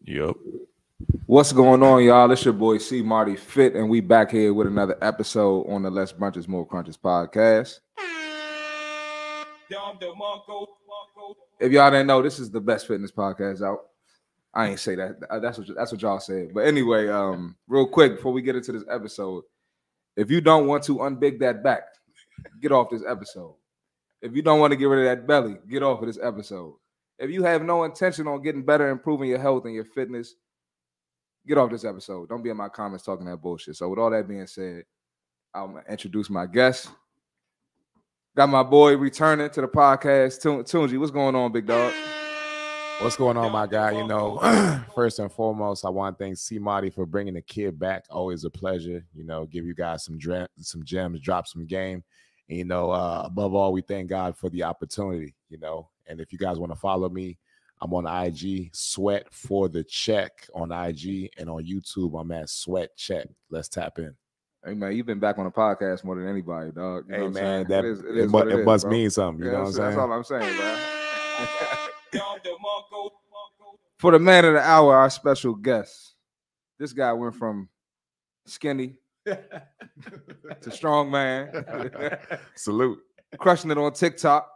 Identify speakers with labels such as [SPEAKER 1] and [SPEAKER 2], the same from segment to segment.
[SPEAKER 1] Yep.
[SPEAKER 2] What's going on, y'all? It's your boy C Marty Fit, and we back here with another episode on the Less Bunches More Crunches podcast. If y'all didn't know, this is the best fitness podcast out. I ain't say that. Uh, That's what that's what y'all said. But anyway, um, real quick before we get into this episode, if you don't want to unbig that back, get off this episode. If you don't want to get rid of that belly, get off of this episode. If you have no intention on getting better, improving your health and your fitness, get off this episode. Don't be in my comments talking that bullshit. So, with all that being said, I'll m- introduce my guest. Got my boy returning to the podcast. Tun- Tunji, what's going on, big dog?
[SPEAKER 3] What's going on, my guy? You know, first and foremost, I want to thank C Marty for bringing the kid back. Always a pleasure. You know, give you guys some dra- some gems, drop some game. And, you know, uh, above all, we thank God for the opportunity. You know, and if you guys want to follow me, I'm on IG Sweat for the Check on IG and on YouTube. I'm at Sweat Check. Let's tap in.
[SPEAKER 2] Hey man, you've been back on the podcast more than anybody, dog. You know
[SPEAKER 3] Hey
[SPEAKER 2] what I'm
[SPEAKER 3] man,
[SPEAKER 2] saying?
[SPEAKER 3] that
[SPEAKER 2] it, is,
[SPEAKER 3] it,
[SPEAKER 2] is
[SPEAKER 3] mu-
[SPEAKER 2] what
[SPEAKER 3] it
[SPEAKER 2] is,
[SPEAKER 3] must
[SPEAKER 2] bro.
[SPEAKER 3] mean something. You
[SPEAKER 2] Yeah,
[SPEAKER 3] know what I'm
[SPEAKER 2] that's, that's
[SPEAKER 3] saying?
[SPEAKER 2] all I'm saying, bro. For the man of the hour, our special guest. This guy went from skinny to strong man,
[SPEAKER 3] Salute.
[SPEAKER 2] crushing it on TikTok.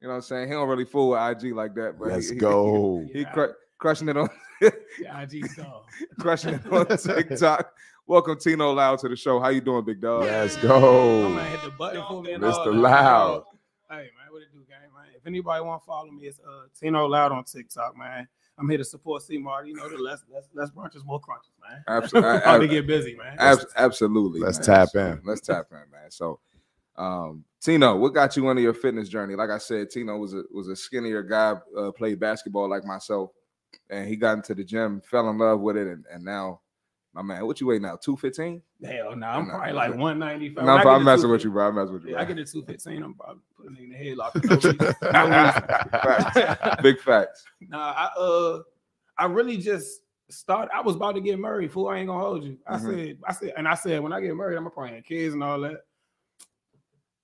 [SPEAKER 2] You know what I'm saying? He don't really fool with IG like that, but
[SPEAKER 3] Let's
[SPEAKER 2] he,
[SPEAKER 3] go.
[SPEAKER 2] He, cru- crushing it on
[SPEAKER 4] Yeah, IG star.
[SPEAKER 2] crushing it on TikTok. Welcome Tino Loud to the show. How you doing, big dog?
[SPEAKER 3] Let's
[SPEAKER 4] I'm gonna
[SPEAKER 3] go.
[SPEAKER 4] hit the button for me. and all
[SPEAKER 3] Mr.
[SPEAKER 4] that.
[SPEAKER 3] Loud.
[SPEAKER 4] Hey man, what it do, gang? Man, if anybody want to follow me, it's uh Tino Loud on TikTok, man. I'm here to support C Marty. You know, the less less less brunches, more crunches, man.
[SPEAKER 2] Absolutely.
[SPEAKER 4] About to get busy, man.
[SPEAKER 2] Ab- absolutely.
[SPEAKER 3] Let's
[SPEAKER 2] man.
[SPEAKER 3] tap in.
[SPEAKER 2] Let's tap in, man. So, um, Tino, what got you into your fitness journey? Like I said, Tino was a was a skinnier guy, uh, played basketball like myself, and he got into the gym, fell in love with it, and, and now, my man, what you weigh now? Two fifteen?
[SPEAKER 4] Hell no, I'm
[SPEAKER 2] Nah.
[SPEAKER 4] probably like
[SPEAKER 2] No,
[SPEAKER 4] 195. When I
[SPEAKER 2] I'm,
[SPEAKER 4] get
[SPEAKER 2] I'm
[SPEAKER 4] to
[SPEAKER 2] messing
[SPEAKER 4] 250
[SPEAKER 2] with you, bro. I'm messing with you.
[SPEAKER 4] Yeah, I
[SPEAKER 2] bro.
[SPEAKER 4] get a 215. I'm probably putting it in the headlock. for no reason. No reason.
[SPEAKER 2] Big facts.
[SPEAKER 4] nah, I uh, I really just started. I was about to get married. Fool, I ain't gonna hold you. I
[SPEAKER 2] Mhm.
[SPEAKER 4] said, I said, and I said, when I get married, I'm gonna probably have kids and all that.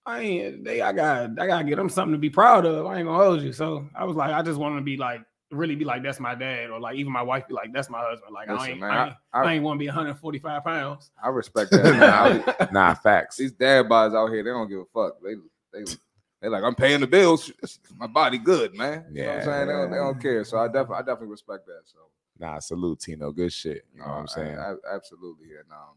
[SPEAKER 4] I ain't. They, I got, I gotta get them something to be proud of. I ain't gonna hold you. So I was like, I just want to be like, really be like, that's my dad, or like even my wife be like, that's my husband. Like I
[SPEAKER 2] Listen,
[SPEAKER 4] ain't,
[SPEAKER 2] man,
[SPEAKER 4] I, ain't,
[SPEAKER 2] I,
[SPEAKER 4] I
[SPEAKER 2] I,
[SPEAKER 4] ain't want to be 145 pounds.
[SPEAKER 2] I respect that. man. I-
[SPEAKER 3] Nah, facts.
[SPEAKER 2] these dad bods out here, they don't give a fuck. They they they like, I'm paying the bills. My body good, man. You know what I'm saying? They don't, they don't care. So I definitely I definitely respect that. So
[SPEAKER 3] Nah, salute Tino. Good shit. You know what
[SPEAKER 2] uh,
[SPEAKER 3] I'm saying?
[SPEAKER 2] I, I- absolutely. And um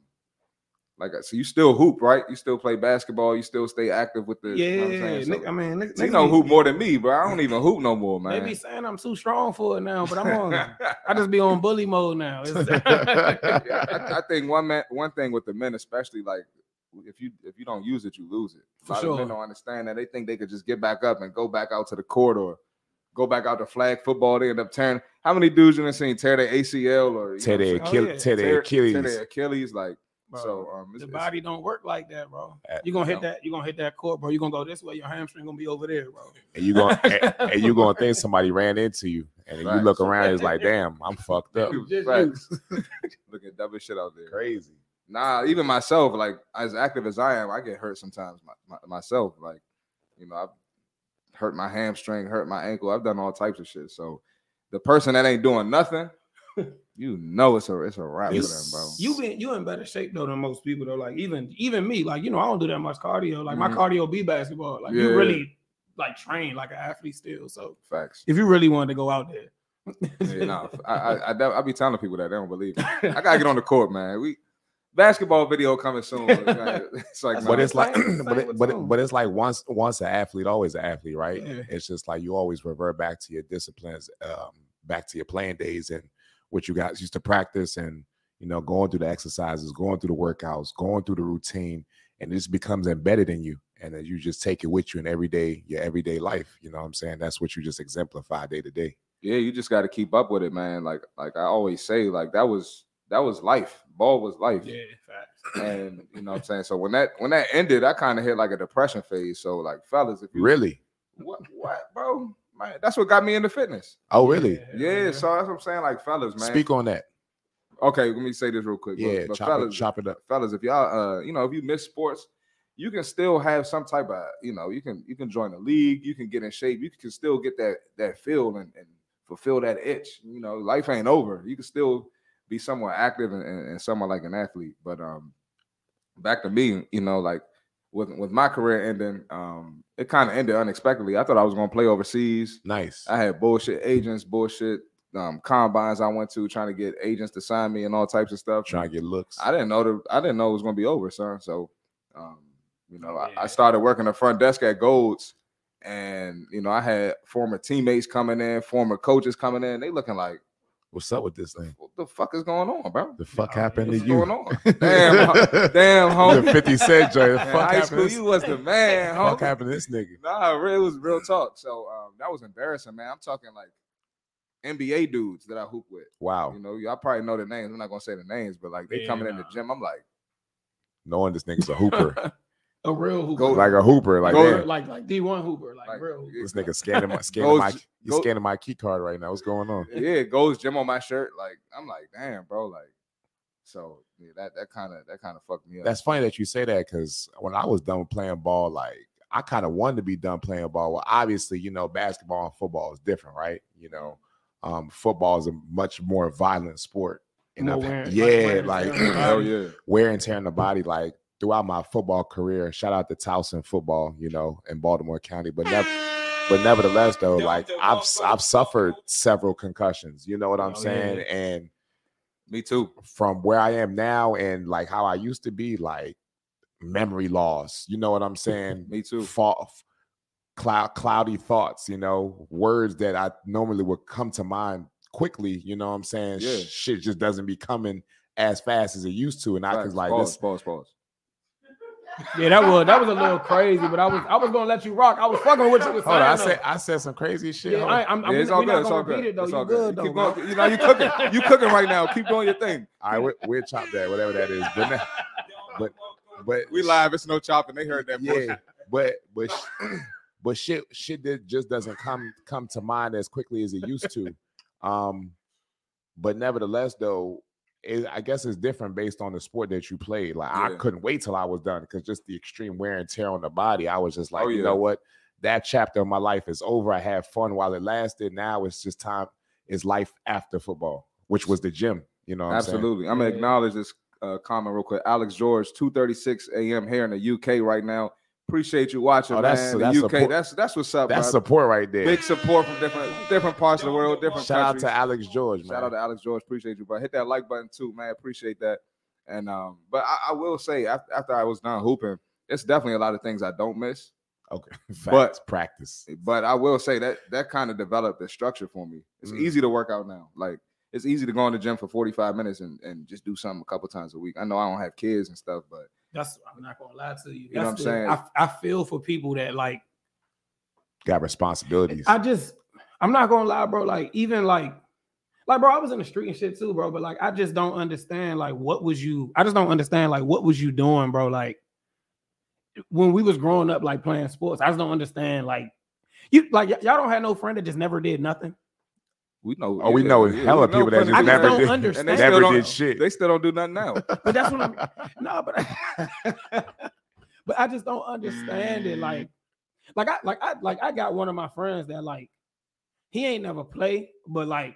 [SPEAKER 2] like I so you still hoop, right? You still play basketball, you still stay active with the
[SPEAKER 4] Yeah,
[SPEAKER 2] you know what I'm saying? So,
[SPEAKER 4] nigga- I mean, nigga-
[SPEAKER 2] Tino
[SPEAKER 4] nigga
[SPEAKER 2] hoop more than me, bro. I don't even hoop no more,
[SPEAKER 4] They
[SPEAKER 2] man.
[SPEAKER 4] be saying I'm too strong for it now, but I'm on. it. I just be on bully mode now. It's-
[SPEAKER 2] Yeah, I, I think one man, one thing with the men, especially like if you if you don't use it, you lose it. A
[SPEAKER 4] For
[SPEAKER 2] lot of men
[SPEAKER 4] sure.
[SPEAKER 2] don't understand that. They think they could just get back up and go back out to the corridor, go back out to flag football. They end up tearing. How many dudes you done seen tear their ACL or you know what I'm
[SPEAKER 3] Tear their
[SPEAKER 2] saying?
[SPEAKER 4] Oh, yeah.
[SPEAKER 3] Achilles. Tear their
[SPEAKER 2] Tear- tear
[SPEAKER 3] Achilles.
[SPEAKER 2] their Achilles, like
[SPEAKER 4] Bro,
[SPEAKER 2] so. Um, it's,
[SPEAKER 4] the
[SPEAKER 2] it's-
[SPEAKER 4] body don't work like that, bro.
[SPEAKER 3] Uh,
[SPEAKER 4] You're gonna
[SPEAKER 2] no.
[SPEAKER 4] hit that. You're gonna hit that court, bro. You're gonna go this way. Your hamstring gonna be over there, bro.
[SPEAKER 3] And you gonna and, and you gonna think somebody ran into you. And then you
[SPEAKER 2] Facts.
[SPEAKER 3] look around, it's like, damn, I'm fucked up.
[SPEAKER 2] Dude,
[SPEAKER 4] Just
[SPEAKER 2] facts. Look at double shit out there.
[SPEAKER 3] Crazy.
[SPEAKER 2] Nah, even myself, like as active as I am, I get hurt sometimes my, my, myself. Like, you know, I've hurt my hamstring, hurt my ankle. I've done all types of shit. So the person that ain't doing nothing, you know it's a it's a wrap for them,
[SPEAKER 3] It's-
[SPEAKER 2] bro.
[SPEAKER 4] You been you in better shape though than most people though. Like even even me, like you know, I don't do that much cardio. Like
[SPEAKER 2] Mhm.
[SPEAKER 4] my cardio be basketball. Like
[SPEAKER 2] Yeah.
[SPEAKER 4] you really like train like an athlete still. So
[SPEAKER 2] facts.
[SPEAKER 4] if you really wanted to go out there,
[SPEAKER 2] Yeah, nah, I, I I def- I be telling people that they don't believe me. I gotta get on the court, man. We basketball video coming soon. It's like,
[SPEAKER 4] That's
[SPEAKER 2] nah,
[SPEAKER 3] But it's like
[SPEAKER 4] Same-
[SPEAKER 3] but
[SPEAKER 4] same
[SPEAKER 3] it,
[SPEAKER 4] with
[SPEAKER 3] but,
[SPEAKER 4] Tino.
[SPEAKER 3] it, but it's like once once an athlete, always an athlete, right?
[SPEAKER 4] Yeah.
[SPEAKER 3] It's just like you always revert back to your disciplines, um, back to your playing days and what you guys used to practice and you know, going through the exercises, going through the workouts, going through the routine, and this becomes embedded in you. And then you just take it with you in everyday your everyday life. You know what I'm saying? That's what you just exemplify day to day.
[SPEAKER 2] yeah, you just got to keep up with it, man. Like like I always say, like that was that was life. Ball was life.
[SPEAKER 4] yeah, facts.
[SPEAKER 2] and you know what I'm saying. So when that when that ended, I kind of hit like a depression phase. So like, fellas, if you
[SPEAKER 3] Really?
[SPEAKER 2] what what bro, man, that's what got me into fitness.
[SPEAKER 3] Oh, really?
[SPEAKER 2] Yeah, so that's what I'm saying. Like, fellas, man.
[SPEAKER 3] Speak on that.
[SPEAKER 2] okay, let me say this real quick.
[SPEAKER 3] Yeah,
[SPEAKER 2] but
[SPEAKER 3] chop, it,
[SPEAKER 2] fellas,
[SPEAKER 3] chop it up.
[SPEAKER 2] fellas, if y'all uh you know if you miss sports, you can still have some type of you know you can you can join a league, you can get in shape, you can still get that that feel and, and fulfill that itch. You know, life ain't over. You can still be somewhat active and, and, and somewhat like an athlete. But um, back to me, you know, like with with my career ending, um, it kind of ended unexpectedly. I thought I was gonna play overseas.
[SPEAKER 3] Nice.
[SPEAKER 2] I had bullshit agents, bullshit um, combines I went to, trying to get agents to sign me and all types of stuff.
[SPEAKER 3] Trying to get looks.
[SPEAKER 2] I didn't know the I didn't know it was gonna be over, son. So, um, you know, I,
[SPEAKER 4] Yeah.
[SPEAKER 2] I started working the front desk at Golds, and you know, I had former teammates coming in, former coaches coming in. They looking like,
[SPEAKER 3] What's up with this thing?
[SPEAKER 2] what the fuck is going on, bro?
[SPEAKER 3] The fuck
[SPEAKER 4] Oh,
[SPEAKER 3] happened to
[SPEAKER 2] What's
[SPEAKER 4] it's
[SPEAKER 3] you?
[SPEAKER 2] going on? Damn, ho- damn,
[SPEAKER 3] the
[SPEAKER 2] homie.
[SPEAKER 3] 50 cent joint. The
[SPEAKER 2] Man,
[SPEAKER 3] fuck
[SPEAKER 2] high
[SPEAKER 3] happened to
[SPEAKER 2] school,
[SPEAKER 3] this-
[SPEAKER 2] you was the man,
[SPEAKER 3] fuck
[SPEAKER 2] homie.
[SPEAKER 3] happened to this nigga?
[SPEAKER 2] Nah, re- it was real talk. So um, that was embarrassing, man. I'm talking like NBA dudes that I hoop with.
[SPEAKER 3] Wow.
[SPEAKER 2] You know, y'all probably know the names. I'm not gonna say the names, but like they
[SPEAKER 4] Yeah,
[SPEAKER 2] coming in the
[SPEAKER 4] nah.
[SPEAKER 2] gym. I'm like,
[SPEAKER 3] Knowing this nigga's a hooper.
[SPEAKER 4] a real hooper,
[SPEAKER 2] Go-
[SPEAKER 3] like a hooper. Like,
[SPEAKER 2] Go-
[SPEAKER 3] damn,
[SPEAKER 4] Real- like like D one hooper, like,
[SPEAKER 2] Like,
[SPEAKER 4] real.
[SPEAKER 2] yeah.
[SPEAKER 3] this nigga scanning my scanning my
[SPEAKER 2] Goes-
[SPEAKER 3] he's
[SPEAKER 2] go-
[SPEAKER 3] scanning my key card right now. What's going on?
[SPEAKER 2] yeah, it goes gym on my shirt. Like I'm like, damn, bro. Like, so yeah, that that kind of that kind of fucked me up.
[SPEAKER 3] That's funny that you say that because when I was done playing ball, like I kind of wanted to be done playing ball. Well, obviously, you know, basketball and football is different, right? You know, um, football is a much more violent sport. And
[SPEAKER 4] More
[SPEAKER 3] I've had-
[SPEAKER 4] wear- much wear
[SPEAKER 3] yeah,
[SPEAKER 4] and
[SPEAKER 3] like
[SPEAKER 4] tear on the body.
[SPEAKER 2] hell yeah.
[SPEAKER 3] wear and tear on the body. Like throughout my football career, shout out to Towson football, you know, in Baltimore County, but never. But nevertheless, though, like I've I've suffered several concussions. You know what I'm
[SPEAKER 4] Oh, yeah.
[SPEAKER 3] saying? And
[SPEAKER 2] Me too.
[SPEAKER 3] from where I am now and like how I used to be, like memory loss. You know what I'm saying?
[SPEAKER 2] Me too.
[SPEAKER 3] Fa- cloud, cloudy thoughts. You know, words that I normally would come to mind quickly. You know what I'm saying?
[SPEAKER 2] Yeah.
[SPEAKER 3] Shit just doesn't be coming as fast as it used to, and I
[SPEAKER 2] Facts.
[SPEAKER 3] was like,
[SPEAKER 2] pause,
[SPEAKER 3] this,
[SPEAKER 2] pause, pause.
[SPEAKER 4] Yeah, that was that was a little crazy, but I was I was gonna let you rock. I was fucking with you. With
[SPEAKER 3] hold on, I
[SPEAKER 4] saying,
[SPEAKER 3] said I said some crazy shit.
[SPEAKER 4] though. yeah,
[SPEAKER 3] Hold
[SPEAKER 4] I,
[SPEAKER 3] on.
[SPEAKER 4] I'm, I'm,
[SPEAKER 2] yeah,
[SPEAKER 4] we
[SPEAKER 2] it's all
[SPEAKER 4] not
[SPEAKER 2] good. It's
[SPEAKER 4] gonna
[SPEAKER 2] all
[SPEAKER 4] repeat
[SPEAKER 2] good.
[SPEAKER 4] it though.
[SPEAKER 2] It's
[SPEAKER 4] You
[SPEAKER 2] all
[SPEAKER 4] good,
[SPEAKER 2] good.
[SPEAKER 4] though?
[SPEAKER 2] You keep
[SPEAKER 4] bro.
[SPEAKER 2] going. You know, you cooking. You cooking right now. Keep doing your thing.
[SPEAKER 3] All right, we- we'll chop that, whatever that is. But now, but but
[SPEAKER 2] We live. It's no chopping. They heard that.
[SPEAKER 3] yeah, but but sh- but shit shit that just doesn't come come to mind as quickly as it used to. Um, but nevertheless, though, it, I guess it's different based on the sport that you played. Like I
[SPEAKER 2] Yeah.
[SPEAKER 3] couldn't wait till I was done because just the extreme wear and tear on the body. I was just like,
[SPEAKER 2] Oh,
[SPEAKER 3] you
[SPEAKER 2] yeah.
[SPEAKER 3] know what, that chapter of my life is over. I had fun while it lasted. Now it's just time. It's life after football, which was the gym. You know, what I'm saying?
[SPEAKER 2] Absolutely. I'm gonna
[SPEAKER 4] Yeah.
[SPEAKER 2] acknowledge this uh, comment real quick. Alex George, 2:36 a.m. here in the UK right now. Appreciate you watching,
[SPEAKER 3] Oh, that's-
[SPEAKER 2] man.
[SPEAKER 3] that's
[SPEAKER 2] the UK.
[SPEAKER 3] support-
[SPEAKER 2] That's that's what's up.
[SPEAKER 3] That's
[SPEAKER 2] bro.
[SPEAKER 3] support right there.
[SPEAKER 2] big support from different different parts of the world, different
[SPEAKER 3] Shout out
[SPEAKER 2] countries.
[SPEAKER 3] to Alex George, man.
[SPEAKER 2] Shout out to Alex George. Appreciate you, bro. Hit that like button too, man. Appreciate that. And um, but I, I will say af- after I was done hooping, it's definitely a lot of things I don't miss.
[SPEAKER 3] Okay.
[SPEAKER 2] But-
[SPEAKER 3] Facts, practice.
[SPEAKER 2] But I will say that that kind of developed the structure for me. It's
[SPEAKER 3] Mm.
[SPEAKER 2] easy to work out now. Like it's easy to go in the gym for 45 minutes and, and just do something a couple times a week. I know I don't have kids and stuff, but
[SPEAKER 4] That's I'm not gonna lie to you. That's
[SPEAKER 2] know what I'm
[SPEAKER 4] the-
[SPEAKER 2] saying?
[SPEAKER 4] I, I feel for people that like
[SPEAKER 3] Got responsibilities.
[SPEAKER 4] I just I'm not gonna lie, bro. Like even like like bro, I was in the street and shit too, bro. But like I just don't understand like what was you I just don't understand like what was you doing, bro? Like when we was growing up like playing sports, I just don't understand like you like y- y'all don't have no friend that just never did nothing.
[SPEAKER 2] we know.
[SPEAKER 3] Oh, we know hella people that
[SPEAKER 2] plenty
[SPEAKER 3] just
[SPEAKER 4] I
[SPEAKER 2] of
[SPEAKER 4] just
[SPEAKER 3] never
[SPEAKER 2] people
[SPEAKER 4] don't
[SPEAKER 2] that-
[SPEAKER 3] did-
[SPEAKER 4] understand.
[SPEAKER 2] and they
[SPEAKER 3] never
[SPEAKER 2] still
[SPEAKER 3] did
[SPEAKER 2] don't-
[SPEAKER 3] shit.
[SPEAKER 2] They still don't do nothing now.
[SPEAKER 4] But that's what I'm no, but but I just don't understand it. Like, like I like I like I got one of my friends that like he ain't never play, but like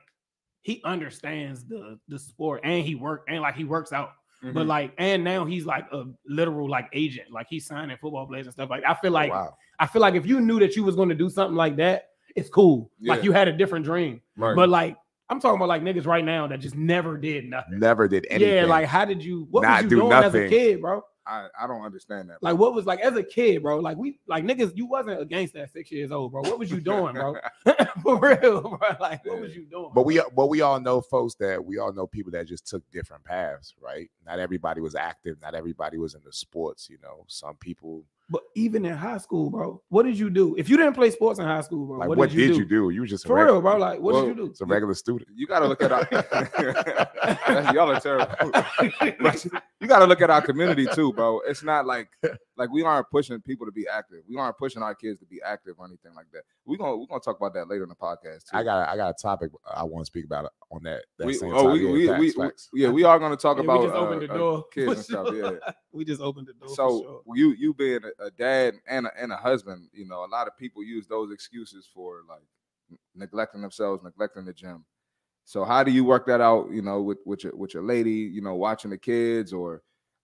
[SPEAKER 4] he understands the the sport and he work and like he works out.
[SPEAKER 2] Mm-hmm.
[SPEAKER 4] But like and now he's like a literal like agent, like he's signing football players and stuff. Like I feel
[SPEAKER 2] Oh,
[SPEAKER 4] like
[SPEAKER 3] wow.
[SPEAKER 4] I feel like if you knew that you was gonna do something like that, it's cool.
[SPEAKER 2] Yeah.
[SPEAKER 4] Like you had a different dream.
[SPEAKER 2] Right.
[SPEAKER 4] But like I'm talking about like niggas right now that just never did nothing.
[SPEAKER 3] never did anything.
[SPEAKER 4] Yeah, like how did you what
[SPEAKER 3] Not
[SPEAKER 4] was you
[SPEAKER 3] do
[SPEAKER 4] doing as
[SPEAKER 3] nothing.
[SPEAKER 4] a kid, bro?
[SPEAKER 2] I, I don't understand that.
[SPEAKER 4] Like what was like as a kid, bro? Like we like niggas, you wasn't against that six years old, bro. What was you doing, bro? For real, bro. Like what was you doing?
[SPEAKER 3] but we but we all know folks that we all know people that just took different paths, right? Not everybody was active, not everybody was into sports, you know. Some people
[SPEAKER 4] but even in high school, bro, what did you do? If you didn't play sports in high school, bro,
[SPEAKER 3] like
[SPEAKER 4] what,
[SPEAKER 3] what,
[SPEAKER 4] did you do?
[SPEAKER 3] do? You was just a
[SPEAKER 4] For
[SPEAKER 3] reg-
[SPEAKER 4] real, bro. Like what did
[SPEAKER 2] Whoa.
[SPEAKER 4] you do?
[SPEAKER 3] It's a regular student.
[SPEAKER 2] You gotta look at our That's- y'all are terrible. But
[SPEAKER 4] Right.
[SPEAKER 2] you gotta look at our community too, bro. It's not like like we aren't pushing people to be active. We aren't pushing our kids to be active or anything like that. We're gonna we're gonna talk about that later in the podcast. Too.
[SPEAKER 3] I got a, I got a topic I want to speak about on that. that
[SPEAKER 2] we,
[SPEAKER 3] same
[SPEAKER 2] oh,
[SPEAKER 3] topic.
[SPEAKER 2] we,
[SPEAKER 3] Yeah,
[SPEAKER 2] we,
[SPEAKER 3] facts,
[SPEAKER 2] we,
[SPEAKER 3] facts.
[SPEAKER 2] yeah, we are gonna talk
[SPEAKER 4] Yeah,
[SPEAKER 2] about
[SPEAKER 4] we just opened
[SPEAKER 2] uh,
[SPEAKER 4] the
[SPEAKER 2] uh,
[SPEAKER 4] door.
[SPEAKER 2] kids
[SPEAKER 4] for
[SPEAKER 2] and stuff.
[SPEAKER 4] sure.
[SPEAKER 2] Yeah.
[SPEAKER 4] We just opened the door. for sure.
[SPEAKER 2] So you you being a- a dad and a, and a husband, you know, a lot of people use those excuses for like neglecting themselves, neglecting the gym. So how do you work that out? You know, with with your with your lady, you know, watching the kids or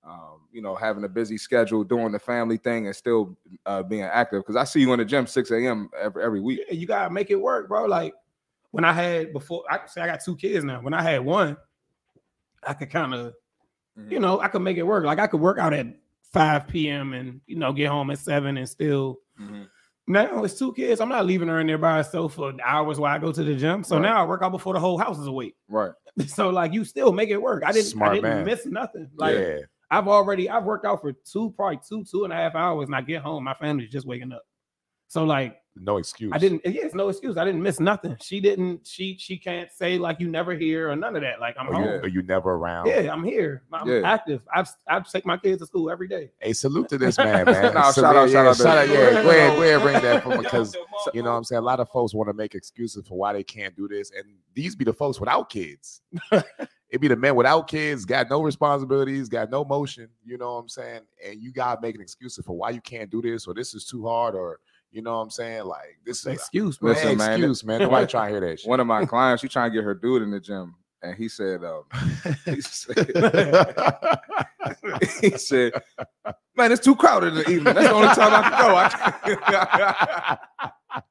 [SPEAKER 2] um, you know, having a busy schedule, doing the family thing, and still uh, being active. Because I see you in the gym 6 a.m. every every week.
[SPEAKER 4] Yeah, you gotta make it work, bro. Like when I had before, I say I got two kids now. When I had one, I could kind of,
[SPEAKER 3] Mm-hmm.
[SPEAKER 2] Mhm.
[SPEAKER 4] you know, I could make it work. Like I could work out at 5 p.m. and you know get home at seven and still.
[SPEAKER 2] Mhm.
[SPEAKER 4] Now it's two kids. I'm not leaving her in there by herself for hours while I go to the gym. So
[SPEAKER 2] Right.
[SPEAKER 4] now I work out before the whole house is awake.
[SPEAKER 2] Right.
[SPEAKER 4] So like you still make it work. I didn't.
[SPEAKER 3] Smart
[SPEAKER 4] I didn't
[SPEAKER 3] man.
[SPEAKER 4] miss nothing. Like
[SPEAKER 3] yeah,
[SPEAKER 4] I've already I've worked out for two probably two two and a half hours and I get home my family's just waking up. So like
[SPEAKER 3] no excuse.
[SPEAKER 4] I didn't yeah it's no excuse I didn't miss nothing. She didn't she she can't say like you never here or none of that. Like I'm
[SPEAKER 3] Are you,
[SPEAKER 4] home.
[SPEAKER 3] are you never around?
[SPEAKER 4] Yeah. I'm here. I'm
[SPEAKER 2] Oh, Yeah.
[SPEAKER 4] active. I've I've take my kids to school every day.
[SPEAKER 3] Hey, salute to this man, man.
[SPEAKER 2] Nah,
[SPEAKER 3] So,
[SPEAKER 2] shout
[SPEAKER 3] yeah,
[SPEAKER 2] out, shout
[SPEAKER 3] yeah,
[SPEAKER 2] out to-
[SPEAKER 3] shout out. Yeah, go ahead,
[SPEAKER 4] No.
[SPEAKER 3] go ahead, bring that for me because you know what I'm saying. A lot of folks want to make excuses for why they can't do this, and these be the folks without kids. it be the men without kids, got no responsibilities, got no motion. You know what I'm saying? And you gotta make an excuse for why you can't do this, or this is too hard, or you know what I'm saying? Like this is an
[SPEAKER 4] Excuse bro.
[SPEAKER 2] Listen, man,
[SPEAKER 3] excuse, man. Nobody try to hear that shit.
[SPEAKER 2] One of my clients, she trying to get her dude in the gym, and he said, um, he said, he said, "Man, it's too crowded in the evening. That's the only time I can go." I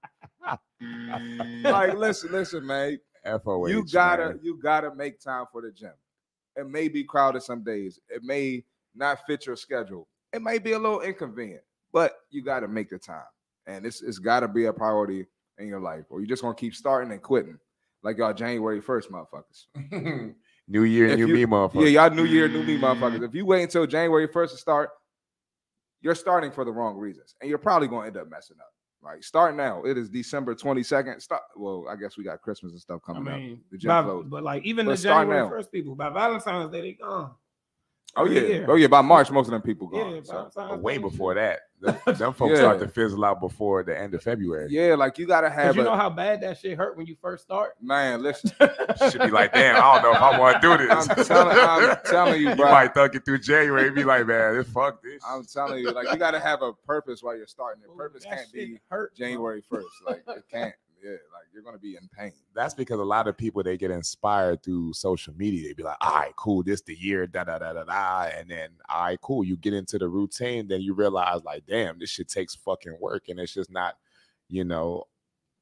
[SPEAKER 2] can't." like, listen, listen, man.
[SPEAKER 3] FOH.
[SPEAKER 2] you gotta
[SPEAKER 3] man.
[SPEAKER 2] you gotta make time for the gym. It may be crowded some days. It may not fit your schedule. It may be a little inconvenient, but you gotta make the time. And it's it's gotta be a priority in your life, or you're just gonna keep starting and quitting. Like y'all January 1st, motherfuckers.
[SPEAKER 3] New year,
[SPEAKER 2] If
[SPEAKER 3] new
[SPEAKER 2] you-
[SPEAKER 3] me, motherfucker.
[SPEAKER 2] Yeah, y'all new year, new me, motherfuckers. If you wait until January 1st to start, you're starting for the wrong reasons. And you're probably gonna end up messing up. Like start now. It is December 22nd. Start well, I guess we got Christmas and stuff
[SPEAKER 4] I
[SPEAKER 2] coming up.
[SPEAKER 4] mean,
[SPEAKER 2] The gym
[SPEAKER 4] by-
[SPEAKER 2] closed.
[SPEAKER 4] but like even
[SPEAKER 2] But
[SPEAKER 4] the
[SPEAKER 2] start
[SPEAKER 4] January
[SPEAKER 2] now.
[SPEAKER 4] first people by Valentine's Day they gone.
[SPEAKER 2] Oh yeah.
[SPEAKER 4] Yeah.
[SPEAKER 2] Oh yeah. By March, most of them people
[SPEAKER 4] Yeah,
[SPEAKER 2] gone. Yeah, so. uh,
[SPEAKER 4] Valentine's
[SPEAKER 3] way
[SPEAKER 4] Day.
[SPEAKER 3] before that. Them, them folks
[SPEAKER 2] Yeah.
[SPEAKER 3] start to fizzle out before the end of February.
[SPEAKER 2] yeah like you gotta have
[SPEAKER 4] Cause
[SPEAKER 2] a
[SPEAKER 4] you know how bad that shit hurt when you first start.
[SPEAKER 2] man. Listen,
[SPEAKER 3] Should be like, damn, I don't know if I want to do
[SPEAKER 2] I'm
[SPEAKER 3] this.
[SPEAKER 2] telling, I'm telling you,
[SPEAKER 3] you
[SPEAKER 2] bro.
[SPEAKER 3] might thug it through January. and Be like, man, this fuck this.
[SPEAKER 2] I'm telling you, like you gotta have a purpose while you're starting. Your purpose
[SPEAKER 4] Oh, That
[SPEAKER 2] can't
[SPEAKER 4] shit
[SPEAKER 2] be
[SPEAKER 4] hurt. bro.
[SPEAKER 2] January first. Like it can't. Yeah, like you're gonna be in pain.
[SPEAKER 3] That's because a lot of people they get inspired through social media. They be like, all right, cool, this the year, da da da da da, and then all right, cool. You get into the routine, then you realize like, damn, this shit takes fucking work, and it's just not, you know,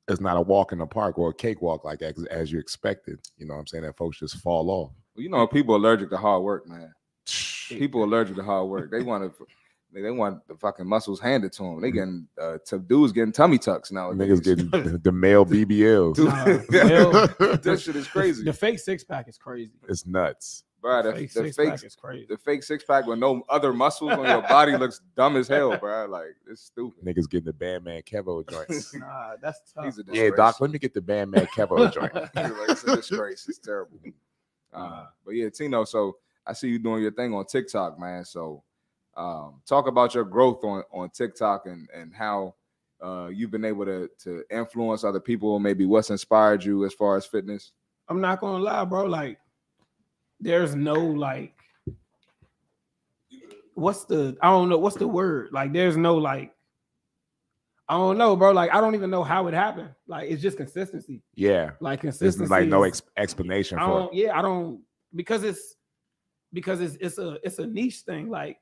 [SPEAKER 3] it's not a walk in the park or a cakewalk like that 'cause as you expected. You know what I'm saying? That folks just fall off.
[SPEAKER 2] Well, you know, people allergic to hard work, man. People allergic to hard work. They want to. They, they want the fucking muscles handed to them. They getting uh, t- dudes getting tummy tucks now.
[SPEAKER 3] Niggas getting the, the male BBL.
[SPEAKER 2] Dude.
[SPEAKER 4] Nah,
[SPEAKER 2] this shit is crazy,
[SPEAKER 4] The fake six pack is crazy.
[SPEAKER 3] it's nuts.
[SPEAKER 2] bro. The,
[SPEAKER 4] fake
[SPEAKER 2] the
[SPEAKER 4] six
[SPEAKER 2] fake
[SPEAKER 4] pack is crazy.
[SPEAKER 2] the fake six pack with no other muscles on your body looks dumb as hell, bro. Like it's stupid.
[SPEAKER 3] Niggas getting the Bandman Kevo joints.
[SPEAKER 4] Nah, that's tough.
[SPEAKER 2] He's a
[SPEAKER 3] yeah,
[SPEAKER 2] disgrace.
[SPEAKER 3] Doc, let me get the Bandman Kevo joint.
[SPEAKER 2] Like, it's a disgrace. It's terrible.
[SPEAKER 4] Mm-hmm.
[SPEAKER 2] Uh, but yeah, Tino. So I see you doing your thing on TikTok, man. So um, talk about your growth on on TikTok and and how uh, you've been able to to influence other people. Maybe what's inspired you as far as fitness.
[SPEAKER 4] I'm not gonna lie, bro. Like, there's no like, what's the? I don't know. What's the word? Like, there's no like. I don't know, bro. Like, I don't even know how it happened. Like, it's just consistency.
[SPEAKER 3] Yeah.
[SPEAKER 4] Like
[SPEAKER 3] There's
[SPEAKER 4] consistency.
[SPEAKER 3] like no
[SPEAKER 4] is-
[SPEAKER 3] ex- explanation for
[SPEAKER 4] I
[SPEAKER 3] it.
[SPEAKER 4] don't. Yeah, I don't because it's because it's it's a it's a niche thing. Like,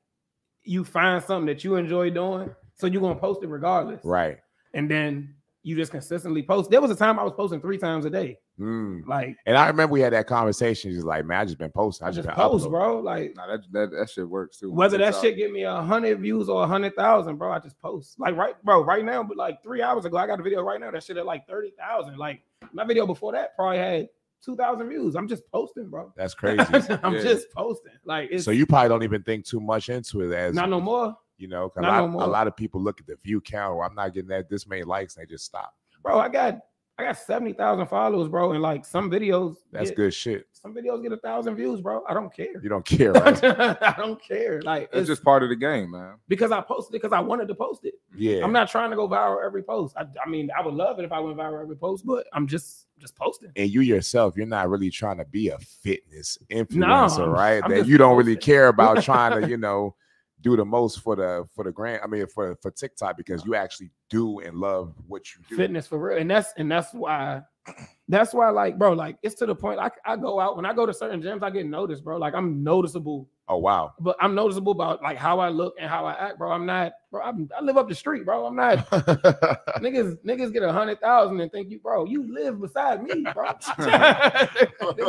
[SPEAKER 4] you find something that you enjoy doing, so you're gonna post it regardless.
[SPEAKER 3] Right.
[SPEAKER 4] And then you just consistently post. There was a time I was posting three times a day.
[SPEAKER 3] Mm.
[SPEAKER 4] Like,
[SPEAKER 3] And I remember we had that conversation. She's like, man, I just been posting.
[SPEAKER 4] I
[SPEAKER 3] I just,
[SPEAKER 4] just
[SPEAKER 3] been
[SPEAKER 4] post,
[SPEAKER 3] uploading.
[SPEAKER 4] bro. Like.
[SPEAKER 2] Now that that, that shit works too.
[SPEAKER 4] Whether that
[SPEAKER 2] TikTok.
[SPEAKER 4] shit get me a hundred views or a hundred thousand, bro, I just post. Like right, bro, right now, but like three hours ago, I got a video right now that shit at like thirty thousand. Like my video before that probably had two thousand views. I'm just posting, bro.
[SPEAKER 3] That's crazy.
[SPEAKER 4] I'm
[SPEAKER 2] Yeah.
[SPEAKER 4] just posting. Like it's
[SPEAKER 3] so you probably don't even think too much into it as
[SPEAKER 4] not no more,
[SPEAKER 3] you know, 'cause a
[SPEAKER 4] not
[SPEAKER 3] lot,
[SPEAKER 4] no more.
[SPEAKER 3] a lot of people look at the view count or I'm not getting that this many likes and they just stop.
[SPEAKER 4] bro. I got I got seventy thousand followers, bro, and like some videos.
[SPEAKER 3] That's
[SPEAKER 4] get-
[SPEAKER 3] good shit.
[SPEAKER 4] Some videos get a thousand views, bro. I don't care.
[SPEAKER 3] You don't care, right?
[SPEAKER 4] I don't care. Like
[SPEAKER 2] It's just part of the game, man.
[SPEAKER 4] because I posted because I wanted to post it.
[SPEAKER 3] yeah.
[SPEAKER 4] I'm not trying to go viral every post. I, I mean, I would love it if I went viral every post, but I'm just just posting.
[SPEAKER 3] and you yourself, you're not really trying to be a fitness influencer,
[SPEAKER 4] I'm-
[SPEAKER 3] right?
[SPEAKER 4] I'm
[SPEAKER 3] that
[SPEAKER 4] just
[SPEAKER 3] you don't really
[SPEAKER 4] posting.
[SPEAKER 3] care about trying to, you know, do the most for the for the grant. I mean, for for TikTok because you actually do and love what you do.
[SPEAKER 4] fitness for real. And that's and that's why that's why like bro, like it's to the point I, I go out when I go to certain gyms, I get noticed, bro. Like I'm noticeable,
[SPEAKER 3] Oh wow,
[SPEAKER 4] but I'm noticeable about like how I look and how I act, bro. I'm not bro, I'm, I live up the street, bro. I'm not niggas niggas get a hundred thousand and think you bro, you live beside me, bro.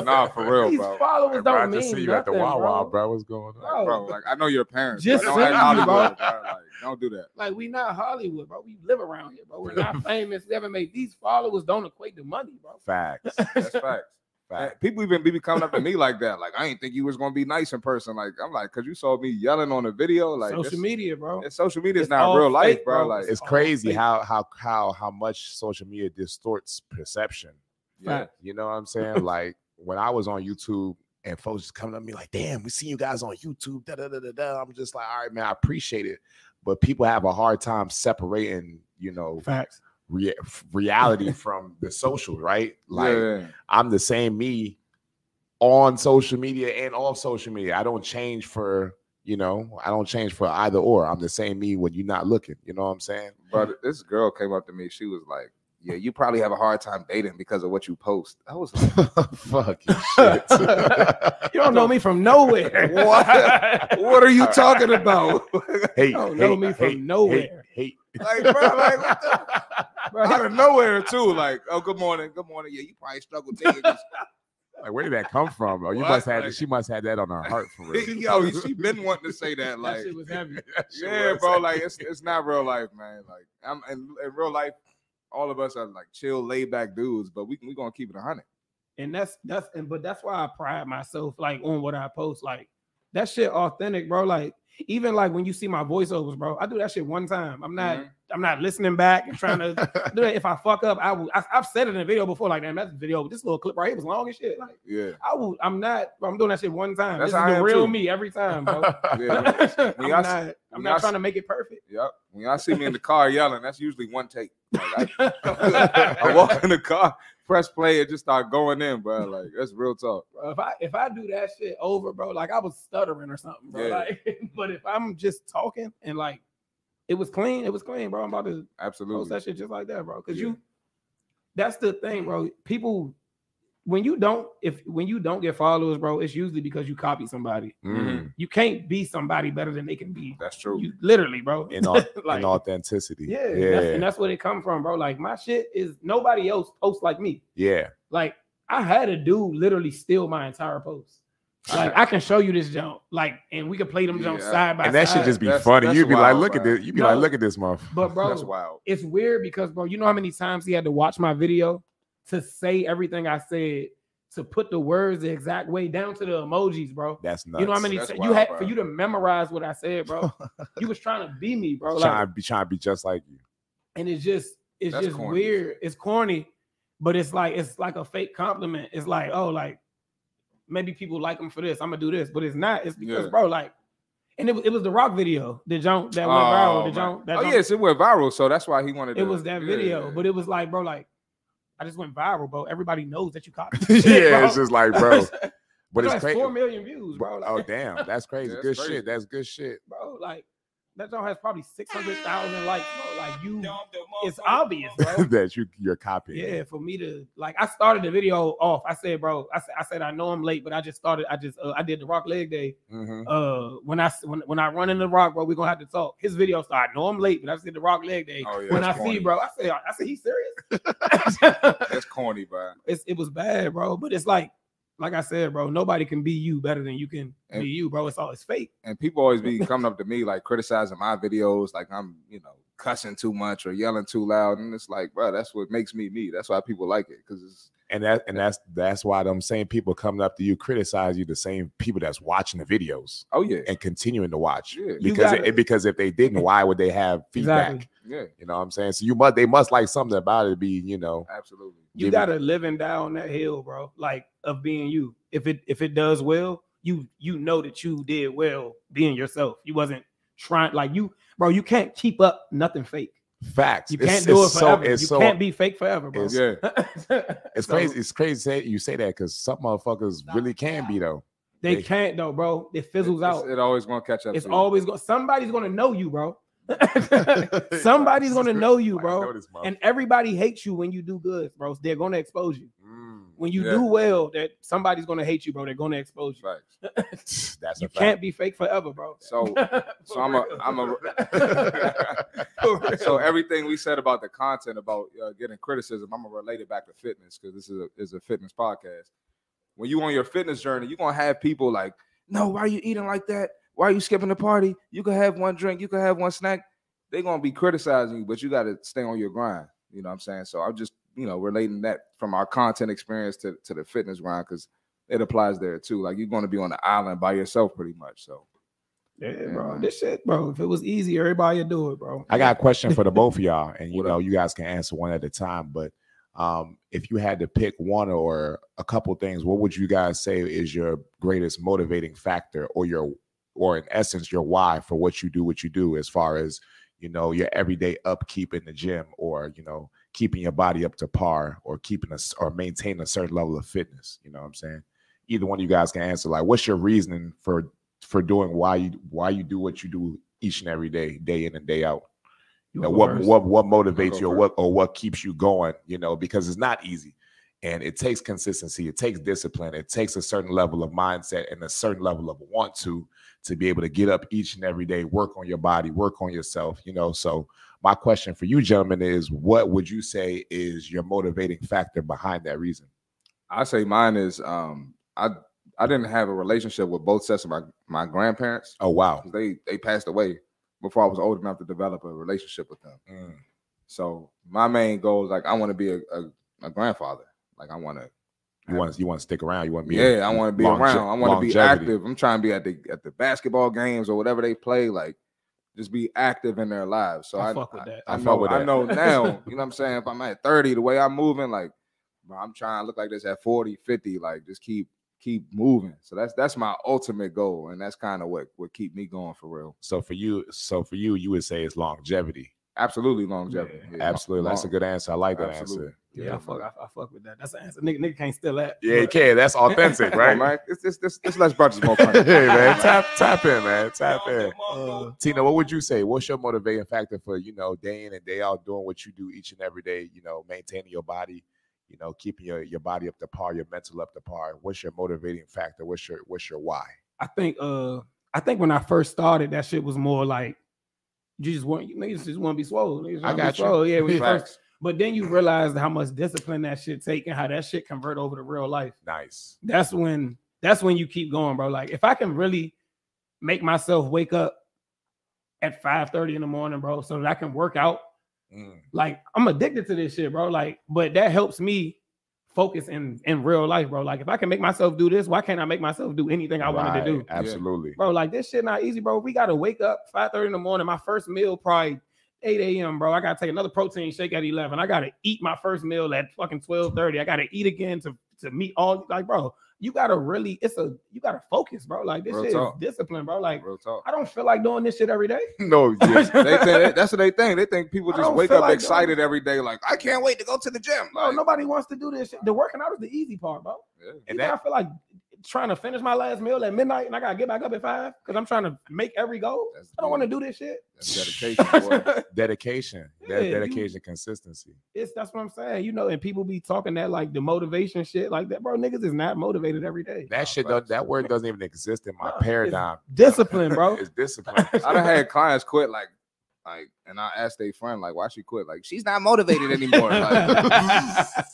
[SPEAKER 2] Nah, for real,
[SPEAKER 4] These
[SPEAKER 2] bro.
[SPEAKER 4] followers
[SPEAKER 3] Hey,
[SPEAKER 4] don't
[SPEAKER 3] bro, I
[SPEAKER 4] mean
[SPEAKER 3] just see you at
[SPEAKER 4] nothing,
[SPEAKER 3] the Wawa, bro.
[SPEAKER 4] bro.
[SPEAKER 3] What's going on?
[SPEAKER 4] Bro,
[SPEAKER 2] bro. Like I know your parents.
[SPEAKER 4] Oh. Just
[SPEAKER 2] bro. Don't act
[SPEAKER 4] saying, bro.
[SPEAKER 2] Hollywood, bro. Like, don't do that.
[SPEAKER 4] Like we not Hollywood, bro. We live around here, bro. We're not famous. We haven't made these followers don't equate to money, bro.
[SPEAKER 3] Facts.
[SPEAKER 2] That's facts. Uh,
[SPEAKER 3] Facts.
[SPEAKER 2] People even be coming up to me like that. Like I ain't think you was gonna be nice in person. Like I'm like, cause you saw me yelling on a video. Like
[SPEAKER 4] Social
[SPEAKER 2] this-
[SPEAKER 4] media, bro.
[SPEAKER 2] it's social media is
[SPEAKER 4] It's
[SPEAKER 2] not
[SPEAKER 4] all
[SPEAKER 2] real life,
[SPEAKER 4] fake,
[SPEAKER 2] bro.
[SPEAKER 4] bro.
[SPEAKER 2] Like
[SPEAKER 3] It's
[SPEAKER 4] Oh,
[SPEAKER 3] crazy
[SPEAKER 4] thank
[SPEAKER 3] how how how how much social media distorts perception.
[SPEAKER 2] yeah.
[SPEAKER 4] Fact.
[SPEAKER 3] You know what I'm saying? like when I was on YouTube and folks just coming up to me like, damn, we see you guys on YouTube. Da, da, da, da, da. I'm just like, all right, man, I appreciate it. But people have a hard time separating, you know,
[SPEAKER 4] Facts.
[SPEAKER 3] rea- reality from the social, right? Like
[SPEAKER 2] yeah, yeah.
[SPEAKER 3] I'm the same me on social media and off social media. I don't change for, you know, I don't change for either or. I'm the same me when you're not looking. You know what I'm saying?
[SPEAKER 2] But this girl came up to me. She was like, "Yeah, you probably have a hard time dating because of what you post." I was like,
[SPEAKER 3] Fucking shit.
[SPEAKER 4] You don't know me from nowhere.
[SPEAKER 2] What? "What are you talking about?"
[SPEAKER 3] Hey,
[SPEAKER 4] You don't know me from nowhere.
[SPEAKER 3] Hate,
[SPEAKER 2] like, bro, like what the
[SPEAKER 4] Bro,
[SPEAKER 2] out of nowhere too. Like, oh, good morning, good morning. Yeah, you probably struggle dating.
[SPEAKER 3] Like, where did that come from? Oh, you
[SPEAKER 2] What?
[SPEAKER 3] must have.
[SPEAKER 2] Like-
[SPEAKER 3] she must have that on her heart for real.
[SPEAKER 2] Yo, she been wanting to say that. Like,
[SPEAKER 4] that shit was heavy.
[SPEAKER 3] That shit
[SPEAKER 2] yeah,
[SPEAKER 3] was-
[SPEAKER 2] bro. Like, it's it's not real life, man. Like, I'm in, in real life. All of us are like chill, laid back dudes, but we we gonna keep it a hundred.
[SPEAKER 4] And that's that's and but that's why I pride myself like on what I post. Like that shit authentic, bro. Like even like when you see my voiceovers, bro, I do that shit one time. I'm not
[SPEAKER 2] Mhm.
[SPEAKER 4] I'm not listening back and trying to do that. If I fuck up, I will I, have said it in a video before, like damn, that's the video. This little clip right here was long as shit. Like
[SPEAKER 2] Yeah,
[SPEAKER 4] I will I'm not I'm doing that shit one time.
[SPEAKER 2] That's
[SPEAKER 4] this
[SPEAKER 2] how I
[SPEAKER 4] is the
[SPEAKER 2] am
[SPEAKER 4] real
[SPEAKER 2] too.
[SPEAKER 4] me every time, bro.
[SPEAKER 2] yeah.
[SPEAKER 4] I'm
[SPEAKER 2] When,
[SPEAKER 4] not,
[SPEAKER 2] when y'all s-
[SPEAKER 4] I'm
[SPEAKER 2] when
[SPEAKER 4] not
[SPEAKER 2] y'all
[SPEAKER 4] trying to make it perfect.
[SPEAKER 2] yep. When y'all see me in the car yelling, that's usually one take. Like, I,
[SPEAKER 4] Bro,
[SPEAKER 2] I walk in the car, press play, and just start going in, bro. Like that's real talk.
[SPEAKER 4] if I if I do that shit over, bro, like I was stuttering or something, bro.
[SPEAKER 2] Yeah.
[SPEAKER 4] Like, but if I'm just talking and like it was clean, it was clean, bro. I'm about to post
[SPEAKER 2] Absolutely.
[SPEAKER 4] that shit just like that, bro. Cause
[SPEAKER 2] Yeah.
[SPEAKER 4] you that's the thing, bro. People when you don't if when you don't get followers, bro, it's usually because you copy somebody.
[SPEAKER 3] Mm.
[SPEAKER 4] You can't be somebody better than they can be.
[SPEAKER 2] That's true.
[SPEAKER 4] You literally, bro.
[SPEAKER 3] In, au-
[SPEAKER 4] Like-
[SPEAKER 3] in authenticity.
[SPEAKER 4] yeah, and
[SPEAKER 3] yeah,
[SPEAKER 4] that's- and that's where it come from, bro. Like my shit is nobody else posts like me.
[SPEAKER 3] yeah.
[SPEAKER 4] Like I had a dude literally steal my entire post. Like I can show you this jump, like, and we could play them jumps
[SPEAKER 2] Yeah.
[SPEAKER 4] side by
[SPEAKER 3] And that
[SPEAKER 4] side.
[SPEAKER 3] should just be
[SPEAKER 2] That's-
[SPEAKER 3] funny.
[SPEAKER 2] that's
[SPEAKER 3] You'd be
[SPEAKER 2] wild,
[SPEAKER 3] like, look at
[SPEAKER 2] bro.
[SPEAKER 3] this. You'd be
[SPEAKER 4] No.
[SPEAKER 3] like, look at this month.
[SPEAKER 4] But bro,
[SPEAKER 2] That's wild.
[SPEAKER 4] it's weird because bro, you know how many times he had to watch my video to say everything I said, to put the words the exact way down to the emojis, bro.
[SPEAKER 3] That's nuts.
[SPEAKER 4] You know how many
[SPEAKER 2] That's
[SPEAKER 4] ti- you
[SPEAKER 2] wild,
[SPEAKER 4] had
[SPEAKER 2] bro.
[SPEAKER 4] for you to memorize what I said, bro. you was trying to be me, bro. Like,
[SPEAKER 3] trying to be trying to be just like you.
[SPEAKER 4] and it's just it's
[SPEAKER 2] That's
[SPEAKER 4] just
[SPEAKER 2] corny.
[SPEAKER 4] weird. It's corny, but it's like it's like a fake compliment. It's like oh, like maybe people like him for this. I'm gonna do this, but it's not. It's because
[SPEAKER 2] Yeah.
[SPEAKER 4] bro, like, and it was it was the rock video, the jump that went
[SPEAKER 2] Oh,
[SPEAKER 4] viral, the
[SPEAKER 2] man.
[SPEAKER 4] jump that
[SPEAKER 2] Oh
[SPEAKER 4] jump-
[SPEAKER 2] yes, it went viral, so that's why he wanted.
[SPEAKER 4] it
[SPEAKER 2] to-
[SPEAKER 4] was that
[SPEAKER 2] yeah,
[SPEAKER 4] video.
[SPEAKER 2] yeah.
[SPEAKER 4] But it was like bro, like I just went viral, bro. Everybody knows that you copied.
[SPEAKER 3] yeah,
[SPEAKER 4] this shit, bro.
[SPEAKER 3] it's just like, bro. But
[SPEAKER 4] It
[SPEAKER 3] it's
[SPEAKER 4] has
[SPEAKER 3] crazy.
[SPEAKER 4] Four million views, bro. Like,
[SPEAKER 3] Oh damn, that's crazy.
[SPEAKER 2] That's
[SPEAKER 3] good
[SPEAKER 2] crazy.
[SPEAKER 3] shit. That's good shit.
[SPEAKER 4] bro, like that joint has probably six hundred thousand likes, bro. Like you, it's obvious, bro.
[SPEAKER 3] that you you're copying.
[SPEAKER 4] yeah for me to like i started the video off i said bro i, s- I said i know i'm late but i just started i just uh, i did the rock leg day
[SPEAKER 3] Mhm.
[SPEAKER 4] uh when i s- when, when i run in the rock bro we're gonna have to talk his video so i know i'm late but i said the rock leg day
[SPEAKER 2] Oh, yeah,
[SPEAKER 4] when i
[SPEAKER 2] that's
[SPEAKER 4] see
[SPEAKER 2] corny.
[SPEAKER 4] bro i said i said he's serious
[SPEAKER 2] That's corny, bro.
[SPEAKER 4] it's, it was bad bro but it's like like i said bro nobody can be you better than you can
[SPEAKER 2] And-
[SPEAKER 4] be you bro it's all it's fake
[SPEAKER 2] And people always be coming up to me like criticizing my videos, like I'm, you know, cussing too much or yelling too loud, and it's like, bro, that's what makes me me. That's why people like it because it's
[SPEAKER 3] And that and that's that's why them same people coming up to you criticize you, the same people that's watching the videos
[SPEAKER 2] oh yeah,
[SPEAKER 3] and continuing to watch.
[SPEAKER 2] yeah,
[SPEAKER 4] You
[SPEAKER 3] Because
[SPEAKER 4] gotta-
[SPEAKER 3] it, because if they didn't, why would they have feedback?
[SPEAKER 4] Exactly.
[SPEAKER 2] yeah,
[SPEAKER 3] You know what I'm saying? So you must they must like something about it to be, you know,
[SPEAKER 2] absolutely.
[SPEAKER 3] Give
[SPEAKER 4] you
[SPEAKER 3] me-
[SPEAKER 4] gotta live and die on that hill, bro. Like of being you. If it if it does well, you you know that you did well being yourself. You wasn't trying like you, bro. You can't keep up nothing fake.
[SPEAKER 3] facts.
[SPEAKER 4] You
[SPEAKER 3] It's-
[SPEAKER 4] can't do it
[SPEAKER 3] it's so-
[SPEAKER 4] forever.
[SPEAKER 3] it's
[SPEAKER 4] you
[SPEAKER 3] so
[SPEAKER 4] can't be fake forever, bro.
[SPEAKER 3] it's-
[SPEAKER 2] Yeah,
[SPEAKER 3] It's
[SPEAKER 4] So-
[SPEAKER 3] crazy. It's crazy say, you say that because some motherfuckers really can be though.
[SPEAKER 4] They,
[SPEAKER 3] They-
[SPEAKER 4] can't though, bro. It fizzles
[SPEAKER 2] It's-
[SPEAKER 4] out.
[SPEAKER 2] It always gonna catch up.
[SPEAKER 4] It's
[SPEAKER 2] to you.
[SPEAKER 4] always going. Somebody's going to know you, bro. Somebody's going to know you,
[SPEAKER 3] Like, I know
[SPEAKER 4] bro.
[SPEAKER 3] this motherfucker.
[SPEAKER 4] And everybody hates you when you do good, bro. They're going to expose you.
[SPEAKER 3] Mm,
[SPEAKER 4] When you
[SPEAKER 2] Yeah.
[SPEAKER 4] do well, that somebody's going to hate you, bro. They're going to expose you.
[SPEAKER 2] Facts.
[SPEAKER 3] that's
[SPEAKER 4] You
[SPEAKER 3] a fact.
[SPEAKER 4] can't be fake forever, bro.
[SPEAKER 2] So so I'm a I'm a
[SPEAKER 4] a.
[SPEAKER 2] so everything we said about the content about uh, getting criticism, I'm gonna relate it back to fitness because this is a, is a fitness podcast. When you on your fitness journey, you're gonna have people like, "No, why are you eating like that? Why are you skipping the party? You can have one drink, you can have one snack." They're gonna be criticizing you, but you gotta stay on your grind. You know what I'm saying? So I'm just you know relating that from our content experience to to the fitness grind because it applies there too. Like you're gonna be on the island by yourself pretty much. So
[SPEAKER 4] Yeah, bro. This shit, bro. If it was easy, everybody would do it, bro.
[SPEAKER 3] I got a question for the both of y'all, and you
[SPEAKER 2] What
[SPEAKER 3] know, you guys can answer one at a time. But um, if you had to pick one or a couple things, what would you guys say is your greatest motivating factor, or your, or in essence, your why for what you do, what you do, as far as you know, your everyday upkeep in the gym, or you know, keeping your body up to par, or keeping us, or maintaining a certain level of fitness. You know what I'm saying? Either one of you guys can answer. Like, what's your reasoning for for doing why you why you do what you do each and every day, day in and day out? you
[SPEAKER 4] You
[SPEAKER 3] know,
[SPEAKER 4] go
[SPEAKER 3] what
[SPEAKER 4] first.
[SPEAKER 3] what what
[SPEAKER 2] Go
[SPEAKER 3] motivates you or what or what keeps you going you know because it's not easy and it takes consistency it takes discipline it takes a certain level of mindset and a certain level of want to to be able to get up each and every day work on your body work on yourself you know so my question for you gentlemen is what would you say is your motivating factor behind that reason
[SPEAKER 2] I say mine is um I I didn't have a relationship with both sets of my my grandparents.
[SPEAKER 3] oh wow
[SPEAKER 2] 'cause They they passed away before I was old enough to develop a relationship with them.
[SPEAKER 3] Mm,
[SPEAKER 2] So my main goal is like I want to be a, a, a grandfather. Like I want to
[SPEAKER 3] you want to you want to stick around you want to be
[SPEAKER 2] yeah, I want to be
[SPEAKER 3] longe-
[SPEAKER 2] around. I want to be
[SPEAKER 3] longevity.
[SPEAKER 2] active. I'm trying to be at the at the basketball games or whatever they play. Like just be active in their lives. So
[SPEAKER 4] I
[SPEAKER 2] I,
[SPEAKER 4] fuck with
[SPEAKER 2] I-
[SPEAKER 4] that.
[SPEAKER 2] I,
[SPEAKER 3] I fuck
[SPEAKER 2] know.
[SPEAKER 3] with
[SPEAKER 2] I
[SPEAKER 3] that.
[SPEAKER 2] know now. You know what I'm saying? If I'm at 30, the way I'm moving, like bro, I'm trying to look like this at 40, 50. Like just keep keep moving. So that's that's my ultimate goal, and that's kind of what what keep me going for real.
[SPEAKER 3] so for you so for you you would say it's longevity
[SPEAKER 2] Absolutely longevity.
[SPEAKER 4] Yeah,
[SPEAKER 2] Yeah, long-
[SPEAKER 3] absolutely that's a
[SPEAKER 2] long-
[SPEAKER 3] good answer i like that
[SPEAKER 2] Absolutely.
[SPEAKER 3] answer
[SPEAKER 4] Yeah, I fuck, I, I fuck with that. That's the answer. Nigga, nigga can't steal that.
[SPEAKER 3] Yeah, you
[SPEAKER 4] But-
[SPEAKER 3] can. That's authentic,
[SPEAKER 2] Come on,
[SPEAKER 3] right?
[SPEAKER 2] man. It's this this this less brunches more fun.
[SPEAKER 3] hey, man, tap tap in, man, tap in.
[SPEAKER 4] Uh,
[SPEAKER 3] Tina, what would you say? What's your motivating factor for you know day in and day out doing what you do each and every day? You know, maintaining your body, you know, keeping your, your body up to par, your mental up to par. What's your motivating factor? What's your what's your why?
[SPEAKER 4] I think uh I think when I first started, that shit was more like you just want you niggas just want to be swole. Niggas
[SPEAKER 3] I
[SPEAKER 4] wanna be
[SPEAKER 3] got you.
[SPEAKER 4] swole. Yeah, when you first,
[SPEAKER 2] Facts.
[SPEAKER 4] but then you realized how much discipline that shit take and how that shit convert over to real life.
[SPEAKER 3] Nice.
[SPEAKER 4] That's when that's when you keep going, bro. Like if I can really make myself wake up at 5 30 in the morning, bro, so that I can work out
[SPEAKER 3] Mm,
[SPEAKER 4] like I'm addicted to this shit, bro. Like, but that helps me focus in in real life, bro. Like, if I can make myself do this, why can't I make myself do anything I wanted to
[SPEAKER 3] right,
[SPEAKER 4] do,
[SPEAKER 3] Absolutely.
[SPEAKER 4] bro? Like, this shit not easy, bro. We gotta wake up 5 30 in the morning. My first meal probably 8 a.m., bro. I gotta take another protein shake at 11. I gotta eat my first meal at fucking 12 30. I gotta eat again to to meet all like, bro. You gotta really, it's a you gotta focus, bro. Like this
[SPEAKER 2] Real
[SPEAKER 4] shit
[SPEAKER 2] talk.
[SPEAKER 4] is discipline, bro. Like
[SPEAKER 2] Real talk.
[SPEAKER 4] I don't feel like doing this shit every day.
[SPEAKER 3] no, yes.
[SPEAKER 2] they think that- that's what they think. They think people
[SPEAKER 4] I
[SPEAKER 2] just
[SPEAKER 4] don't
[SPEAKER 2] wake
[SPEAKER 4] feel
[SPEAKER 2] up
[SPEAKER 4] like
[SPEAKER 2] excited every day, like I can't wait to go to the gym.
[SPEAKER 4] Bro,
[SPEAKER 2] Like,
[SPEAKER 4] nobody wants to do this shit. The working out is the easy part, bro.
[SPEAKER 2] yeah.
[SPEAKER 3] and
[SPEAKER 4] You think
[SPEAKER 3] that
[SPEAKER 4] I feel like trying to finish my last meal at midnight and I gotta get back up at five because I'm trying to make every goal.
[SPEAKER 2] That's
[SPEAKER 4] I don't want to
[SPEAKER 2] good.
[SPEAKER 4] do this shit.
[SPEAKER 2] That's dedication. boy.
[SPEAKER 3] dedication, that
[SPEAKER 4] Yeah, you-
[SPEAKER 3] dedication, consistency.
[SPEAKER 4] it's that's what I'm saying, you know. And people be talking that like the motivation shit like that, bro. Niggas is not motivated every day.
[SPEAKER 3] That shit, don't- that word doesn't even exist in my
[SPEAKER 4] Nah, it's
[SPEAKER 3] paradigm.
[SPEAKER 4] Discipline, bro.
[SPEAKER 3] it's discipline.
[SPEAKER 2] I done had clients quit like like and I asked their friend like why she quit like she's not motivated anymore like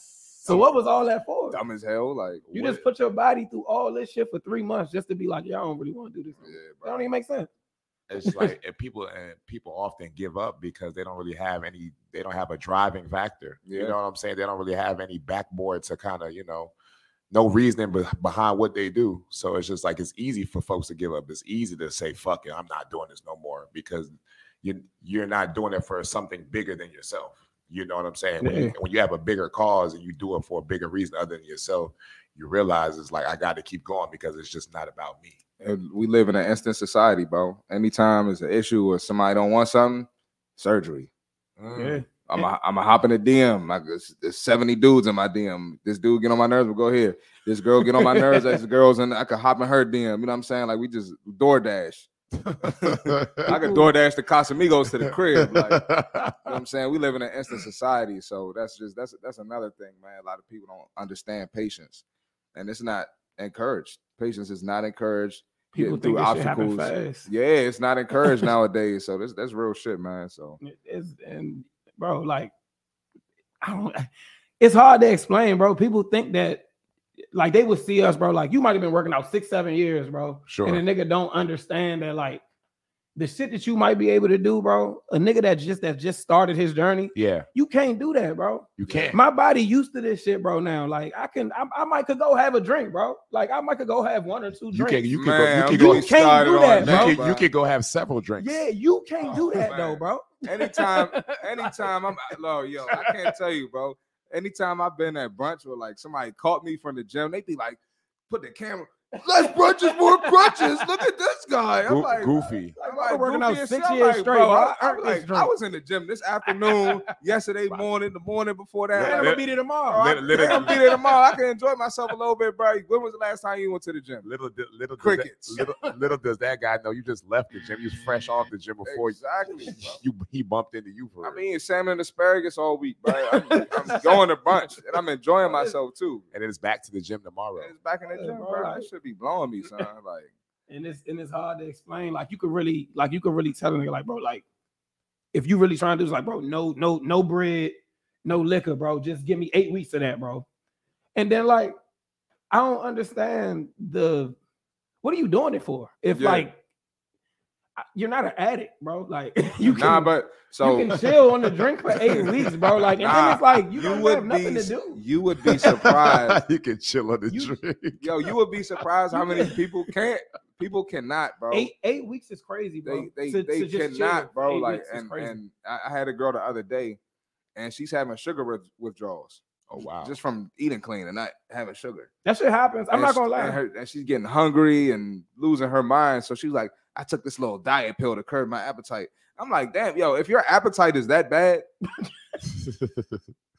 [SPEAKER 4] so what was all that for?
[SPEAKER 2] dumb as hell like
[SPEAKER 4] You
[SPEAKER 2] what-
[SPEAKER 4] just put your body through all this shit for three months just to be like, yeah, I don't really want to do this.
[SPEAKER 2] yeah,
[SPEAKER 4] That
[SPEAKER 2] bro.
[SPEAKER 4] don't even make sense.
[SPEAKER 3] it's like and people and people often give up because they don't really have any they don't have a driving factor you
[SPEAKER 2] Yeah.
[SPEAKER 3] know what i'm saying they don't really have any backboard to kind of you know no reasoning be- behind what they do so it's just like it's easy for folks to give up it's easy to say fuck it i'm not doing this no more because you you're not doing it for something bigger than yourself you know what i'm saying when, you, when you have a bigger cause and you do it for a bigger reason other than yourself you realize it's like i got to keep going because it's just not about me
[SPEAKER 2] And we live in an instant society bro anytime it's an issue or somebody don't want something surgery
[SPEAKER 3] Mm.
[SPEAKER 2] I'm a, I'm a hop in the DM. Like there's, there's 70 dudes in my DM. This dude get on my nerves, we'll go here. This girl get on my nerves as girls, and I could hop in her DM. You know what I'm saying? Like we just DoorDash. I could DoorDash the Casamigos to the crib. Like, you know what I'm saying? We live in an instant society, so that's just that's that's another thing, man. A lot of people don't understand patience, and it's not encouraged. Patience is not encouraged.
[SPEAKER 4] People
[SPEAKER 2] Getting through
[SPEAKER 4] think this shit happen
[SPEAKER 2] obstacles.
[SPEAKER 4] fast.
[SPEAKER 2] Yeah, it's not encouraged nowadays. So that's that's real shit, man. So
[SPEAKER 4] It- It's, and bro, like I don't. It's hard to explain, bro. People think that like they would see us, bro. Like you might have been working out six, seven years, bro.
[SPEAKER 3] Sure.
[SPEAKER 4] And a nigga don't understand that like the shit that you might be able to do, bro. A nigga that just that just started his journey,
[SPEAKER 3] yeah,
[SPEAKER 4] you can't do that, bro.
[SPEAKER 3] you can't.
[SPEAKER 4] My body used to this shit, bro. Now, like I can, I, I might could go have a drink, bro. Like I might could go have one or two
[SPEAKER 3] You
[SPEAKER 4] drinks.
[SPEAKER 3] can. You can
[SPEAKER 2] Man,
[SPEAKER 3] go.
[SPEAKER 2] I'm
[SPEAKER 3] You can go.
[SPEAKER 2] getting
[SPEAKER 4] You can't
[SPEAKER 2] started
[SPEAKER 4] do
[SPEAKER 2] on
[SPEAKER 4] that,
[SPEAKER 2] bro.
[SPEAKER 3] You can, you can go have several drinks.
[SPEAKER 4] yeah, you can't
[SPEAKER 2] Oh,
[SPEAKER 4] do that though,
[SPEAKER 2] man.
[SPEAKER 4] bro.
[SPEAKER 2] anytime, anytime I'm no, yo, I can't tell you, bro. Anytime I've been at brunch where like somebody caught me from the gym, they be like, put the camera. Let's brunches more brunches. Look at this guy. I'm
[SPEAKER 3] Go-
[SPEAKER 2] like,
[SPEAKER 3] goofy.
[SPEAKER 4] Like,
[SPEAKER 2] I'm like,
[SPEAKER 4] I've been working
[SPEAKER 2] goofy
[SPEAKER 4] out
[SPEAKER 2] as
[SPEAKER 4] six
[SPEAKER 2] shit.
[SPEAKER 4] years
[SPEAKER 2] Like,
[SPEAKER 4] straight.
[SPEAKER 2] bro,
[SPEAKER 4] I,
[SPEAKER 2] I,
[SPEAKER 4] I,
[SPEAKER 2] I'm like, I was in the gym this afternoon, yesterday
[SPEAKER 3] Wow.
[SPEAKER 2] morning, the morning before
[SPEAKER 4] Man,
[SPEAKER 2] that.
[SPEAKER 3] Let-
[SPEAKER 4] I'm
[SPEAKER 2] I'm
[SPEAKER 3] let-
[SPEAKER 4] gonna
[SPEAKER 2] like,
[SPEAKER 4] be there tomorrow.
[SPEAKER 2] bro,
[SPEAKER 3] let- let it-
[SPEAKER 2] I'm gonna be there tomorrow. I can enjoy myself a little bit, bro. When was the last time you went to the gym?
[SPEAKER 3] Little, di- little, does that,
[SPEAKER 2] Crickets.
[SPEAKER 3] little, little does that guy know you just left the gym. You was fresh off the gym before you-
[SPEAKER 2] Exactly. bro.
[SPEAKER 3] you he bumped into you for
[SPEAKER 2] i
[SPEAKER 3] real.
[SPEAKER 2] mean, salmon and asparagus all week, bro. I'm, I'm going to brunch and I'm enjoying myself too.
[SPEAKER 3] and then it's back to the gym tomorrow.
[SPEAKER 2] Man, It's back in the gym, bro. That should be blowing me, son. Like,
[SPEAKER 4] and it's and it's hard to explain. Like you could really, like you could really tell a nigga, like, bro, like if you really trying to do this, like, bro, no, no, no bread, no liquor, bro. Just give me eight weeks of that, bro. And then like, I don't understand the what are you doing it for? If
[SPEAKER 2] Yeah.
[SPEAKER 4] like I- you're not an addict, bro. Like you can,
[SPEAKER 2] nah, but so
[SPEAKER 4] you can chill on the drink for eight weeks, bro. Like and then
[SPEAKER 2] Nah,
[SPEAKER 4] it's like you,
[SPEAKER 2] you,
[SPEAKER 4] don't have
[SPEAKER 2] would
[SPEAKER 4] nothing
[SPEAKER 2] be
[SPEAKER 4] to do.
[SPEAKER 2] you would be surprised.
[SPEAKER 3] you can chill on the
[SPEAKER 4] You-
[SPEAKER 3] drink.
[SPEAKER 2] Yo, you would be surprised how many people can't. People cannot, bro.
[SPEAKER 4] Eight eight weeks is crazy, bro.
[SPEAKER 2] they they,
[SPEAKER 4] To-
[SPEAKER 2] they
[SPEAKER 4] to just chill
[SPEAKER 2] cannot,
[SPEAKER 4] for
[SPEAKER 2] bro.
[SPEAKER 4] eight
[SPEAKER 2] Like,
[SPEAKER 4] weeks is
[SPEAKER 2] and,
[SPEAKER 4] crazy.
[SPEAKER 2] and I I had a girl the other day, and she's having sugar with- withdrawals
[SPEAKER 3] Oh wow.
[SPEAKER 2] just from eating clean and not having sugar.
[SPEAKER 4] that shit happens. I'm
[SPEAKER 2] and
[SPEAKER 4] not
[SPEAKER 2] she-
[SPEAKER 4] gonna lie.
[SPEAKER 2] And, her, and she's getting hungry and losing her mind. So she's like, I took this little diet pill to curb my appetite. I'm like, damn, yo, if your appetite is that bad,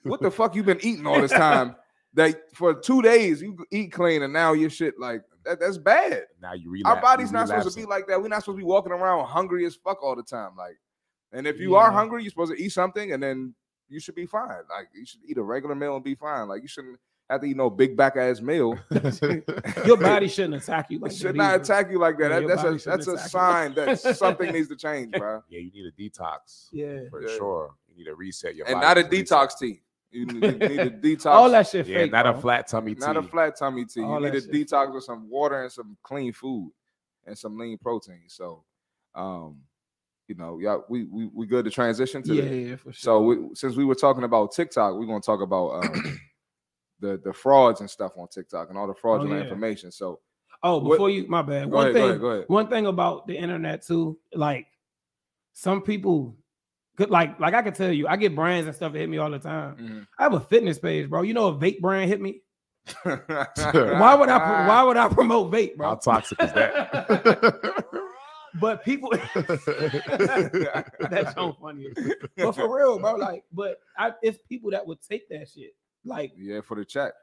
[SPEAKER 2] what the fuck you been eating all this time? That for two days you eat clean and now your shit like that, that's bad.
[SPEAKER 3] now you relapse.
[SPEAKER 2] Our body's
[SPEAKER 3] you
[SPEAKER 2] not supposed to be
[SPEAKER 3] relapsing.
[SPEAKER 2] like that. We're not supposed to be walking around hungry as fuck all the time. Like, and if you
[SPEAKER 4] Yeah.
[SPEAKER 2] are hungry, you're supposed to eat something and then you should be fine. Like you should eat a regular meal and be fine. Like you shouldn't have to eat no big back ass meal.
[SPEAKER 4] Your body shouldn't attack you. Like
[SPEAKER 2] It
[SPEAKER 4] that
[SPEAKER 2] should not
[SPEAKER 4] either.
[SPEAKER 2] attack you like that.
[SPEAKER 4] Yeah,
[SPEAKER 2] That-
[SPEAKER 4] your body
[SPEAKER 2] that's a
[SPEAKER 4] shouldn't
[SPEAKER 2] that's a
[SPEAKER 4] attack
[SPEAKER 2] sign
[SPEAKER 4] you.
[SPEAKER 2] that something needs to change, bro.
[SPEAKER 3] yeah, you need a detox
[SPEAKER 4] Yeah.
[SPEAKER 3] for
[SPEAKER 2] Yeah.
[SPEAKER 3] sure. You need to reset your
[SPEAKER 2] And
[SPEAKER 3] body
[SPEAKER 2] not a
[SPEAKER 3] to reset.
[SPEAKER 2] detox tea. You need, you need a detox.
[SPEAKER 4] All that shit
[SPEAKER 3] Yeah,
[SPEAKER 4] fake.
[SPEAKER 3] not a
[SPEAKER 4] bro.
[SPEAKER 3] flat tummy.
[SPEAKER 2] not a
[SPEAKER 3] tea.
[SPEAKER 2] flat tummy tea.
[SPEAKER 4] All
[SPEAKER 2] you need
[SPEAKER 4] that
[SPEAKER 2] a
[SPEAKER 4] shit.
[SPEAKER 2] detox with some water and some clean food and some lean protein. So, um, you know, yeah, we we we good to transition to
[SPEAKER 4] Yeah,
[SPEAKER 2] this?
[SPEAKER 4] yeah, for sure.
[SPEAKER 2] So we, since we were talking about TikTok, we're gonna talk about um, the the frauds and stuff on TikTok and all the fraudulent
[SPEAKER 4] Oh, yeah.
[SPEAKER 2] information. So
[SPEAKER 4] oh,
[SPEAKER 2] what-
[SPEAKER 4] before you, my bad.
[SPEAKER 2] go
[SPEAKER 4] One
[SPEAKER 2] ahead,
[SPEAKER 4] thing.
[SPEAKER 2] go ahead, go ahead.
[SPEAKER 4] One thing about the internet too, like some people, could like like I can tell you, I get brands and stuff that hit me all the time.
[SPEAKER 2] Mhm.
[SPEAKER 4] I have a fitness page, bro. You know, a vape brand hit me.
[SPEAKER 2] Ah.
[SPEAKER 4] Why would I? pro- Why would I promote vape,
[SPEAKER 3] How
[SPEAKER 4] bro?
[SPEAKER 3] toxic is
[SPEAKER 4] But people,
[SPEAKER 3] that?
[SPEAKER 4] that's so funny. But for real, bro, like, but I, it's people that would take that shit. Like,
[SPEAKER 2] Yeah, for the check.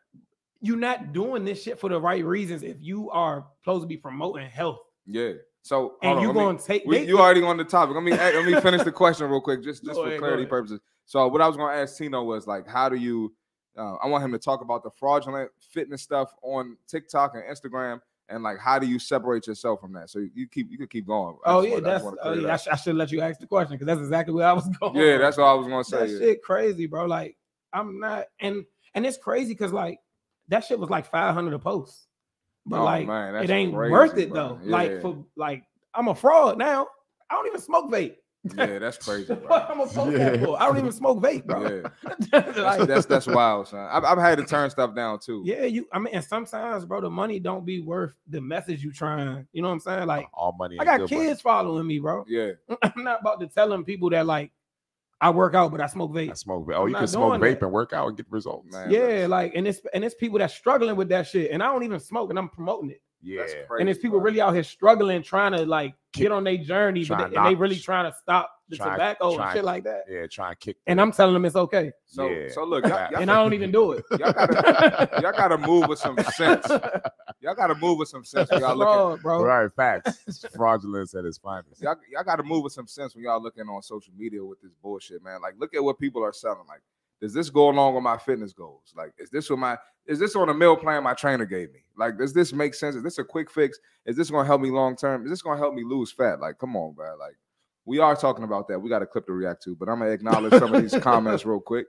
[SPEAKER 4] you're not doing this shit for the right reasons if you are supposed to be promoting health
[SPEAKER 2] Yeah. So hold
[SPEAKER 4] and
[SPEAKER 2] on,
[SPEAKER 4] you
[SPEAKER 2] let me-
[SPEAKER 4] going to take
[SPEAKER 2] we,
[SPEAKER 4] they-
[SPEAKER 2] you already on the topic. Let me ask- let me finish the question real quick, just just
[SPEAKER 4] Go
[SPEAKER 2] for
[SPEAKER 4] ahead, go
[SPEAKER 2] clarity
[SPEAKER 4] ahead.
[SPEAKER 2] purposes. So what I was gonna ask Tino was like, how do you? Uh, I want him to talk about the fraudulent fitness stuff on TikTok and Instagram, and like how do you separate yourself from that? So you keep you could keep going. I
[SPEAKER 4] oh
[SPEAKER 2] just
[SPEAKER 4] yeah
[SPEAKER 2] wanna- I just
[SPEAKER 4] that's
[SPEAKER 2] wanna
[SPEAKER 4] oh,
[SPEAKER 2] clear
[SPEAKER 4] yeah,
[SPEAKER 2] that
[SPEAKER 4] I, sh- I should let you ask the question because that's exactly where I was
[SPEAKER 2] up.
[SPEAKER 4] going
[SPEAKER 2] yeah, that's what I was gonna
[SPEAKER 4] that
[SPEAKER 2] say. yeah.
[SPEAKER 4] shit crazy bro like I'm not and and it's crazy because like that shit was like 500 a post but
[SPEAKER 2] Oh,
[SPEAKER 4] like
[SPEAKER 2] man,
[SPEAKER 4] it
[SPEAKER 2] that's
[SPEAKER 4] ain't
[SPEAKER 2] crazy,
[SPEAKER 4] worth it
[SPEAKER 2] bro.
[SPEAKER 4] though like
[SPEAKER 2] Yeah.
[SPEAKER 4] for like I'm a fraud now I don't even smoke vape
[SPEAKER 2] yeah, that's crazy.
[SPEAKER 4] What
[SPEAKER 2] Bro.
[SPEAKER 4] I'm a post
[SPEAKER 3] Yeah.
[SPEAKER 4] that for? I don't even smoke vape bro
[SPEAKER 2] Yeah, that's,
[SPEAKER 4] Like-
[SPEAKER 2] that's that's wild, son. I've, I've had to turn stuff down too.
[SPEAKER 4] Yeah, you. I mean, and sometimes, bro, the money don't be worth the message you trying. You know what I'm saying? Like,
[SPEAKER 3] All money.
[SPEAKER 4] I
[SPEAKER 3] ain't
[SPEAKER 4] got
[SPEAKER 3] Oh, good
[SPEAKER 4] kids following me, bro.
[SPEAKER 2] yeah,
[SPEAKER 4] I'm not about to telling people that like I work out, but I smoke
[SPEAKER 3] money. I
[SPEAKER 4] vape.
[SPEAKER 3] smoke vape. Oh,
[SPEAKER 4] I'm
[SPEAKER 3] you
[SPEAKER 4] not
[SPEAKER 3] can smoke
[SPEAKER 4] doing
[SPEAKER 3] vape
[SPEAKER 4] that.
[SPEAKER 3] and work out and get results.
[SPEAKER 2] Man.
[SPEAKER 4] yeah, like, and it's and it's people that's struggling with that shit, and I don't even smoke, and I'm promoting it.
[SPEAKER 3] Yeah.
[SPEAKER 4] and there's people really out here struggling, trying to like get on their journey,
[SPEAKER 3] Trying
[SPEAKER 4] but they, and they
[SPEAKER 3] not-
[SPEAKER 4] really trying to stop the
[SPEAKER 3] trying-
[SPEAKER 4] tobacco
[SPEAKER 3] trying-
[SPEAKER 4] and shit like that.
[SPEAKER 3] Yeah, trying to kick.
[SPEAKER 4] And I'm telling them it's okay,
[SPEAKER 2] So,
[SPEAKER 3] Yeah.
[SPEAKER 2] so look, y'all, y'all,
[SPEAKER 4] and I don't even do it.
[SPEAKER 2] y'all gotta, y'all gotta move with some sense. Y'all gotta move with some sense. When y'all looking,
[SPEAKER 4] Fraud, bro.
[SPEAKER 3] right, facts. It's Fraudulence at its finest.
[SPEAKER 2] y'all, y'all gotta move with some sense when y'all looking on social media with this bullshit, man. Like, look at what people are selling. Like, does this go along with my fitness goals? Like, is this what my is this on a meal plan my trainer gave me? Like, does this make sense? Is this a quick fix? Is this gonna help me long term? Is this gonna help me lose fat? Like, come on, bro. Like, we are talking about that. We got a clip to react to, but I'm gonna acknowledge some of these comments real quick.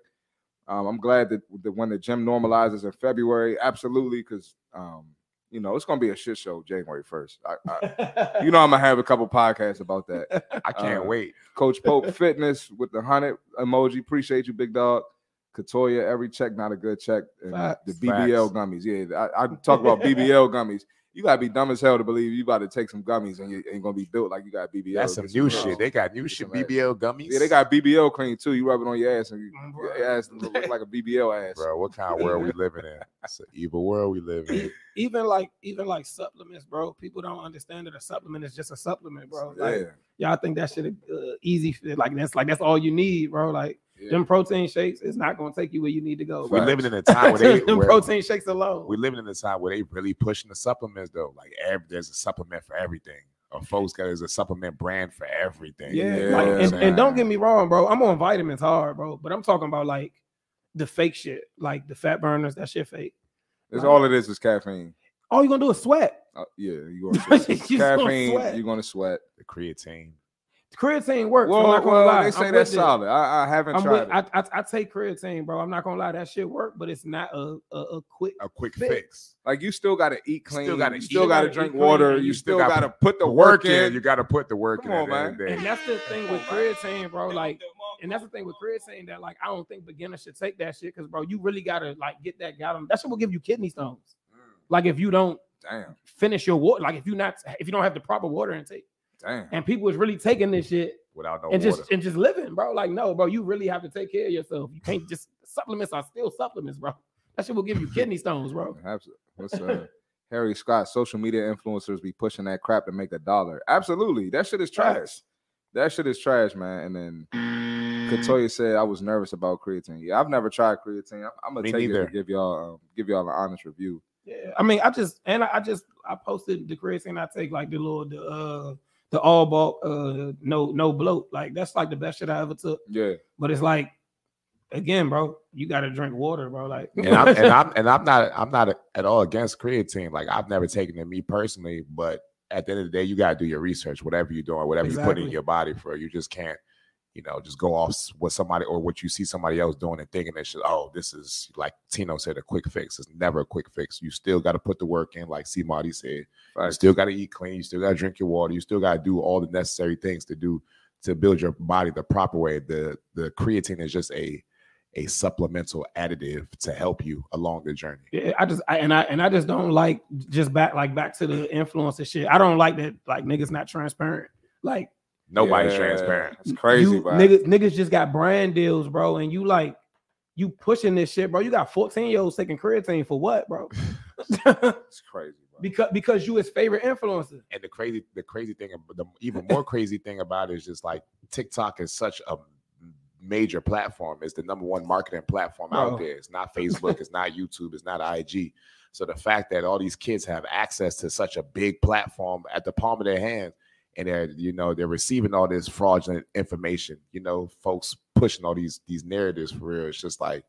[SPEAKER 2] Um, I'm glad that the when the gym normalizes in February, absolutely, because um, you know it's gonna be a shit show January first. I, I, you know I'm gonna have a couple podcasts about that.
[SPEAKER 3] I can't
[SPEAKER 2] Uh,
[SPEAKER 3] wait.
[SPEAKER 2] Coach Pope Fitness with the hundred emoji. Appreciate you, big dog. Katoya, every check not a good check. And
[SPEAKER 4] Facts.
[SPEAKER 2] the BBL gummies. Yeah, I, I talk about BBL gummies. You gotta be dumb as hell to believe you about to take some gummies and you ain't gonna be built like you got BBL.
[SPEAKER 3] That's some
[SPEAKER 2] Get
[SPEAKER 3] new
[SPEAKER 2] some-
[SPEAKER 3] shit. They got new shit.
[SPEAKER 2] some ass.
[SPEAKER 3] BBL gummies.
[SPEAKER 2] yeah, they got BBL cream too. You rub it on your ass and you,
[SPEAKER 4] Bro.
[SPEAKER 2] your ass look like a BBL ass.
[SPEAKER 3] Bro, what kind of world we living in? It's an evil world we live in.
[SPEAKER 4] even like even like supplements, bro. People don't understand that a supplement is just a supplement, bro.
[SPEAKER 2] Yeah.
[SPEAKER 4] Like y'all think that shit uh, easy, like that's like that's all you need, bro. Like
[SPEAKER 2] Yeah.
[SPEAKER 4] them protein shakes, it's not gonna take you where you need to go.
[SPEAKER 3] We
[SPEAKER 4] Bro.
[SPEAKER 2] Right.
[SPEAKER 3] living in a time where they
[SPEAKER 4] them
[SPEAKER 3] where-
[SPEAKER 4] protein shakes alone.
[SPEAKER 3] we living in a time where they really pushing the supplements though. Like every, there's a supplement for everything. A folks got there's a supplement brand for everything.
[SPEAKER 4] yeah,
[SPEAKER 2] Yeah,
[SPEAKER 4] like, and,
[SPEAKER 2] man.
[SPEAKER 4] and don't get me wrong, bro. I'm on vitamins hard, bro. But I'm talking about like the fake shit, like the fat burners. That shit fake.
[SPEAKER 2] It's all it is is caffeine.
[SPEAKER 4] All you gonna do is sweat.
[SPEAKER 2] Uh, yeah, you're gonna sweat.
[SPEAKER 4] You gonna
[SPEAKER 2] caffeine,
[SPEAKER 4] sweat.
[SPEAKER 2] you're gonna sweat.
[SPEAKER 3] the creatine.
[SPEAKER 4] Creatine works. I'm
[SPEAKER 2] Well,
[SPEAKER 4] not gonna
[SPEAKER 2] well,
[SPEAKER 4] lie.
[SPEAKER 2] they
[SPEAKER 4] I'm
[SPEAKER 2] say
[SPEAKER 4] with
[SPEAKER 2] that's
[SPEAKER 4] it.
[SPEAKER 2] solid. I, I haven't
[SPEAKER 4] I'm
[SPEAKER 2] tried
[SPEAKER 4] with,
[SPEAKER 2] it.
[SPEAKER 4] I, I I take creatine, bro. I'm not gonna lie, that shit work, but it's not a a, a quick.
[SPEAKER 3] A quick
[SPEAKER 4] Fix.
[SPEAKER 3] fix.
[SPEAKER 2] Like you still gotta eat clean.
[SPEAKER 3] Still gotta
[SPEAKER 2] you
[SPEAKER 3] eat-
[SPEAKER 2] still
[SPEAKER 4] you
[SPEAKER 2] gotta
[SPEAKER 4] gotta
[SPEAKER 2] drink
[SPEAKER 4] eat
[SPEAKER 2] water.
[SPEAKER 4] clean,
[SPEAKER 2] You,
[SPEAKER 4] you
[SPEAKER 2] still
[SPEAKER 3] still
[SPEAKER 2] gotta,
[SPEAKER 3] gotta
[SPEAKER 2] put the
[SPEAKER 3] The work, in.
[SPEAKER 2] You
[SPEAKER 3] you got to put the work
[SPEAKER 2] Come on,
[SPEAKER 3] in. at the end of the
[SPEAKER 2] man.
[SPEAKER 4] And
[SPEAKER 3] day.
[SPEAKER 4] that's the thing with creatine, bro. Like, and that's the thing with creatine that like I don't think beginners should take that shit because bro, you really gotta like get that got 'em. That shit will give you kidney stones. Like if you don't
[SPEAKER 2] damn,
[SPEAKER 4] finish your water, like if you not if you don't have the proper water intake.
[SPEAKER 2] damn.
[SPEAKER 4] And people is really taking this shit
[SPEAKER 3] Without no
[SPEAKER 4] and
[SPEAKER 3] water.
[SPEAKER 4] just and just living, bro. Like, no, bro, you really have to take care of yourself. You can't just supplements are still supplements, bro. That shit will give you kidney stones, bro.
[SPEAKER 2] Perhaps- What's uh, Harry Scott? Social media influencers be pushing that crap to make a dollar. Absolutely, that shit is trash.
[SPEAKER 4] Facts.
[SPEAKER 2] That shit is trash, man. And then Katoya said I was nervous about creatine. Yeah, I've never tried creatine. I'm, I'm gonna
[SPEAKER 3] Me
[SPEAKER 2] take it
[SPEAKER 3] neither.
[SPEAKER 2] and give y'all um, give y'all an honest review.
[SPEAKER 4] Yeah, I mean, I just and I, I just I posted the creatine I take like the little the uh the all bulk uh no no bloat like that's like the best shit I ever took.
[SPEAKER 2] Yeah,
[SPEAKER 4] But it's like again, bro, you gotta drink water, bro. Like
[SPEAKER 3] and I'm and I'm and I'm not I'm not at all against creatine. Like I've never taken it me personally, but at the end of the day, you gotta do your research. Whatever you're doing, whatever you put in
[SPEAKER 4] Exactly.
[SPEAKER 3] your body for, you just can't, you know, just go off s- what somebody or what you see somebody else doing and thinking that shit. Oh, this is like Tino said, a quick fix. It's never a quick fix. You still got to put the work in, like C. Marty said. You
[SPEAKER 2] Facts.
[SPEAKER 3] still got to eat clean. You still got to drink your water. You still got to do all the necessary things to do to build your body the proper way. The the creatine is just a a supplemental additive to help you along the journey.
[SPEAKER 4] yeah, I just I, and I and I just don't like just back like back to the influencer shit. I don't like that like niggas not transparent. Like
[SPEAKER 3] Nobody's
[SPEAKER 2] Yeah,
[SPEAKER 3] transparent.
[SPEAKER 2] It's crazy,
[SPEAKER 4] you,
[SPEAKER 2] bro.
[SPEAKER 4] niggas, niggas just got brand deals, bro, and you like you pushing this shit, bro. You got 14 year olds taking creatine for what, bro?
[SPEAKER 2] It's crazy, bro.
[SPEAKER 4] because because you his favorite influencer.
[SPEAKER 3] And the crazy the crazy thing, ab- the even more crazy thing about it is just like TikTok is such a major platform. It's the number one marketing platform
[SPEAKER 4] Bro.
[SPEAKER 3] out there. It's not Facebook. it's not YouTube. It's not IG. So the fact that all these kids have access to such a big platform at the palm of their hand, and they're you know they're receiving all this fraudulent information. You know, folks pushing all these these narratives for real. It's just like.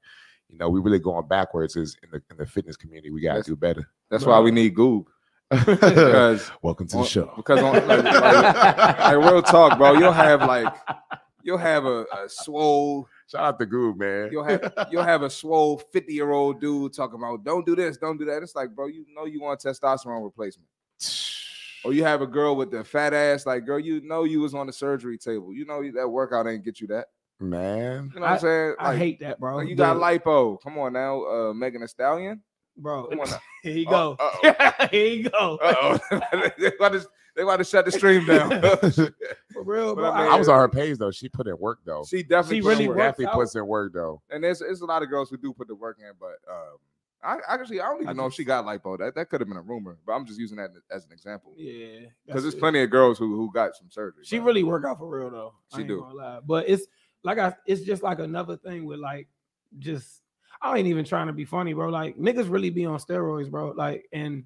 [SPEAKER 3] You know, we really going backwards is in the in the fitness community. We gotta
[SPEAKER 2] Yes.
[SPEAKER 3] do better.
[SPEAKER 2] That's why we need Goob because
[SPEAKER 3] Welcome to
[SPEAKER 2] on-
[SPEAKER 3] the show.
[SPEAKER 2] because on, like- like- like real talk, bro. You'll have like you'll have a, a swole,
[SPEAKER 3] Shout out to Groove, man.
[SPEAKER 2] you'll have you'll have a swole 50 year old dude talking about don't do this, don't do that. It's like, bro, you know you want testosterone replacement. Or you have a girl with the fat ass, like girl, you know you was on the surgery table. You know you- that workout ain't get you that.
[SPEAKER 3] man.
[SPEAKER 2] You know what I, am saying?
[SPEAKER 4] I
[SPEAKER 2] Like,
[SPEAKER 4] hate that, bro.
[SPEAKER 2] like, you
[SPEAKER 4] The-
[SPEAKER 2] got lipo. Come on now, uh Megan Thee Stallion.
[SPEAKER 4] bro.
[SPEAKER 2] Come on now.
[SPEAKER 4] Here you
[SPEAKER 2] Uh,
[SPEAKER 4] go. Here you go.
[SPEAKER 2] Uh oh. they, about to- they about to shut the stream down.
[SPEAKER 4] For real,
[SPEAKER 2] But
[SPEAKER 4] bro.
[SPEAKER 2] I mean-
[SPEAKER 3] I was on her page though. She put in work though. She,
[SPEAKER 2] she definitely
[SPEAKER 4] She
[SPEAKER 2] put in
[SPEAKER 4] really
[SPEAKER 2] work.
[SPEAKER 4] worked
[SPEAKER 3] definitely
[SPEAKER 4] out.
[SPEAKER 3] puts in work though.
[SPEAKER 2] and there's it's a lot of girls who do put the work in, but um, I actually I don't even
[SPEAKER 4] I
[SPEAKER 2] know if
[SPEAKER 4] just-
[SPEAKER 2] she got lipo. That that could have been a rumor, but I'm just using that as an example
[SPEAKER 4] Yeah,
[SPEAKER 2] because
[SPEAKER 4] that's
[SPEAKER 2] there's
[SPEAKER 4] it.
[SPEAKER 2] plenty of girls who who got some surgery.
[SPEAKER 4] She
[SPEAKER 2] bro.
[SPEAKER 4] really work out for real though. I
[SPEAKER 2] She
[SPEAKER 4] ain't
[SPEAKER 2] do.
[SPEAKER 4] gonna lie. But it's like I, it's just like another thing with like just I ain't even trying to be funny, bro. Like niggas really be on steroids, bro. Like and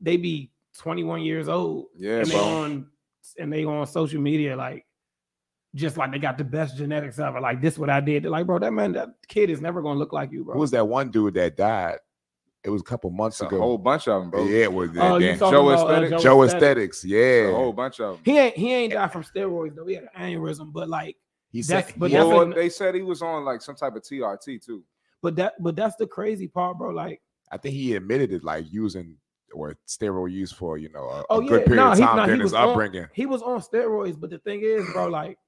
[SPEAKER 4] they be 21 years old
[SPEAKER 2] yeah,
[SPEAKER 4] and they
[SPEAKER 2] bro.
[SPEAKER 4] on and they on social media like just like they got the best genetics ever. Like this, what I did. Like, bro, that man, that kid is never gonna look like you, bro.
[SPEAKER 3] Who was that one dude that died? It was a couple months
[SPEAKER 2] It's a
[SPEAKER 3] ago.
[SPEAKER 2] whole bunch of them, bro.
[SPEAKER 3] yeah, it was
[SPEAKER 4] Oh, you
[SPEAKER 3] damn-
[SPEAKER 4] talking
[SPEAKER 2] Joe
[SPEAKER 4] about, uh,
[SPEAKER 2] Aesthetic?
[SPEAKER 3] Joe
[SPEAKER 4] Aesthetic.
[SPEAKER 3] Aesthetics.
[SPEAKER 2] It's
[SPEAKER 3] Yeah,
[SPEAKER 2] a whole bunch of them.
[SPEAKER 4] He ain't he ain't died from steroids though. He had an aneurysm, but like
[SPEAKER 3] he
[SPEAKER 4] that's-
[SPEAKER 3] said,
[SPEAKER 4] but
[SPEAKER 3] he-
[SPEAKER 4] that's
[SPEAKER 2] well,
[SPEAKER 4] an-
[SPEAKER 2] they said he was on like some type of TRT too.
[SPEAKER 4] but that but that's the crazy part, bro. Like
[SPEAKER 3] I think he admitted it, like using or steroid use for you know a, a
[SPEAKER 4] Oh,
[SPEAKER 3] good
[SPEAKER 4] yeah.
[SPEAKER 3] period
[SPEAKER 4] No,
[SPEAKER 3] of
[SPEAKER 4] he-
[SPEAKER 3] time
[SPEAKER 4] no, he
[SPEAKER 3] during his
[SPEAKER 4] was on-
[SPEAKER 3] upbringing.
[SPEAKER 4] he was on steroids, but the thing is, bro, like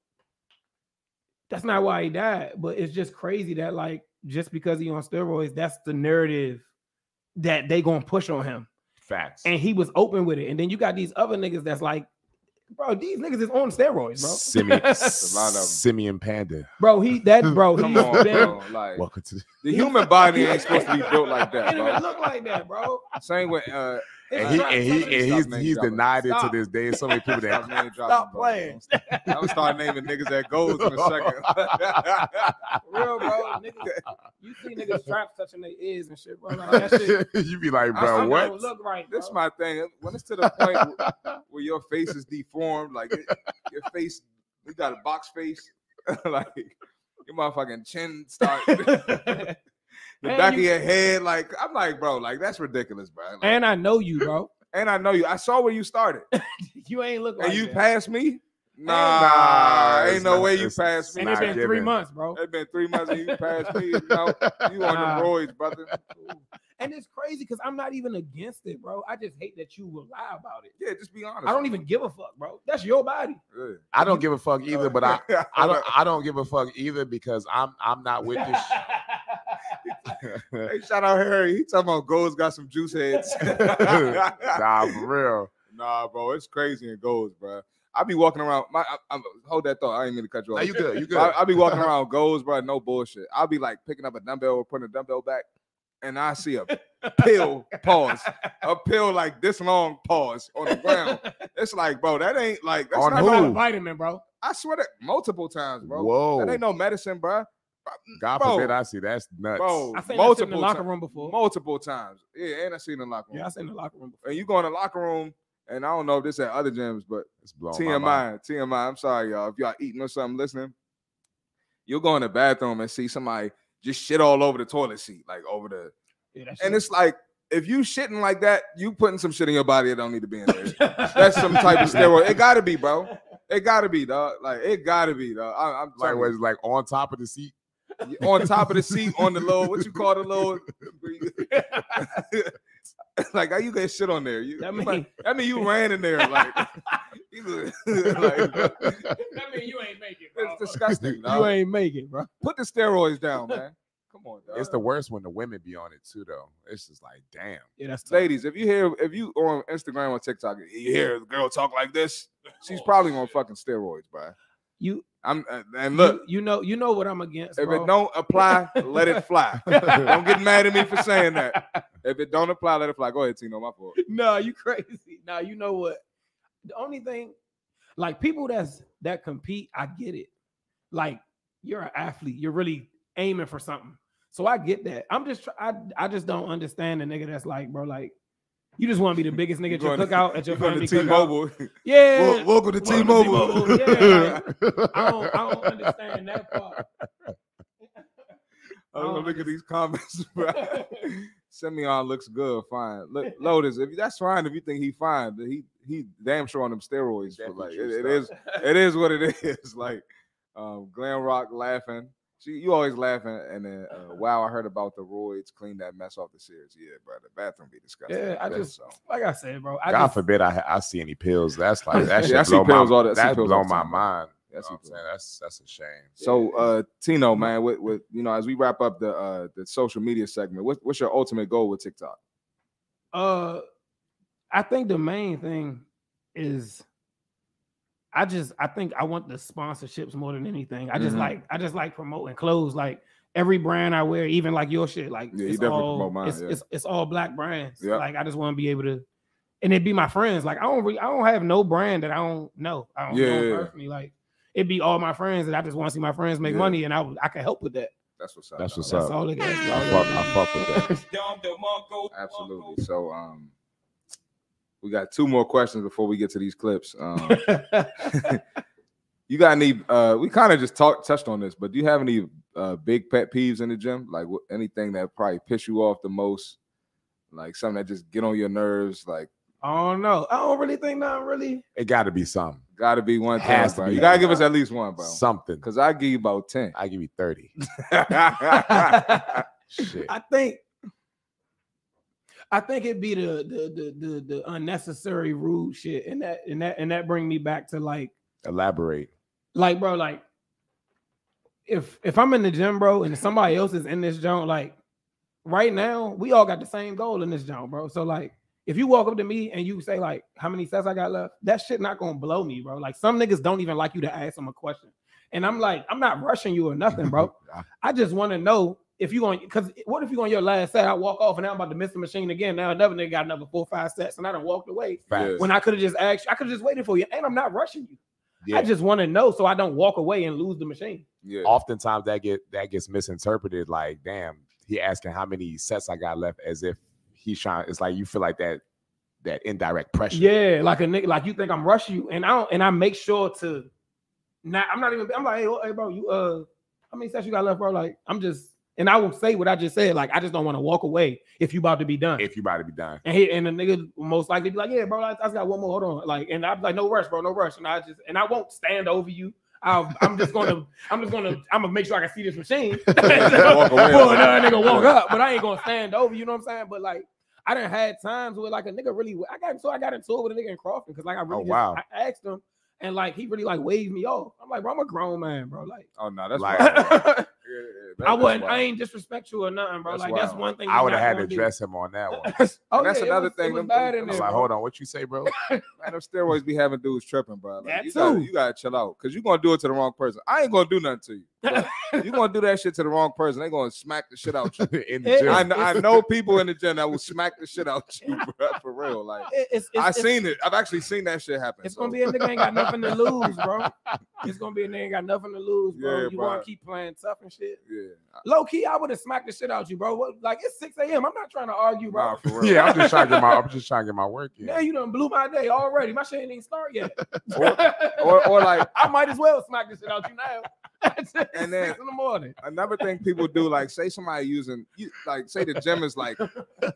[SPEAKER 4] that's not why he died. But it's just crazy that like just because he on steroids, that's the narrative that they gonna push on him.
[SPEAKER 3] Facts.
[SPEAKER 4] And he was open with it. And then you got these other niggas that's like, bro, these niggas is on steroids, bro.
[SPEAKER 3] Simeon,
[SPEAKER 2] a lot of 'em.
[SPEAKER 3] Simeon Panda.
[SPEAKER 4] Bro, Oh, he that bro,
[SPEAKER 2] Come
[SPEAKER 4] he's
[SPEAKER 2] on,
[SPEAKER 4] been.
[SPEAKER 2] bro. Like
[SPEAKER 3] Welcome to
[SPEAKER 2] the human body ain't supposed to be built like that,
[SPEAKER 4] It don't even
[SPEAKER 2] bro.
[SPEAKER 4] look like that, bro.
[SPEAKER 2] Same with uh,
[SPEAKER 4] It's
[SPEAKER 3] and he
[SPEAKER 4] not-
[SPEAKER 3] and he and
[SPEAKER 2] Stop
[SPEAKER 3] he's
[SPEAKER 2] name
[SPEAKER 3] he's
[SPEAKER 2] dropping.
[SPEAKER 3] denied it
[SPEAKER 4] Stop.
[SPEAKER 3] to this day. So many people
[SPEAKER 2] stop
[SPEAKER 3] that
[SPEAKER 2] name dropping,
[SPEAKER 4] Stop
[SPEAKER 2] bro.
[SPEAKER 4] playing.
[SPEAKER 2] I'm gonna start naming niggas that goes in a second.
[SPEAKER 4] real, bro. Niggas, you see niggas traps touching their ears and shit, bro. Like, that shit,
[SPEAKER 3] you be like,
[SPEAKER 2] I-
[SPEAKER 3] bro,
[SPEAKER 2] I
[SPEAKER 4] don't
[SPEAKER 3] what?
[SPEAKER 4] Look right.
[SPEAKER 2] That's
[SPEAKER 4] bro.
[SPEAKER 2] my thing. When it's to the point where your face is deformed, like it- your face, you got a box face, like your motherfucking chin start the
[SPEAKER 4] And
[SPEAKER 2] back
[SPEAKER 4] you-
[SPEAKER 2] of your head. Like I'm like, bro, like that's ridiculous, bro. Like,
[SPEAKER 4] And I know you, bro.
[SPEAKER 2] and I know you. I saw where you started,
[SPEAKER 4] You ain't look like
[SPEAKER 2] and you
[SPEAKER 4] that.
[SPEAKER 2] passed me.
[SPEAKER 3] Nah,
[SPEAKER 2] Nah,
[SPEAKER 3] it's
[SPEAKER 2] ain't no
[SPEAKER 3] not-
[SPEAKER 2] way you
[SPEAKER 3] it's-
[SPEAKER 2] passed me.
[SPEAKER 4] and it's
[SPEAKER 3] Nah,
[SPEAKER 4] been three
[SPEAKER 3] given.
[SPEAKER 4] months, bro.
[SPEAKER 2] It's been three months and you passed me. You, know, you on
[SPEAKER 4] Nah.
[SPEAKER 2] the roids, brother.
[SPEAKER 4] And it's crazy because I'm not even against it, bro. I just hate that you will lie about it.
[SPEAKER 2] Yeah, just be honest.
[SPEAKER 4] I don't even give a fuck, bro. That's your body.
[SPEAKER 2] Yeah.
[SPEAKER 3] I don't give a fuck either, but I, I don't I don't give a fuck either because I'm I'm not with this. sh-
[SPEAKER 2] Hey, shout out Harry. He talking about goals got some juice heads.
[SPEAKER 3] nah, for real.
[SPEAKER 2] nah, bro, it's crazy in goals, bro. I be walking around. My, I, I'm, hold that thought. I ain't mean to cut you
[SPEAKER 3] No,
[SPEAKER 2] off.
[SPEAKER 3] you good. You good.
[SPEAKER 2] I, I be walking around goals, bro. No bullshit. I'll be like picking up a dumbbell or putting a dumbbell back, and I see a pill pause, a pill like this long pause on the ground. It's like, bro, that ain't like that's
[SPEAKER 3] On
[SPEAKER 2] not
[SPEAKER 3] who?
[SPEAKER 2] no-
[SPEAKER 4] a vitamin, bro.
[SPEAKER 2] I swear to multiple times, bro.
[SPEAKER 3] Whoa.
[SPEAKER 2] That ain't no medicine, bro.
[SPEAKER 3] God
[SPEAKER 2] bro.
[SPEAKER 3] forbid I see that's nuts.
[SPEAKER 2] Bro,
[SPEAKER 4] I seen that shit in the
[SPEAKER 2] multiple
[SPEAKER 4] locker
[SPEAKER 2] times.
[SPEAKER 4] room before.
[SPEAKER 2] Multiple times. Yeah, and I seen in the locker room.
[SPEAKER 4] yeah, I seen the locker room before.
[SPEAKER 2] and you go in the locker room, and I don't know if this at other gyms, but
[SPEAKER 3] It's
[SPEAKER 5] Oh,
[SPEAKER 3] blowing my mind.
[SPEAKER 2] TMI, TMI. I'm sorry, y'all. If y'all eating or something, listening, you'll go in the bathroom and see somebody just shit all over the toilet seat, like over the.
[SPEAKER 4] Yeah, that
[SPEAKER 2] And
[SPEAKER 4] shit-
[SPEAKER 2] it's like if you shitting like that, you putting some shit in your body that don't need to be in there. That's some type of steroid. It gotta be, bro. It gotta be, dog. Like it gotta be, dog. I, I'm
[SPEAKER 3] Like
[SPEAKER 2] telling
[SPEAKER 3] was like on top of the seat.
[SPEAKER 2] you, on top of the seat, on the little what you call the little. like how you get shit on there? You,
[SPEAKER 4] That
[SPEAKER 2] you might-
[SPEAKER 4] mean,
[SPEAKER 2] I mean, you ran in there like, you look- like,
[SPEAKER 4] that mean you ain't make it,
[SPEAKER 2] it's disgusting.
[SPEAKER 4] You
[SPEAKER 2] dog.
[SPEAKER 4] ain't make it, bro.
[SPEAKER 2] Put the steroids down, man. Come on, dog.
[SPEAKER 3] It's the worst when the women be on it too, though. It's just like, damn.
[SPEAKER 4] Yeah, that's tough.
[SPEAKER 2] ladies. If you hear, if you on Instagram or TikTok, you hear a girl talk like this, she's
[SPEAKER 3] Oh,
[SPEAKER 2] probably on fucking steroids, bro.
[SPEAKER 4] You
[SPEAKER 2] I'm uh, and look,
[SPEAKER 4] you, you know, you know what I'm against.
[SPEAKER 2] if
[SPEAKER 4] bro.
[SPEAKER 2] it don't apply, let it fly. Don't get mad at me for saying that. If it don't apply, let it fly. Go ahead, Tino. My fault.
[SPEAKER 4] no, you crazy. No, you know what? The only thing, like people that's that compete, I get it. Like you're an athlete, you're really aiming for something. So I get that. I'm just, tr- I, I just don't understand the nigga that's like, bro, like you just want to be the biggest nigga at your
[SPEAKER 2] going to-
[SPEAKER 4] cookout, at your
[SPEAKER 2] You going
[SPEAKER 4] family
[SPEAKER 2] to
[SPEAKER 4] cookout.
[SPEAKER 2] T-Mobile?
[SPEAKER 4] Yeah,
[SPEAKER 2] Wel- Welcome to
[SPEAKER 4] Welcome to
[SPEAKER 2] T-Mobile.
[SPEAKER 4] T-Mobile. Yeah, I don't, I don't understand that part.
[SPEAKER 2] I'm gonna
[SPEAKER 4] Oh, I
[SPEAKER 2] look at
[SPEAKER 4] just-
[SPEAKER 2] these comments, bro. Simeon looks good, fine. Look, Lotus, if that's fine, if you think he fine, but he he damn sure on them steroids. But like
[SPEAKER 3] Definitely
[SPEAKER 2] it- it is,
[SPEAKER 3] juiced
[SPEAKER 2] it is what it is. Like, um, Glam Rock laughing. She, you always laughing, and then uh, wow, I heard about the roids. Clean that mess off the series. Yeah, bro, the bathroom be disgusting.
[SPEAKER 4] Yeah, I
[SPEAKER 2] That's
[SPEAKER 4] just,
[SPEAKER 2] so.
[SPEAKER 4] like I said, bro, I
[SPEAKER 3] God
[SPEAKER 4] just,
[SPEAKER 3] forbid I I see any pills. That's like that
[SPEAKER 2] Yeah,
[SPEAKER 3] shit
[SPEAKER 2] I see
[SPEAKER 3] blow
[SPEAKER 2] pills
[SPEAKER 3] my
[SPEAKER 2] all the- I see
[SPEAKER 3] that
[SPEAKER 2] pills
[SPEAKER 3] blow
[SPEAKER 2] all the
[SPEAKER 3] my
[SPEAKER 2] time.
[SPEAKER 3] mind. You
[SPEAKER 2] That's
[SPEAKER 3] know what I'm
[SPEAKER 2] what-
[SPEAKER 3] saying? Mm-hmm. That's that's a shame.
[SPEAKER 2] So uh Tino, man, with, with you know, as we wrap up the uh the social media segment, what, what's your ultimate goal with TikTok?
[SPEAKER 4] Uh, I think the main thing is, I just I think I want the sponsorships more than anything. I just
[SPEAKER 2] Mhm.
[SPEAKER 4] like I just like promoting clothes. Like every brand I wear, even like your shit, like
[SPEAKER 2] Yeah, you
[SPEAKER 4] it's
[SPEAKER 2] definitely
[SPEAKER 4] all
[SPEAKER 2] promote mine,
[SPEAKER 4] it's,
[SPEAKER 2] yeah.
[SPEAKER 4] it's it's all black brands.
[SPEAKER 2] Yeah.
[SPEAKER 4] Like I just want to be able to, and it be my friends. Like I don't re, I don't have no brand that I don't know. I don't
[SPEAKER 2] Yeah,
[SPEAKER 4] know
[SPEAKER 2] yeah, yeah.
[SPEAKER 4] personally. Like it be all my friends that I just want to see my friends make
[SPEAKER 2] Yeah.
[SPEAKER 4] money, and I would- I can help with that.
[SPEAKER 2] That's what's up.
[SPEAKER 3] That's what's
[SPEAKER 4] That's
[SPEAKER 3] up.
[SPEAKER 4] all it is.
[SPEAKER 3] I fuck, I fuck with that.
[SPEAKER 2] Absolutely. So um we got two more questions before we get to these clips. Um you got any uh we kind of just talked touched on this, but do you have any uh big pet peeves in the gym? Like what anything that probably piss you off the most? Like something that just get on your nerves, like
[SPEAKER 4] I don't know. I don't really think nothing really.
[SPEAKER 3] It got to be something.
[SPEAKER 2] gotta be one
[SPEAKER 3] Has
[SPEAKER 2] thing,
[SPEAKER 3] to
[SPEAKER 2] bro.
[SPEAKER 3] be.
[SPEAKER 2] You gotta give us at least one, bro.
[SPEAKER 3] Something.
[SPEAKER 2] Cause I give you about 10.
[SPEAKER 3] I give you thirty.
[SPEAKER 4] I
[SPEAKER 3] Shit.
[SPEAKER 4] think. I think it'd be the the the the, the unnecessary rude shit, and that and that and that bring me back to like
[SPEAKER 3] Elaborate.
[SPEAKER 4] like bro like if if i'm in the gym bro and somebody else is in this joint like right now we all got the same goal in this joint bro so like if you walk up to me and you say like how many sets i got left that shit not gonna blow me bro like some niggas don't even like you to ask them a question and i'm like i'm not rushing you or nothing bro i just want to know if you going because what if you on your last set i walk off and i'm about to miss the machine again now another nigga got another four five sets and i done walked away
[SPEAKER 3] Facts.
[SPEAKER 4] when i could have just asked you i could have just waited for you and i'm not rushing you
[SPEAKER 3] Yeah.
[SPEAKER 4] I just want to know so I don't walk away and lose the machine.
[SPEAKER 2] Yeah.
[SPEAKER 3] Oftentimes that get that gets misinterpreted. Like, damn, he asking how many sets I got left, as if he's trying. It's like you feel like that that indirect pressure.
[SPEAKER 4] Yeah, like a nigga, like you think I'm rushing you, and I don't, and I make sure to not. I'm not even. I'm like, hey, oh, hey, bro, you uh, how many sets you got left, bro? Like, I'm just, and I will say what I just said. Like, I just don't want to walk away if you about to be done.
[SPEAKER 3] If you about to be done,
[SPEAKER 4] and he and the nigga most likely be like, yeah, bro, I, I just got one more. Hold on, like, and I'm like, no rush, bro, no rush. And I just, and I won't stand over you. I'll, I'm just gonna, I'm just gonna, I'm gonna make sure I can see this machine. Pull
[SPEAKER 2] Walk away.
[SPEAKER 4] another nigga walk up, but I ain't gonna stand over. You know what I'm saying? But like, I done had times where like a nigga really, I got so I got into it with a nigga in Crawford because like I really,
[SPEAKER 3] Oh,
[SPEAKER 4] just-
[SPEAKER 3] wow.
[SPEAKER 4] I asked him, and like he really like waved me off. I'm like, bro, I'm a grown man, bro. Like,
[SPEAKER 2] Oh no, that's
[SPEAKER 3] Like-
[SPEAKER 2] wild. Yeah, yeah,
[SPEAKER 4] I
[SPEAKER 2] that-
[SPEAKER 4] wasn't,
[SPEAKER 2] that's
[SPEAKER 4] I
[SPEAKER 2] wild.
[SPEAKER 4] ain't disrespectful or nothing, bro.
[SPEAKER 2] That's
[SPEAKER 4] like that's
[SPEAKER 2] wild.
[SPEAKER 4] one thing
[SPEAKER 3] I
[SPEAKER 4] you're
[SPEAKER 3] would have
[SPEAKER 4] not
[SPEAKER 3] had to
[SPEAKER 4] gonna do.
[SPEAKER 3] address him on that one.
[SPEAKER 4] Oh,
[SPEAKER 2] And that's
[SPEAKER 4] yeah, it
[SPEAKER 2] another
[SPEAKER 4] was- it
[SPEAKER 2] thing,
[SPEAKER 4] was
[SPEAKER 2] them-
[SPEAKER 4] bad in
[SPEAKER 2] them-
[SPEAKER 3] I was
[SPEAKER 4] there,
[SPEAKER 3] like,
[SPEAKER 4] bro.
[SPEAKER 3] hold on, what you say, bro?
[SPEAKER 2] Man, them steroids be having dudes tripping, bro. Like,
[SPEAKER 4] That
[SPEAKER 2] you Gotta,
[SPEAKER 4] too.
[SPEAKER 2] you gotta chill out because you're gonna do it to the wrong person. I ain't gonna do nothing to you. but you gonna do that shit to the wrong person. They gonna smack the shit out you.
[SPEAKER 3] In the
[SPEAKER 4] It-
[SPEAKER 3] gym.
[SPEAKER 2] I,
[SPEAKER 4] It's-
[SPEAKER 2] kn- I know people in the gym that will smack the shit out you, bro. For real, like
[SPEAKER 4] It- it's, it's,
[SPEAKER 2] I
[SPEAKER 4] it's-
[SPEAKER 2] seen it. I've actually seen that shit happen.
[SPEAKER 4] It's
[SPEAKER 2] so-
[SPEAKER 4] gonna be a nigga ain't got nothing to lose, bro. It's gonna be a nigga ain't got nothing to lose, bro.
[SPEAKER 2] Yeah,
[SPEAKER 4] you
[SPEAKER 2] bro.
[SPEAKER 4] want to keep playing tough and shit.
[SPEAKER 2] yeah,
[SPEAKER 4] Low key, I would have smacked the shit out you, bro. What, like it's six a.m. I'm not trying to argue, bro.
[SPEAKER 2] nah, for real.
[SPEAKER 3] yeah, I'm just trying to get my I'm just trying to get my work in.
[SPEAKER 4] Now you done blew my day already. My shit ain't even start yet.
[SPEAKER 2] Or, or like
[SPEAKER 4] I might as well smack the shit out you now. It's
[SPEAKER 2] And then-
[SPEAKER 4] six in the morning.
[SPEAKER 2] another thing people do, like say somebody using, you, like say the gym is like,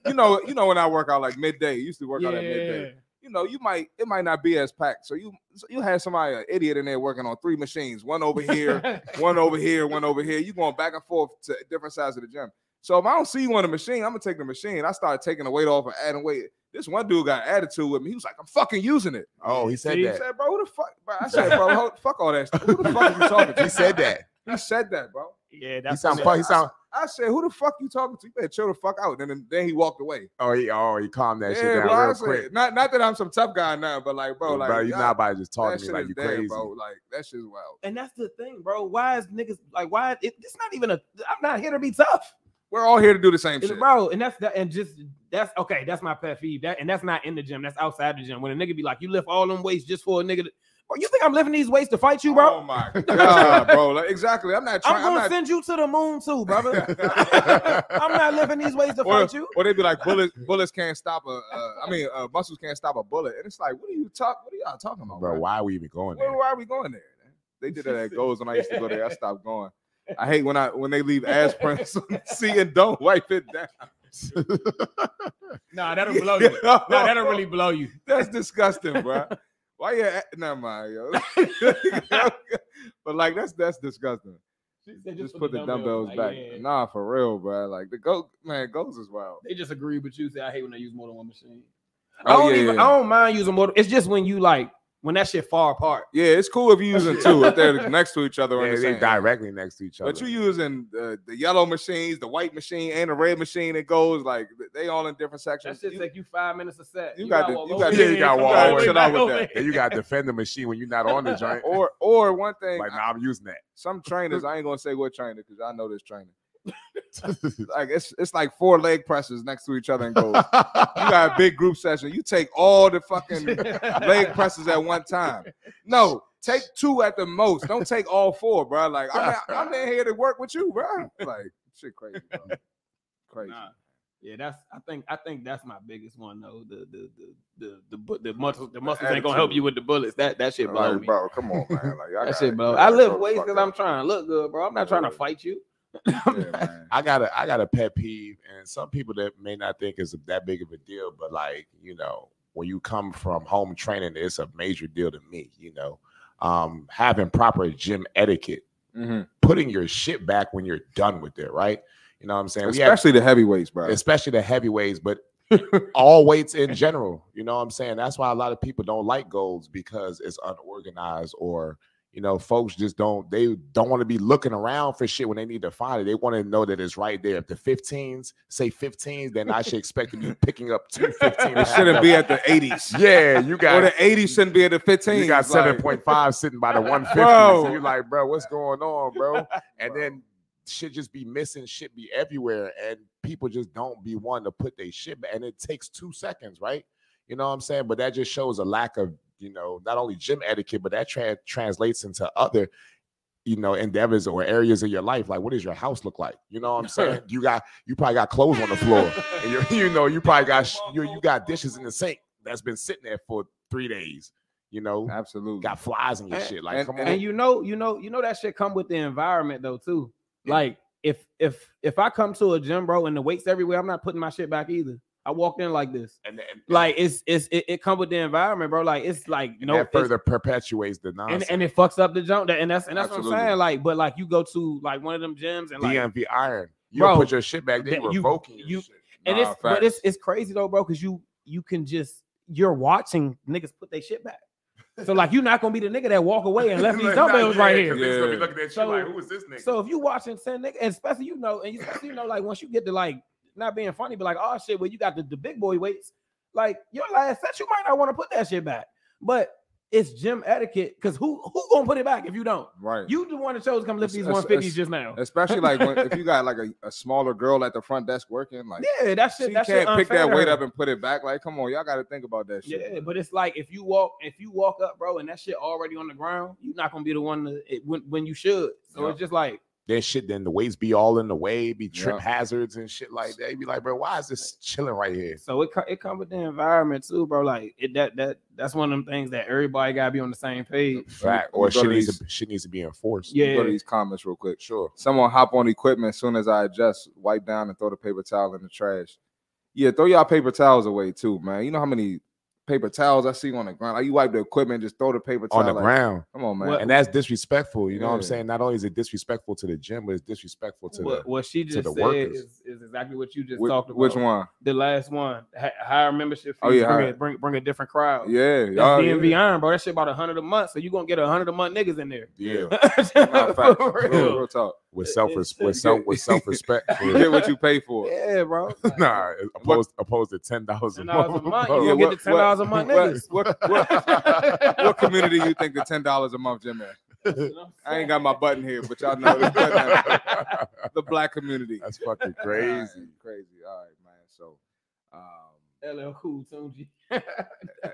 [SPEAKER 2] you know, you know when I work out like midday. Used to work out at midday.
[SPEAKER 4] Yeah.
[SPEAKER 2] you know, you might it might not be as packed. So you so you had somebody an idiot in there working on three machines, one over here, one over here, one over here. You going back and forth to different sides of the gym. So if I don't see you on the machine, I'm gonna take the machine. I started taking the weight off and adding weight. This one dude got an attitude with me. He was like, "I'm fucking using it."
[SPEAKER 3] Oh, he said
[SPEAKER 4] See,
[SPEAKER 2] I
[SPEAKER 3] that.
[SPEAKER 2] said, "Bro, who the fuck?" Bro? I said, "Bro, hold, fuck all that. Stuff. Who the fuck are you talking to?"
[SPEAKER 3] He said that.
[SPEAKER 2] He said that, bro.
[SPEAKER 4] yeah,
[SPEAKER 3] He
[SPEAKER 4] that's
[SPEAKER 3] sound fu- he sound
[SPEAKER 2] I said, "Who the fuck you talking to?" You better chill the fuck out. And then, then he walked away.
[SPEAKER 3] oh he oh he calmed that
[SPEAKER 2] Yeah,
[SPEAKER 3] shit down
[SPEAKER 2] bro, I
[SPEAKER 3] real
[SPEAKER 2] said-
[SPEAKER 3] quick.
[SPEAKER 2] Not not that I'm some tough guy now, but like, bro,
[SPEAKER 3] Bro,
[SPEAKER 2] like
[SPEAKER 3] you
[SPEAKER 2] y'all-
[SPEAKER 3] not about to just talk
[SPEAKER 2] that
[SPEAKER 3] to me
[SPEAKER 2] shit
[SPEAKER 3] like
[SPEAKER 2] is
[SPEAKER 3] you
[SPEAKER 2] dead,
[SPEAKER 3] crazy.
[SPEAKER 2] bro. Like that shit's wild.
[SPEAKER 4] and that's the thing, bro. Why is niggas like why it, it's not even a I'm not here to be tough.
[SPEAKER 2] We're all here to do the same
[SPEAKER 4] And
[SPEAKER 2] shit.
[SPEAKER 4] bro. And that's that, and just that's okay. That's my pet peeve. That and that's not in the gym. That's outside the gym. When a nigga be like, "You lift all them weights just for a nigga," to, bro, you think I'm lifting these weights to fight you, bro?
[SPEAKER 2] Oh my god, bro! Like, exactly. I'm not
[SPEAKER 4] I'm
[SPEAKER 2] trying. I'm,
[SPEAKER 4] gonna
[SPEAKER 2] not.
[SPEAKER 4] send you to the moon too, brother. I'm not lifting these weights to
[SPEAKER 2] or,
[SPEAKER 4] fight you.
[SPEAKER 2] or they be like, bullets, bullets can't stop a. Uh, I mean, uh, muscles can't stop a bullet. And it's like, what are you talk? What are y'all talking about,
[SPEAKER 3] bro,
[SPEAKER 2] bro?
[SPEAKER 3] why are we even going
[SPEAKER 2] Where,
[SPEAKER 3] there?
[SPEAKER 2] why are we going there? They did that at goals when I used to go there. I stopped going. I hate when I when they leave ass prints on the seat and don't wipe it down.
[SPEAKER 4] Nah,
[SPEAKER 2] No,
[SPEAKER 4] blow you.
[SPEAKER 2] That's disgusting, bro. Why you? a- Never mind, yo. but like, that's that's disgusting. just, put the dumbbells, back. Nah, for real, bro. Like the go man, goals is wild.
[SPEAKER 4] They just agree with you. Say, I hate when I use more than one machine. I
[SPEAKER 2] Oh,
[SPEAKER 4] don't
[SPEAKER 2] yeah,
[SPEAKER 4] even.
[SPEAKER 2] yeah.
[SPEAKER 4] I don't mind using more. It's just when you like when that shit far apart.
[SPEAKER 2] Yeah, it's cool if you using two if they're next to each other. or in
[SPEAKER 3] Yeah,
[SPEAKER 2] the
[SPEAKER 3] they
[SPEAKER 2] same.
[SPEAKER 3] directly next to each other.
[SPEAKER 2] But you using the, the yellow machines, the white machine, and the red machine. It goes like they all in different
[SPEAKER 4] That
[SPEAKER 2] sections.
[SPEAKER 4] shit
[SPEAKER 2] You-
[SPEAKER 4] take you five minutes a set.
[SPEAKER 2] you got to-
[SPEAKER 4] walk
[SPEAKER 2] you
[SPEAKER 4] over
[SPEAKER 2] got to-
[SPEAKER 4] here
[SPEAKER 3] you gotta
[SPEAKER 4] and
[SPEAKER 3] walk
[SPEAKER 4] come
[SPEAKER 3] all the way
[SPEAKER 4] back
[SPEAKER 2] back
[SPEAKER 4] over
[SPEAKER 2] with
[SPEAKER 4] here.
[SPEAKER 3] Then you gotta defend the machine when you're not on the joint.
[SPEAKER 2] or or one thing,
[SPEAKER 3] like,
[SPEAKER 2] I-
[SPEAKER 3] nah, I'm using that.
[SPEAKER 2] some trainers. I ain't gonna say what trainer because I know this trainer. like it's it's like four leg presses next to each other and goes. You got a big group session. You take all the fucking leg presses at one time. No, take two at the most. Don't take all four, bro. Like I'm not, I'm not here to work with you, bro. Like shit, crazy, bro. Crazy.
[SPEAKER 4] Nah. Yeah, that's. I think. I think that's my biggest one though. The the the the the bu- the muscles the muscles ain't gonna help
[SPEAKER 2] attitude.
[SPEAKER 4] you with the bullets. That that shit blow
[SPEAKER 2] Like,
[SPEAKER 4] me.
[SPEAKER 2] bro, come on, man. Like, y'all
[SPEAKER 4] That
[SPEAKER 2] gotta-
[SPEAKER 4] shit blow.
[SPEAKER 2] y'all
[SPEAKER 4] I
[SPEAKER 2] gotta
[SPEAKER 4] live
[SPEAKER 2] grow the
[SPEAKER 4] ways
[SPEAKER 2] fuck
[SPEAKER 4] because
[SPEAKER 2] up.
[SPEAKER 4] I'm trying to look good, bro. I'm not trying to fight you.
[SPEAKER 2] Yeah, man.
[SPEAKER 3] I got a I got a pet peeve, and some people that may not think is that big of a deal, but like you know, when you come from home training, it's a major deal to me. You know, um, having proper gym etiquette,
[SPEAKER 2] Mhm.
[SPEAKER 3] putting your shit back when you're done with it, right? You know what I'm saying? We have-
[SPEAKER 2] Especially the heavyweights, bro.
[SPEAKER 3] especially the heavyweights, but all weights in general. You know what I'm saying? That's why a lot of people don't like golds because it's unorganized or you know, folks just don't they don't want to be looking around for shit when they need to find it. They want to know that it's right there. If the 15s say 15s, then I should expect to be picking up two 15.
[SPEAKER 2] It shouldn't be at the 80s.
[SPEAKER 3] yeah, you
[SPEAKER 2] Or
[SPEAKER 3] got
[SPEAKER 2] the 80s shouldn't be at the 15s.
[SPEAKER 3] you got
[SPEAKER 2] like-
[SPEAKER 3] 7.5 sitting by the 150.
[SPEAKER 2] Bro.
[SPEAKER 3] So you're like, bro, what's going on, bro? And then shit just be missing, shit be everywhere, and people just don't be wanting to put their shit back. And it takes two seconds, right? You know what I'm saying? But that just shows a lack of, you know, not only gym etiquette, but that tra- translates into other, you know, endeavors or areas of your life. Like, what does your house look like? You know what I'm saying? You got, you probably got clothes on the floor. And you, you know, you probably got, sh- you, you got dishes in the sink that's been sitting there for three days. You know,
[SPEAKER 2] Absolutely.
[SPEAKER 3] got flies in your
[SPEAKER 4] Uh, And-
[SPEAKER 3] shit. Like, come on.
[SPEAKER 4] and you know, you know, you know that shit come with the environment though too. Like if if if I come to a gym, bro, and the weights everywhere, I'm not putting my shit back either. I walked in like this.
[SPEAKER 3] and, and-
[SPEAKER 4] Like it's it's it, it come with the environment, bro. Like it's like
[SPEAKER 3] and
[SPEAKER 4] no
[SPEAKER 3] that
[SPEAKER 4] it's-
[SPEAKER 3] further perpetuates the nonsense.
[SPEAKER 4] and, and it fucks up the jump. That and that's and that's what
[SPEAKER 2] Absolutely.
[SPEAKER 4] I'm saying. Like, but like you go to like one of them gyms and like
[SPEAKER 3] DMV iron. You
[SPEAKER 4] Bro,
[SPEAKER 3] don't put your shit back. They
[SPEAKER 4] that you-
[SPEAKER 3] revoking your
[SPEAKER 4] you-
[SPEAKER 3] shit.
[SPEAKER 4] and
[SPEAKER 2] Nah,
[SPEAKER 4] it's but it's it's crazy though, bro, because you you can just you're watching niggas put their shit back. So like you're not gonna be the nigga that walk away and left these dumbbells right here.
[SPEAKER 2] Yeah.
[SPEAKER 3] Niggas gonna be looking at you
[SPEAKER 4] So-
[SPEAKER 3] like, who is this nigga?
[SPEAKER 4] So if you watching ten nigga, and especially you know, and you especially you know, like once you get to like not being funny, but like oh shit, well you got the, the big boy weights, like your last set, you might not want to put that shit back. But it's gym etiquette because who who gonna put it back if you don't?
[SPEAKER 2] right.
[SPEAKER 4] You the one that chose to come lift
[SPEAKER 2] It's-
[SPEAKER 4] these
[SPEAKER 2] it's-
[SPEAKER 4] one fifties
[SPEAKER 2] it's-
[SPEAKER 4] just now.
[SPEAKER 2] Especially like when, if you got like a, a smaller girl at the front desk working, like
[SPEAKER 4] Yeah, that shit.
[SPEAKER 2] she
[SPEAKER 4] that shit
[SPEAKER 2] can't pick that
[SPEAKER 4] unfair.
[SPEAKER 2] weight up and put it back. Like, come on, y'all got to think about that shit.
[SPEAKER 4] Yeah, but it's like if you walk, if you walk up, bro, and that shit already on the ground, you're not gonna be the one to, it, when when you should. So
[SPEAKER 2] Yeah.
[SPEAKER 4] it's just like
[SPEAKER 3] Then shit, then the weights be all in the way, be trip
[SPEAKER 2] Yeah.
[SPEAKER 3] hazards and shit like that. You be like, bro, why is this chilling right here?
[SPEAKER 4] so it co- it come with the environment too, bro. Like it that that that's one of them things that everybody gotta be on the same page.
[SPEAKER 2] Let me
[SPEAKER 3] Fact. Or
[SPEAKER 2] go
[SPEAKER 3] shit
[SPEAKER 2] to
[SPEAKER 3] needs
[SPEAKER 2] these-
[SPEAKER 3] to, shit needs to be enforced.
[SPEAKER 2] Let me Go to
[SPEAKER 4] Yeah.
[SPEAKER 2] these comments real quick.
[SPEAKER 3] Sure.
[SPEAKER 2] Someone hop on equipment as soon as I adjust, wipe down and throw the paper towel in the trash. Yeah, throw y'all paper towels away too, man. You know how many paper towels I see on the ground? Like you wipe the equipment, just throw the paper towel
[SPEAKER 3] On the
[SPEAKER 2] like,
[SPEAKER 3] ground.
[SPEAKER 2] Come on, man.
[SPEAKER 4] What-
[SPEAKER 3] And that's disrespectful. You know what I'm
[SPEAKER 2] Yeah.
[SPEAKER 3] saying? Not only is it disrespectful to the gym, but it's disrespectful to
[SPEAKER 4] What,
[SPEAKER 3] the
[SPEAKER 4] what she just
[SPEAKER 3] the
[SPEAKER 4] said
[SPEAKER 3] workers.
[SPEAKER 4] is, is exactly what you just
[SPEAKER 2] Which,
[SPEAKER 4] talked about.
[SPEAKER 2] which one?
[SPEAKER 4] The last one, Hi- higher membership. Fees,
[SPEAKER 2] Oh, yeah,
[SPEAKER 4] bring,
[SPEAKER 2] higher.
[SPEAKER 4] a, bring bring a different crowd.
[SPEAKER 2] Yeah,
[SPEAKER 4] That's
[SPEAKER 2] y'all-
[SPEAKER 4] DMV iron, bro. That shit about a hundred a month, so you gonna get a hundred a month niggas in there.
[SPEAKER 3] yeah,
[SPEAKER 2] Nah, facts.
[SPEAKER 4] For
[SPEAKER 2] Real-
[SPEAKER 4] real.
[SPEAKER 2] real talk.
[SPEAKER 3] with
[SPEAKER 4] It-
[SPEAKER 3] self
[SPEAKER 4] it's-
[SPEAKER 3] with self with self respect.
[SPEAKER 2] You get what you pay for.
[SPEAKER 4] Yeah, bro.
[SPEAKER 3] nah, opposed opposed to ten dollars a
[SPEAKER 4] $10 a
[SPEAKER 3] month.
[SPEAKER 4] month.
[SPEAKER 3] bro.
[SPEAKER 4] You
[SPEAKER 2] Yeah,
[SPEAKER 4] get the
[SPEAKER 2] what-
[SPEAKER 4] ten dollars a
[SPEAKER 2] what-
[SPEAKER 4] month, niggas.
[SPEAKER 2] What, what, what community you think the ten dollars a month gym in? I ain't got my button here, but y'all know it's the, the black community.
[SPEAKER 3] That's fucking
[SPEAKER 2] All
[SPEAKER 3] crazy.
[SPEAKER 2] right, crazy. All right, man. So, um,
[SPEAKER 4] LL Cool Tunji. That's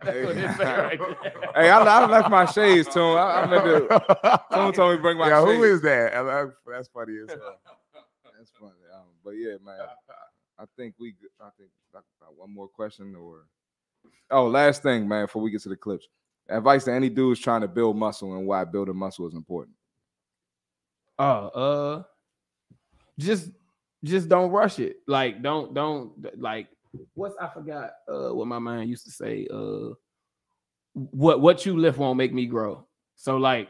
[SPEAKER 4] what it say right there.
[SPEAKER 2] hey, I, I left my shades, Tune. I, I meant to. Someone told me to bring my
[SPEAKER 3] yeah,
[SPEAKER 2] shades.
[SPEAKER 3] who is that? And that- That's funny as hell.
[SPEAKER 2] That's funny. Um, but yeah, man. I think we. good- I think I got one more question or. Oh, last thing, man. Before we get to the clips, advice to any dudes trying to build muscle and why building muscle is important.
[SPEAKER 4] Oh, uh, just just don't rush it. Like, don't don't like. What's I forgot? Uh, what my mind used to say. Uh, what what you lift won't make me grow. So like,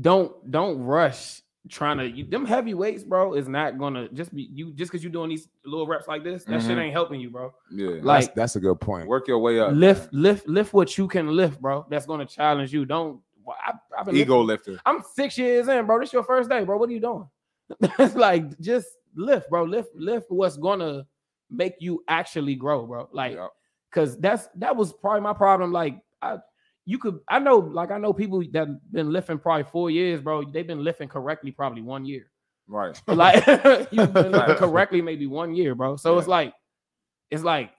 [SPEAKER 4] don't don't rush trying to. You, them heavy weights, bro, is not gonna just be you just because you're doing these little reps like this. That shit
[SPEAKER 2] Mhm.
[SPEAKER 4] ain't helping you, bro.
[SPEAKER 2] Yeah,
[SPEAKER 4] Like,
[SPEAKER 3] that's, that's a good point.
[SPEAKER 2] work your way up.
[SPEAKER 4] lift lift lift what you can lift, bro. That's gonna challenge you. Don't. I, I've
[SPEAKER 2] man.
[SPEAKER 4] been
[SPEAKER 2] ego lifter.
[SPEAKER 4] I'm six years in, bro. This your first day, bro. What are you doing? it's like just lift, bro. Lift, lift what's gonna make you actually grow, bro. Like,
[SPEAKER 2] Yeah.
[SPEAKER 4] cause that's that was probably my problem. Like, I you could I know, like I know people that been lifting probably four years, bro. They've been lifting correctly probably one year.
[SPEAKER 2] Right.
[SPEAKER 4] like you've been living correctly maybe one year, bro. So it's like, it's like,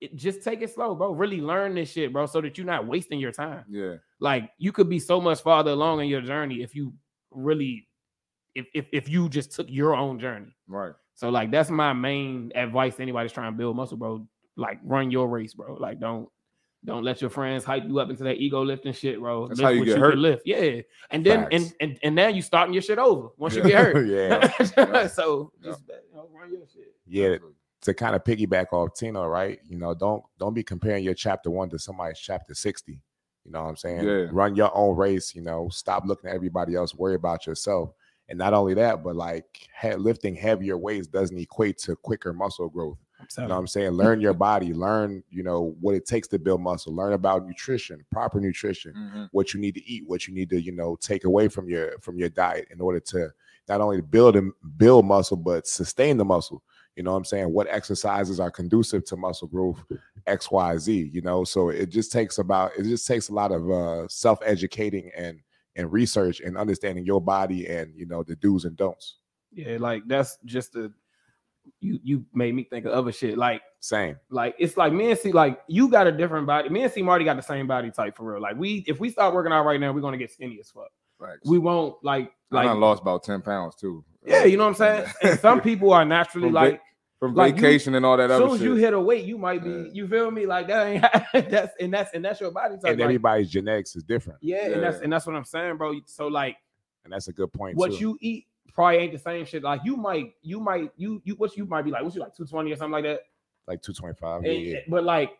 [SPEAKER 4] it, just take it slow, bro. Really learn this shit, bro, so that you're not wasting your time.
[SPEAKER 2] Yeah.
[SPEAKER 4] Like you could be so much farther along in your journey if you really, if if if you just took your own journey.
[SPEAKER 2] Right.
[SPEAKER 4] So like that's my main advice to anybody's trying to build muscle, bro. Like run your race, bro. Like don't don't let your friends hype you up into that ego lifting shit, bro.
[SPEAKER 2] That's how you
[SPEAKER 4] what
[SPEAKER 2] get
[SPEAKER 4] can
[SPEAKER 2] hurt.
[SPEAKER 4] Lift. Yeah. And then
[SPEAKER 3] Facts.
[SPEAKER 4] and, and and now you starting your shit over once
[SPEAKER 2] Yeah.
[SPEAKER 4] you get hurt.
[SPEAKER 3] yeah.
[SPEAKER 2] Yeah.
[SPEAKER 4] so
[SPEAKER 2] Yeah.
[SPEAKER 4] just you know, run your shit.
[SPEAKER 3] Yeah. To kind of piggyback off Tino, right? You know, don't don't be comparing your chapter one to somebody's chapter 60. You know what I'm saying?
[SPEAKER 2] Yeah.
[SPEAKER 3] Run your own race, you know, stop looking at everybody else, worry about yourself. And not only that, but like he- lifting heavier weights doesn't equate to quicker muscle growth. You know what I'm saying? Learn your body, learn, you know, what it takes to build muscle, learn about nutrition, proper nutrition,
[SPEAKER 2] Mhm.
[SPEAKER 3] what you need to eat, what you need to, you know, take away from your from your diet in order to not only build and build muscle, but sustain the muscle. You know what I'm saying? What exercises are conducive to muscle growth, X, Y, Z, you know? So it just takes about it just takes a lot of uh self-educating and and research and understanding your body and you know the do's and don'ts.
[SPEAKER 4] Yeah, like that's just the you you made me think of other shit. Like
[SPEAKER 3] Same.
[SPEAKER 4] like it's like me and C like you got a different body. Me and C Marty got the same body type for real. Like we if we start working out right now, we're gonna get skinny as fuck.
[SPEAKER 2] Facts.
[SPEAKER 4] We won't like
[SPEAKER 2] I
[SPEAKER 4] like
[SPEAKER 2] done lost about 10 pounds too.
[SPEAKER 4] yeah, you know what I'm saying. And some people are naturally
[SPEAKER 2] From
[SPEAKER 4] like
[SPEAKER 2] From
[SPEAKER 4] like you-
[SPEAKER 2] vacation and all that
[SPEAKER 4] as soon
[SPEAKER 2] other
[SPEAKER 4] as
[SPEAKER 2] shit.
[SPEAKER 4] you hit a weight, you might be
[SPEAKER 2] Yeah.
[SPEAKER 4] you feel me like that ain't that's and that's and that's your body type.
[SPEAKER 3] and
[SPEAKER 4] like,
[SPEAKER 3] everybody's genetics is different.
[SPEAKER 4] yeah,
[SPEAKER 2] Yeah.
[SPEAKER 4] and that's and that's what I'm saying, bro. So like
[SPEAKER 3] And that's a good point.
[SPEAKER 4] what
[SPEAKER 3] too.
[SPEAKER 4] you eat probably ain't the same shit. Like you might you might you you what you might be like what you like 220 or something like that.
[SPEAKER 3] like 225. Yeah,
[SPEAKER 4] And-
[SPEAKER 3] yeah.
[SPEAKER 4] But like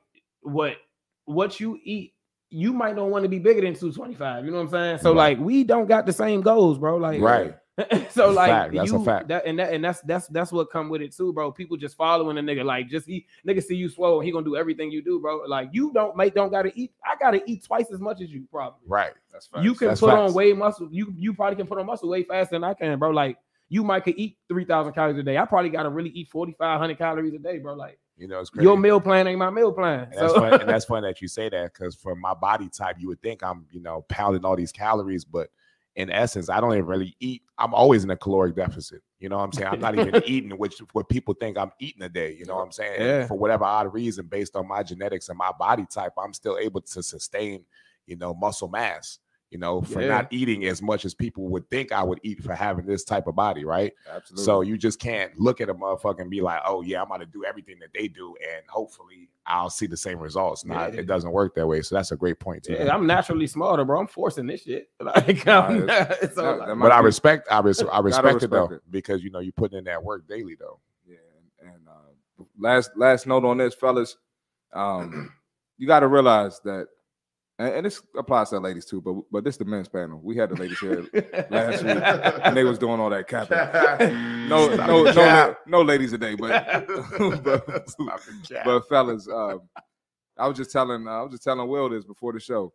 [SPEAKER 4] what what you eat, you might not want to be bigger than 225. You know what I'm saying? So
[SPEAKER 3] Right.
[SPEAKER 4] like we don't got the same goals, bro. Like
[SPEAKER 3] Right.
[SPEAKER 4] so
[SPEAKER 3] a
[SPEAKER 4] like
[SPEAKER 3] fact. That's a
[SPEAKER 4] you-
[SPEAKER 3] fact.
[SPEAKER 4] that- and that and that's that's that's what come with it too, bro. People just following a nigga. Like just he nigga see you swole, he gonna do everything you do, bro. Like you don't make don't gotta eat. I gotta eat twice as much as you probably.
[SPEAKER 3] Right.
[SPEAKER 2] That's facts.
[SPEAKER 4] You can
[SPEAKER 3] That's
[SPEAKER 4] put
[SPEAKER 3] facts.
[SPEAKER 4] on way muscle. You you probably can put on muscle way faster than I can, bro. Like you might could eat three thousand calories a day. I probably gotta really eat forty five hundred calories a day, bro. Like
[SPEAKER 3] You know, it's crazy.
[SPEAKER 4] your meal plan ain't my meal plan.
[SPEAKER 3] And that's,
[SPEAKER 4] So
[SPEAKER 3] fun, and that's fun that you say that because for my body type, you would think I'm, you know, pounding all these calories, but in essence, I don't even really eat. I'm always in a caloric deficit. You know what I'm saying? I'm not even eating, which what people think I'm eating a day. You know what I'm saying? And
[SPEAKER 4] Yeah.
[SPEAKER 3] For whatever odd reason, based on my genetics and my body type, I'm still able to sustain, you know, muscle mass. You know, for
[SPEAKER 4] Yeah.
[SPEAKER 3] not eating as much as people would think I would eat for having this type of body, right?
[SPEAKER 2] Absolutely.
[SPEAKER 3] So you just can't look at a motherfucker and be like, oh yeah, I'm gonna do everything that they do, and hopefully I'll see the same results. Nah,
[SPEAKER 4] Yeah.
[SPEAKER 3] it doesn't work that way. So that's a great point too.
[SPEAKER 4] yeah, I'm naturally smarter, bro. I'm forcing this shit. Like, I'm
[SPEAKER 2] Nah,
[SPEAKER 4] not- so
[SPEAKER 2] that-
[SPEAKER 4] like-
[SPEAKER 2] that might
[SPEAKER 3] but I
[SPEAKER 2] be-
[SPEAKER 3] respect, I, res- I respect it though,
[SPEAKER 2] respect it.
[SPEAKER 3] because you know you putting in that work daily though.
[SPEAKER 2] Yeah, and, and uh, last last note on this, fellas, um, you got to realize that, and, and this applies to ladies too, but but this the men's panel. We had the ladies here, last week. and they was doing all that capping. No, no, no, no, no ladies today, but but-
[SPEAKER 3] Stop the cap.
[SPEAKER 2] but fellas, um, I was just telling I was just telling Will this before the show.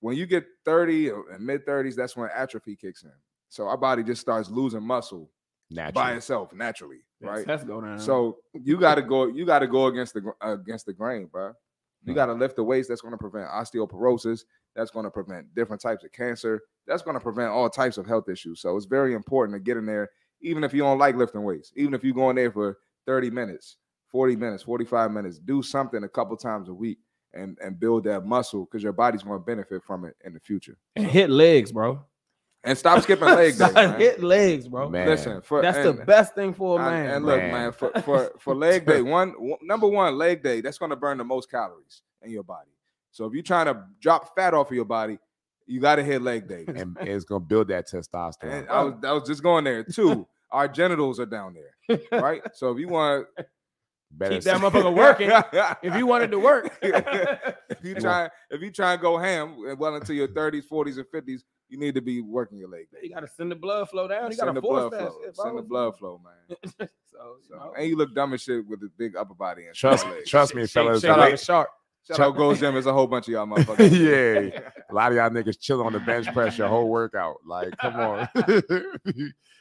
[SPEAKER 2] When you get 30 or- and mid 30s, that's when atrophy kicks in. So our body just starts losing muscle by
[SPEAKER 3] Naturally.
[SPEAKER 2] itself naturally, right?
[SPEAKER 4] Let's go down.
[SPEAKER 2] So you gotta go. You gotta go against the gr- against the grain, bro. You
[SPEAKER 3] Mhm.
[SPEAKER 2] gotta lift the weights. That's gonna prevent osteoporosis. That's gonna prevent different types of cancer. That's gonna prevent all types of health issues. So it's very important to get in there, even if you don't like lifting weights. Even if you go in there for thirty minutes, forty minutes, forty-five minutes, do something a couple times a week and and build that muscle because your body's gonna benefit from it in the future.
[SPEAKER 4] and hit legs, bro.
[SPEAKER 2] And stop skipping leg day. Man.
[SPEAKER 4] hit legs, bro.
[SPEAKER 3] Man.
[SPEAKER 2] Listen, for,
[SPEAKER 4] That's the
[SPEAKER 2] and-
[SPEAKER 4] best thing for a
[SPEAKER 2] and-
[SPEAKER 4] Oh, man.
[SPEAKER 2] And
[SPEAKER 4] bro.
[SPEAKER 2] look,
[SPEAKER 3] Man.
[SPEAKER 2] man, for, for, for leg day, one one- number one leg day, that's gonna burn the most calories in your body. So if you're trying to drop fat off of your body, you gotta hit leg day.
[SPEAKER 3] and it's gonna build that testosterone.
[SPEAKER 2] And uh, I was I was just going there. Two, our genitals are down there, right? So if you want
[SPEAKER 3] Better
[SPEAKER 4] keep that
[SPEAKER 3] s-
[SPEAKER 4] motherfucker working.
[SPEAKER 2] if
[SPEAKER 4] if you wanted to work,
[SPEAKER 2] if you try if you try and go ham eh, well into your 30s, 40s, and 50s, you need to be working your leg day.
[SPEAKER 4] you gotta send the blood flow down. You
[SPEAKER 2] Send
[SPEAKER 4] gotta
[SPEAKER 2] the
[SPEAKER 4] force
[SPEAKER 2] blood
[SPEAKER 4] that
[SPEAKER 2] flow.
[SPEAKER 4] shit, bro.
[SPEAKER 2] Send the blood flow, man.
[SPEAKER 4] So, you
[SPEAKER 2] So,
[SPEAKER 4] know,
[SPEAKER 2] and you look dumb as shit with the big upper body and
[SPEAKER 3] Trust
[SPEAKER 2] short
[SPEAKER 3] me,
[SPEAKER 2] legs.
[SPEAKER 3] trust me,
[SPEAKER 4] shake-
[SPEAKER 3] fellas.
[SPEAKER 4] shake
[SPEAKER 3] the
[SPEAKER 4] like
[SPEAKER 3] la-
[SPEAKER 4] a shark.
[SPEAKER 2] Shout out Gold's Gym. There's a whole bunch of y'all motherfuckers.
[SPEAKER 3] yeah, a lot of y'all niggas chill on the bench press your whole workout. Like, come on.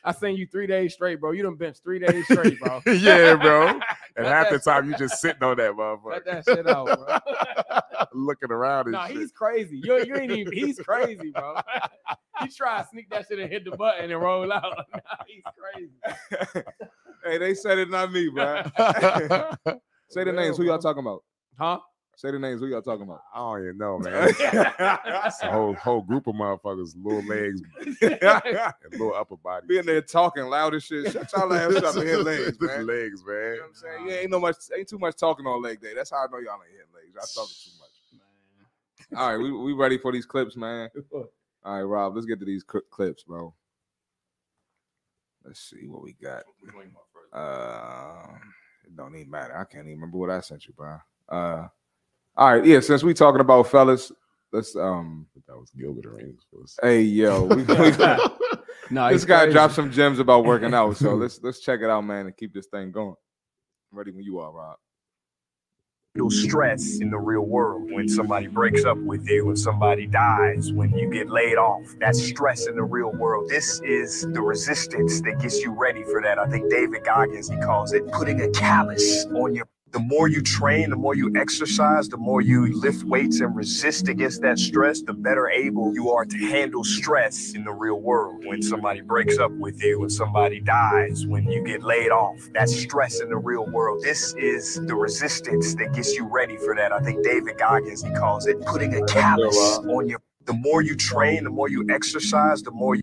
[SPEAKER 4] I seen you three days straight, bro. You done bench three days straight, bro.
[SPEAKER 3] yeah, bro. And
[SPEAKER 4] Let
[SPEAKER 3] half the
[SPEAKER 4] that-
[SPEAKER 3] time you just sitting on that
[SPEAKER 4] Cut
[SPEAKER 3] motherfucker,
[SPEAKER 4] that shit out, bro.
[SPEAKER 3] looking around and
[SPEAKER 4] Nah,
[SPEAKER 3] shit.
[SPEAKER 4] he's crazy. You, you ain't even. He's crazy, bro. he tried to sneak that shit and hit the button and roll out. Nah, he's crazy.
[SPEAKER 2] hey, they said it, not me, bro.
[SPEAKER 3] I
[SPEAKER 2] Say the
[SPEAKER 4] Real,
[SPEAKER 2] names. Who y'all
[SPEAKER 4] bro.
[SPEAKER 2] talking about?
[SPEAKER 4] Huh?
[SPEAKER 2] Say the names. Who y'all talking about?
[SPEAKER 3] don't even know, man. It's a whole whole group of motherfuckers, little legs and little upper body.
[SPEAKER 2] Being there talking loud as shit. Shut y'all ass up and hit legs, man.
[SPEAKER 3] Legs, man.
[SPEAKER 2] You know what I'm saying? Yeah, ain't no much, ain't too much talking on leg day. That's how I know y'all ain't hitting legs. Y'all talking too much. All right, we, we ready for these clips, man. All right, Rob, let's get to these cl- clips, bro. Let's see what we got. Uh, it don't even matter. I can't even remember what I sent you, bro. Uh, all right, yeah. Since we talking about fellas, let's um.
[SPEAKER 3] But that was Gilbert Arenas for us.
[SPEAKER 2] Hey, yo, we, we,
[SPEAKER 4] no,
[SPEAKER 2] this guy dropped some gems about working out. So let's let's check it out, man, and keep this thing going. Ready when you are, Rob.
[SPEAKER 1] real stress in the real world. When somebody breaks up with you, when somebody dies, when you get laid off, that's stress in the real world. This is the resistance that gets you ready for that. I think David Goggins, he calls it putting a callus on your. The more you train, the more you exercise, the more you lift weights and resist against that stress, the better able you are to handle stress in the real world. When somebody breaks up with you, when somebody dies, when you get laid off, that's stress in the real world. This is the resistance that gets you ready for that. I think David Goggins, he calls it putting a callus on your. The more you train, the more you exercise, the more you.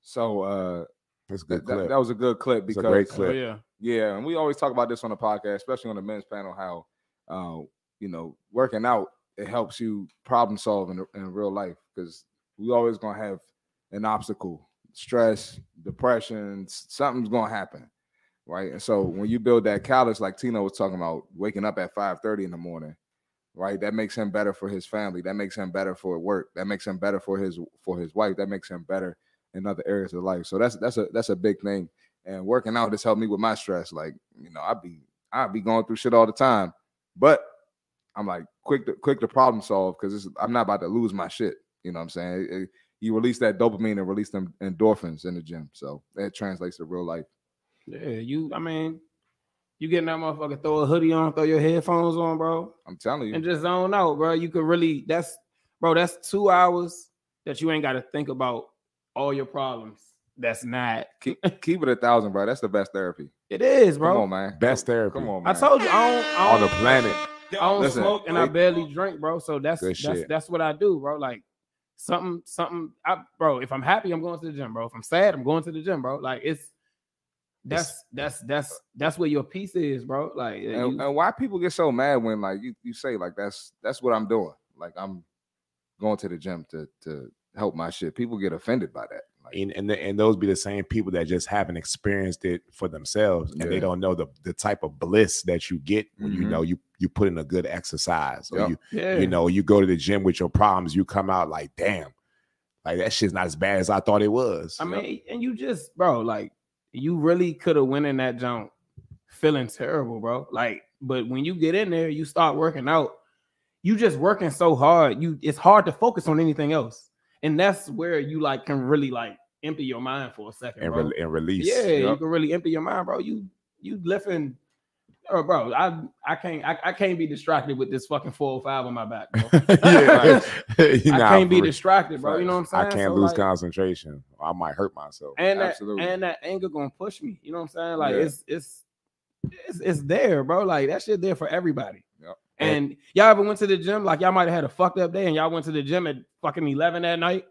[SPEAKER 2] So uh,
[SPEAKER 3] That's a
[SPEAKER 2] that,
[SPEAKER 3] good
[SPEAKER 2] that,
[SPEAKER 3] clip.
[SPEAKER 2] that was a good clip
[SPEAKER 3] It's
[SPEAKER 2] because
[SPEAKER 3] a great
[SPEAKER 4] Oh,
[SPEAKER 3] clip.
[SPEAKER 4] yeah.
[SPEAKER 2] yeah, and we always talk about this on the podcast, especially on the men's panel, how uh, you know working out it helps you problem solve in, in real life because we always gonna have an obstacle, stress, depression, s- something's gonna happen, right? And so when you build that callus, like Tino was talking about, waking up at five thirty in the morning, right? That makes him better for his family. That makes him better for work. That makes him better for his for his wife. That makes him better in other areas of life. So that's that's a that's a big thing. And working out has helped me with my stress. Like you know, I be I be going through shit all the time, but I'm like quick to quick to problem solve because I'm not about to lose my shit. You know what I'm saying? It- it- you release that dopamine and release them endorphins in the gym. So that translates to real life.
[SPEAKER 4] Yeah, you. I mean, you getting that motherfucker? Throw a hoodie on, throw your headphones on, bro,
[SPEAKER 2] I'm telling you.
[SPEAKER 4] and just zone out, bro. You could really. That's, bro. That's two hours that you ain't got to think about all your problems. That's not.
[SPEAKER 2] keep, keep it a thousand, bro. That's the best therapy.
[SPEAKER 4] It is,
[SPEAKER 2] Come
[SPEAKER 4] bro.
[SPEAKER 2] on, man.
[SPEAKER 3] Best therapy
[SPEAKER 2] Come on,
[SPEAKER 4] I
[SPEAKER 2] man.
[SPEAKER 4] told you, I don't. I
[SPEAKER 3] on
[SPEAKER 4] don't,
[SPEAKER 3] the planet.
[SPEAKER 4] I don't
[SPEAKER 2] Listen,
[SPEAKER 4] smoke and I
[SPEAKER 2] they-
[SPEAKER 4] barely drink, bro. So that's
[SPEAKER 3] Good
[SPEAKER 4] that's
[SPEAKER 3] shit.
[SPEAKER 4] that's what I do, bro. Like something, something. I, bro, if I'm happy, I'm going to the gym, bro. If I'm sad, I'm going to the gym, bro. Like it's. That's that's that's that's where your piece is, bro. Like
[SPEAKER 2] and,
[SPEAKER 4] you-
[SPEAKER 2] and why people get so mad when like you, you say like that's that's what I'm doing. Like I'm going to the gym to to help my shit. People get offended by that. Like,
[SPEAKER 3] and and, and those be the same people that just haven't experienced it for themselves and
[SPEAKER 2] Yeah.
[SPEAKER 3] they don't know the, the type of bliss that you get when you
[SPEAKER 2] Mhm.
[SPEAKER 4] Mm-hmm.
[SPEAKER 3] know you you put in a good exercise or
[SPEAKER 2] Yep.
[SPEAKER 3] you
[SPEAKER 4] yeah.
[SPEAKER 3] you know you go to the gym with your problems you come out like damn like that shit's not as bad as I thought it was
[SPEAKER 4] I mean, and you just, bro, like you really could have went in that jump feeling terrible, bro. Like, but when you get in there, you start working out. You just working so hard. You it's hard to focus on anything else, and that's where you like can really like empty your mind for a second,
[SPEAKER 3] and,
[SPEAKER 4] bro.
[SPEAKER 3] re- and release
[SPEAKER 4] yeah, you
[SPEAKER 2] Yep.
[SPEAKER 4] can really empty your mind, bro. You you lifting. Oh, bro, I I can't I, I can't be distracted with this fucking 405 on my back, bro.
[SPEAKER 3] yeah
[SPEAKER 4] I
[SPEAKER 3] Nah,
[SPEAKER 4] can't
[SPEAKER 3] for
[SPEAKER 4] be
[SPEAKER 3] real.
[SPEAKER 4] distracted, bro. You know what I'm saying?
[SPEAKER 3] I can't
[SPEAKER 4] So,
[SPEAKER 3] lose
[SPEAKER 4] like,
[SPEAKER 3] concentration I might hurt myself
[SPEAKER 4] and that,
[SPEAKER 2] Absolutely.
[SPEAKER 4] and that anger gonna push me. You know what I'm saying? Like
[SPEAKER 2] Yeah.
[SPEAKER 4] it's, it's it's it's there, bro. Like that shit there for everybody.
[SPEAKER 2] Yep.
[SPEAKER 4] And y'all ever went to the gym? Like y'all might have had a fucked up day, and y'all went to the gym at fucking eleven that night,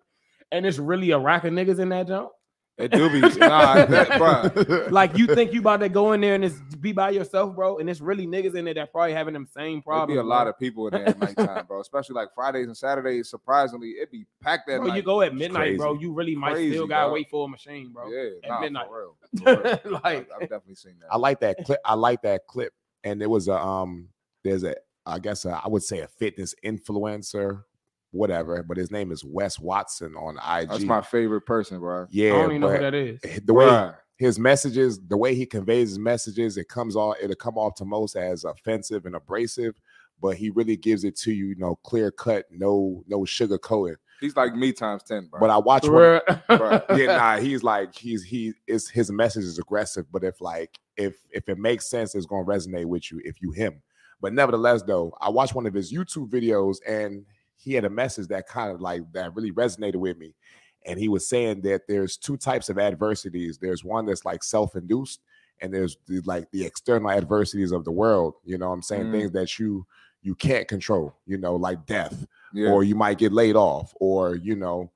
[SPEAKER 4] and it's really a rack of niggas in that jump.
[SPEAKER 2] it do be nah, that, bro.
[SPEAKER 4] Like you think you about to go in there and it's be by yourself, bro, and it's really niggas in there that probably having them same
[SPEAKER 2] It'd
[SPEAKER 4] problems.
[SPEAKER 2] be a lot
[SPEAKER 4] bro.
[SPEAKER 2] of people in there at nighttime, bro. Especially like Fridays and Saturdays. Surprisingly, it'd be packed that
[SPEAKER 4] Bro,
[SPEAKER 2] night.
[SPEAKER 4] you go at midnight, bro.
[SPEAKER 3] crazy.
[SPEAKER 4] You really might
[SPEAKER 2] Crazy,
[SPEAKER 4] still gotta
[SPEAKER 2] dog.
[SPEAKER 4] wait for a machine, bro.
[SPEAKER 2] yeah,
[SPEAKER 4] at
[SPEAKER 2] nah,
[SPEAKER 4] midnight.
[SPEAKER 2] for real. For real.
[SPEAKER 4] like
[SPEAKER 2] I, have definitely seen that.
[SPEAKER 3] I like that clip. I like that clip. And there was a um, there's a I guess a, I would say a fitness influencer, whatever. But his name is Wes Watson on IG.
[SPEAKER 2] That's my favorite person, bro.
[SPEAKER 4] I
[SPEAKER 3] yeah,
[SPEAKER 4] don't even know who
[SPEAKER 3] but
[SPEAKER 4] that is.
[SPEAKER 3] the way
[SPEAKER 2] Bruh.
[SPEAKER 3] his messages, the way he conveys his messages, it comes off. It'll come off to most as offensive and abrasive, but he really gives it to you, you know, clear cut, no, no sugar coating.
[SPEAKER 2] he's like me times ten, bro.
[SPEAKER 3] But I watch one,
[SPEAKER 4] For real.
[SPEAKER 3] yeah, nah, he's like he's he is his message is aggressive, but if like if if it makes sense, it's gonna resonate with you if you him. But nevertheless, though, I watched one of his YouTube videos and he had a message that kind of like that really resonated with me. and he was saying that there's two types of adversities. There's one that's like self-induced, and there's the, like the external adversities of the world. You know, what I'm saying
[SPEAKER 2] Mm.
[SPEAKER 3] things that you you can't control. You know, like death,
[SPEAKER 2] Yeah.
[SPEAKER 3] or you might get laid off, or you know,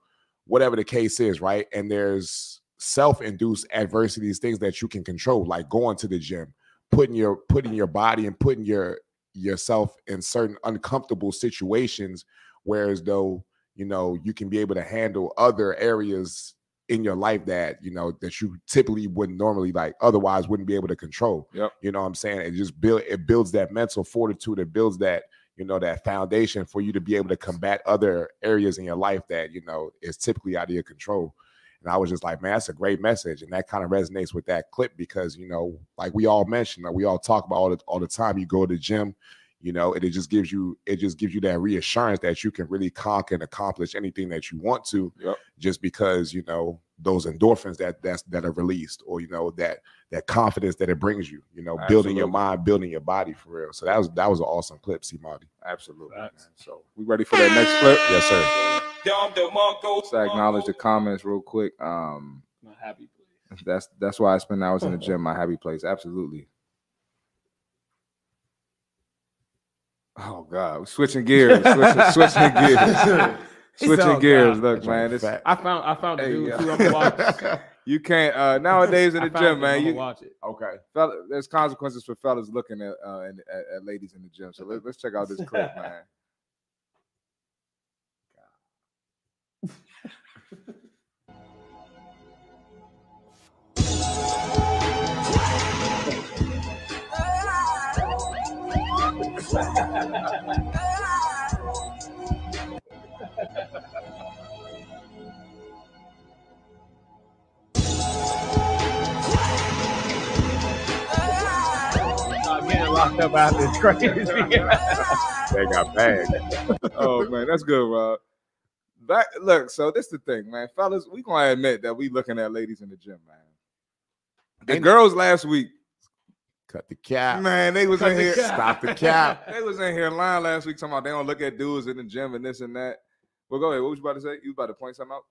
[SPEAKER 3] whatever the case is, right? And there's self-induced adversities, things that you can control, like going to the gym, putting your putting your body and putting your yourself in certain uncomfortable situations, whereas though you know you can be able to handle other areas in your life that you know that you typically wouldn't normally like otherwise wouldn't be able to control
[SPEAKER 2] Yep.
[SPEAKER 3] you know what i'm saying it just build it builds that mental fortitude it builds that you know that foundation for you to be able to combat other areas in your life that you know is typically out of your control and i was just like man that's a great message and that kind of resonates with that clip because you know like we all mentioned like we all talk about all the, all the time you go to the gym you know and it just gives you it just gives you that reassurance that you can really conquer and accomplish anything that you want to
[SPEAKER 2] Yep.
[SPEAKER 3] just because you know those endorphins that that's that are released or you know that that confidence that it brings you you know building your
[SPEAKER 2] Absolutely.
[SPEAKER 3] mind building your body for real so that was that was an awesome clip c marty
[SPEAKER 2] Absolutely.
[SPEAKER 4] Facts.
[SPEAKER 2] man. So we ready for that next clip?
[SPEAKER 3] yes sir
[SPEAKER 2] Just to acknowledge the comments real quick. Um,
[SPEAKER 4] My happy place.
[SPEAKER 2] that's that's why I spend hours in the gym, my happy place. Absolutely. Oh God, we're switching gears, switching, switching gears,
[SPEAKER 4] He
[SPEAKER 2] switching
[SPEAKER 4] sound
[SPEAKER 2] gears.
[SPEAKER 4] God.
[SPEAKER 2] Look, man, this,
[SPEAKER 3] Fact.
[SPEAKER 4] I found I found a
[SPEAKER 2] Hey,
[SPEAKER 4] dude
[SPEAKER 2] yeah.
[SPEAKER 4] who I'm gonna watch.
[SPEAKER 2] you can't uh, nowadays in
[SPEAKER 4] I
[SPEAKER 2] the
[SPEAKER 4] found
[SPEAKER 2] gym,
[SPEAKER 4] him,
[SPEAKER 2] man.
[SPEAKER 4] I'ma
[SPEAKER 2] You
[SPEAKER 4] watch it.
[SPEAKER 3] okay
[SPEAKER 2] fella, there's consequences for fellas looking at uh, and, at, at ladies in the gym. So let, let's check out this clip, man.
[SPEAKER 4] I'm getting locked up out this crazy.
[SPEAKER 3] they got bad
[SPEAKER 2] oh man, that's good, Rob. That look, so this the thing, man. Fellas, we gonna admit that we looking at ladies in the gym, man. The
[SPEAKER 3] Ain't-
[SPEAKER 2] girls last week,
[SPEAKER 3] cut the cap
[SPEAKER 2] man, they was in here.
[SPEAKER 3] stop the cap.
[SPEAKER 2] They was in here lying last week talking about they don't look at dudes in the gym and this and that. Well, go ahead. What was you about to say? You about to point something out?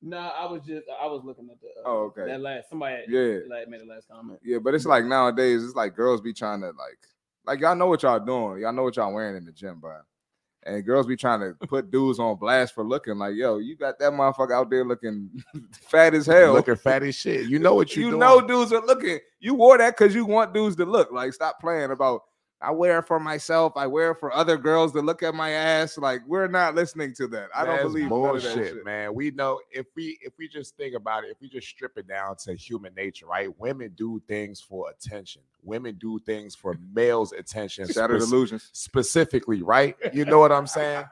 [SPEAKER 4] Nah, I was just I was looking at the. Uh,
[SPEAKER 2] Oh, okay.
[SPEAKER 4] That last somebody
[SPEAKER 2] Yeah.
[SPEAKER 4] like, made the last comment.
[SPEAKER 2] Yeah, but it's like nowadays, it's like girls be trying to like, like y'all know what y'all doing, y'all know what y'all wearing in the gym, bro. And girls be trying to put dudes on blast for looking like, yo, you got that motherfucker out there looking fat as hell.
[SPEAKER 3] looking fat as shit you know what you,
[SPEAKER 2] you
[SPEAKER 3] doing.
[SPEAKER 2] know dudes are looking. You wore that because you want dudes to look. Like, stop playing about I wear it for myself, I wear it for other girls to look at my ass. Like, we're not listening to that. I don't
[SPEAKER 3] That's
[SPEAKER 2] believe none of that
[SPEAKER 3] bullshit,
[SPEAKER 2] shit.
[SPEAKER 3] man. We know if we if we just think about it, if we just strip it down to human nature, right? Women do things for attention. Women do things for males' attention.
[SPEAKER 2] Shattered
[SPEAKER 3] spec-
[SPEAKER 2] illusions.
[SPEAKER 3] specifically, right? You know what I'm saying?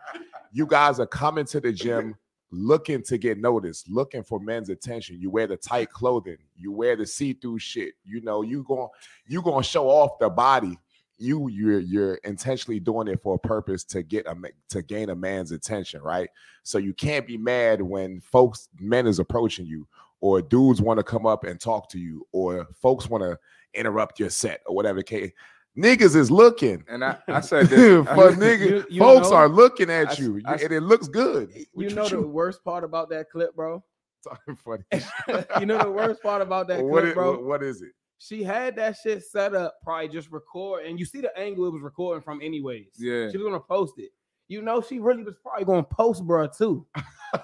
[SPEAKER 3] You guys are coming to the gym looking to get noticed, looking for men's attention. You wear the tight clothing, you wear the see-through shit. You know, you going you going to show off the body. You you're you're intentionally doing it for a purpose to get a ma- to gain a man's attention, right? So you can't be mad when folks men is approaching you or dudes want to come up and talk to you or folks want to interrupt your set or whatever case. Niggas is looking
[SPEAKER 2] And I, I said
[SPEAKER 3] for
[SPEAKER 2] this. I-
[SPEAKER 3] nigga,
[SPEAKER 4] you- you
[SPEAKER 3] folks
[SPEAKER 4] know-
[SPEAKER 3] are looking at
[SPEAKER 2] I s-
[SPEAKER 3] you,
[SPEAKER 2] I
[SPEAKER 3] and it looks good.
[SPEAKER 4] You know the worst part about that clip, bro.
[SPEAKER 3] talking funny.
[SPEAKER 4] you know the worst part about that
[SPEAKER 3] What
[SPEAKER 4] clip,
[SPEAKER 3] it-
[SPEAKER 4] bro.
[SPEAKER 3] what- what is it?
[SPEAKER 4] She had that shit set up, probably just record, and you see the angle it was recording from, anyways.
[SPEAKER 2] Yeah.
[SPEAKER 4] She was gonna post it. You know, she really was probably gonna post bro too.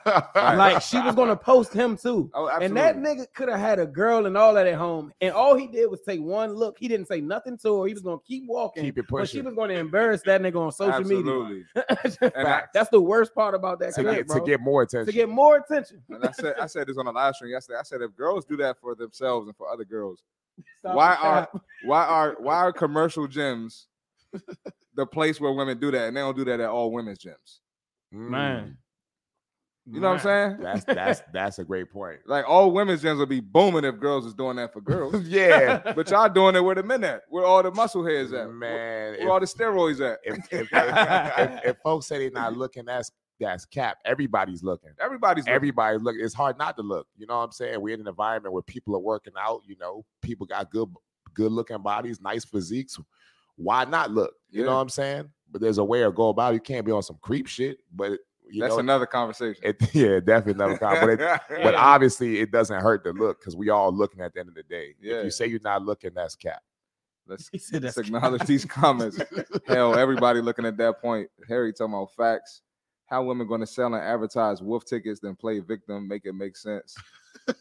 [SPEAKER 4] Like she was gonna post him too.
[SPEAKER 2] Oh,
[SPEAKER 4] And
[SPEAKER 2] absolutely.
[SPEAKER 4] that nigga could have had a girl and all that at home, and all he did was take one look. He didn't say nothing to her. He was gonna keep walking,
[SPEAKER 3] keep it
[SPEAKER 4] but she
[SPEAKER 3] pushing
[SPEAKER 4] was gonna embarrass that nigga on social
[SPEAKER 2] absolutely.
[SPEAKER 4] media.
[SPEAKER 2] And I,
[SPEAKER 4] That's the worst part about that
[SPEAKER 3] to
[SPEAKER 4] clip,
[SPEAKER 3] get
[SPEAKER 4] bro.
[SPEAKER 3] to get more attention.
[SPEAKER 4] to get more attention.
[SPEAKER 2] and I said I said this on the live stream yesterday. I said if girls do that for themselves and for other girls,
[SPEAKER 4] Stop
[SPEAKER 2] why
[SPEAKER 4] the
[SPEAKER 2] are
[SPEAKER 4] shot.
[SPEAKER 2] why are why are commercial gyms the place where women do that and they don't do that at all women's gyms?
[SPEAKER 3] Mm,
[SPEAKER 4] man?
[SPEAKER 2] You know what I'm saying?
[SPEAKER 3] that's that's that's a great point.
[SPEAKER 2] Like all women's gyms would be booming if girls is doing that for girls.
[SPEAKER 3] yeah,
[SPEAKER 2] but y'all doing it where the men at, where all the muscle heads at, where,
[SPEAKER 3] man.
[SPEAKER 2] where all the steroids at.
[SPEAKER 3] If, if, if, if, if folks say they're not looking, that's that's cap. Everybody's looking.
[SPEAKER 2] Everybody's looking.
[SPEAKER 3] everybody look it's hard not to look you know what i'm saying we're in an environment where people are working out you know people got good good looking bodies nice physiques why not look you know
[SPEAKER 2] Yeah.
[SPEAKER 3] what i'm saying but there's a way to go about it you can't be on some creep shit but you
[SPEAKER 2] That's
[SPEAKER 3] know,
[SPEAKER 2] another conversation.
[SPEAKER 3] it, yeah, definitely another con- but it, but obviously it doesn't hurt to look because we all looking at the end of the day. If
[SPEAKER 2] Yeah.
[SPEAKER 3] you say you're not looking, that's cap.
[SPEAKER 2] Let's
[SPEAKER 4] He said
[SPEAKER 2] let's
[SPEAKER 4] that's
[SPEAKER 2] acknowledge these comments. Hell, everybody looking at that point. Harry talking about facts. How women going to sell and advertise wolf tickets, then play victim, make it make sense.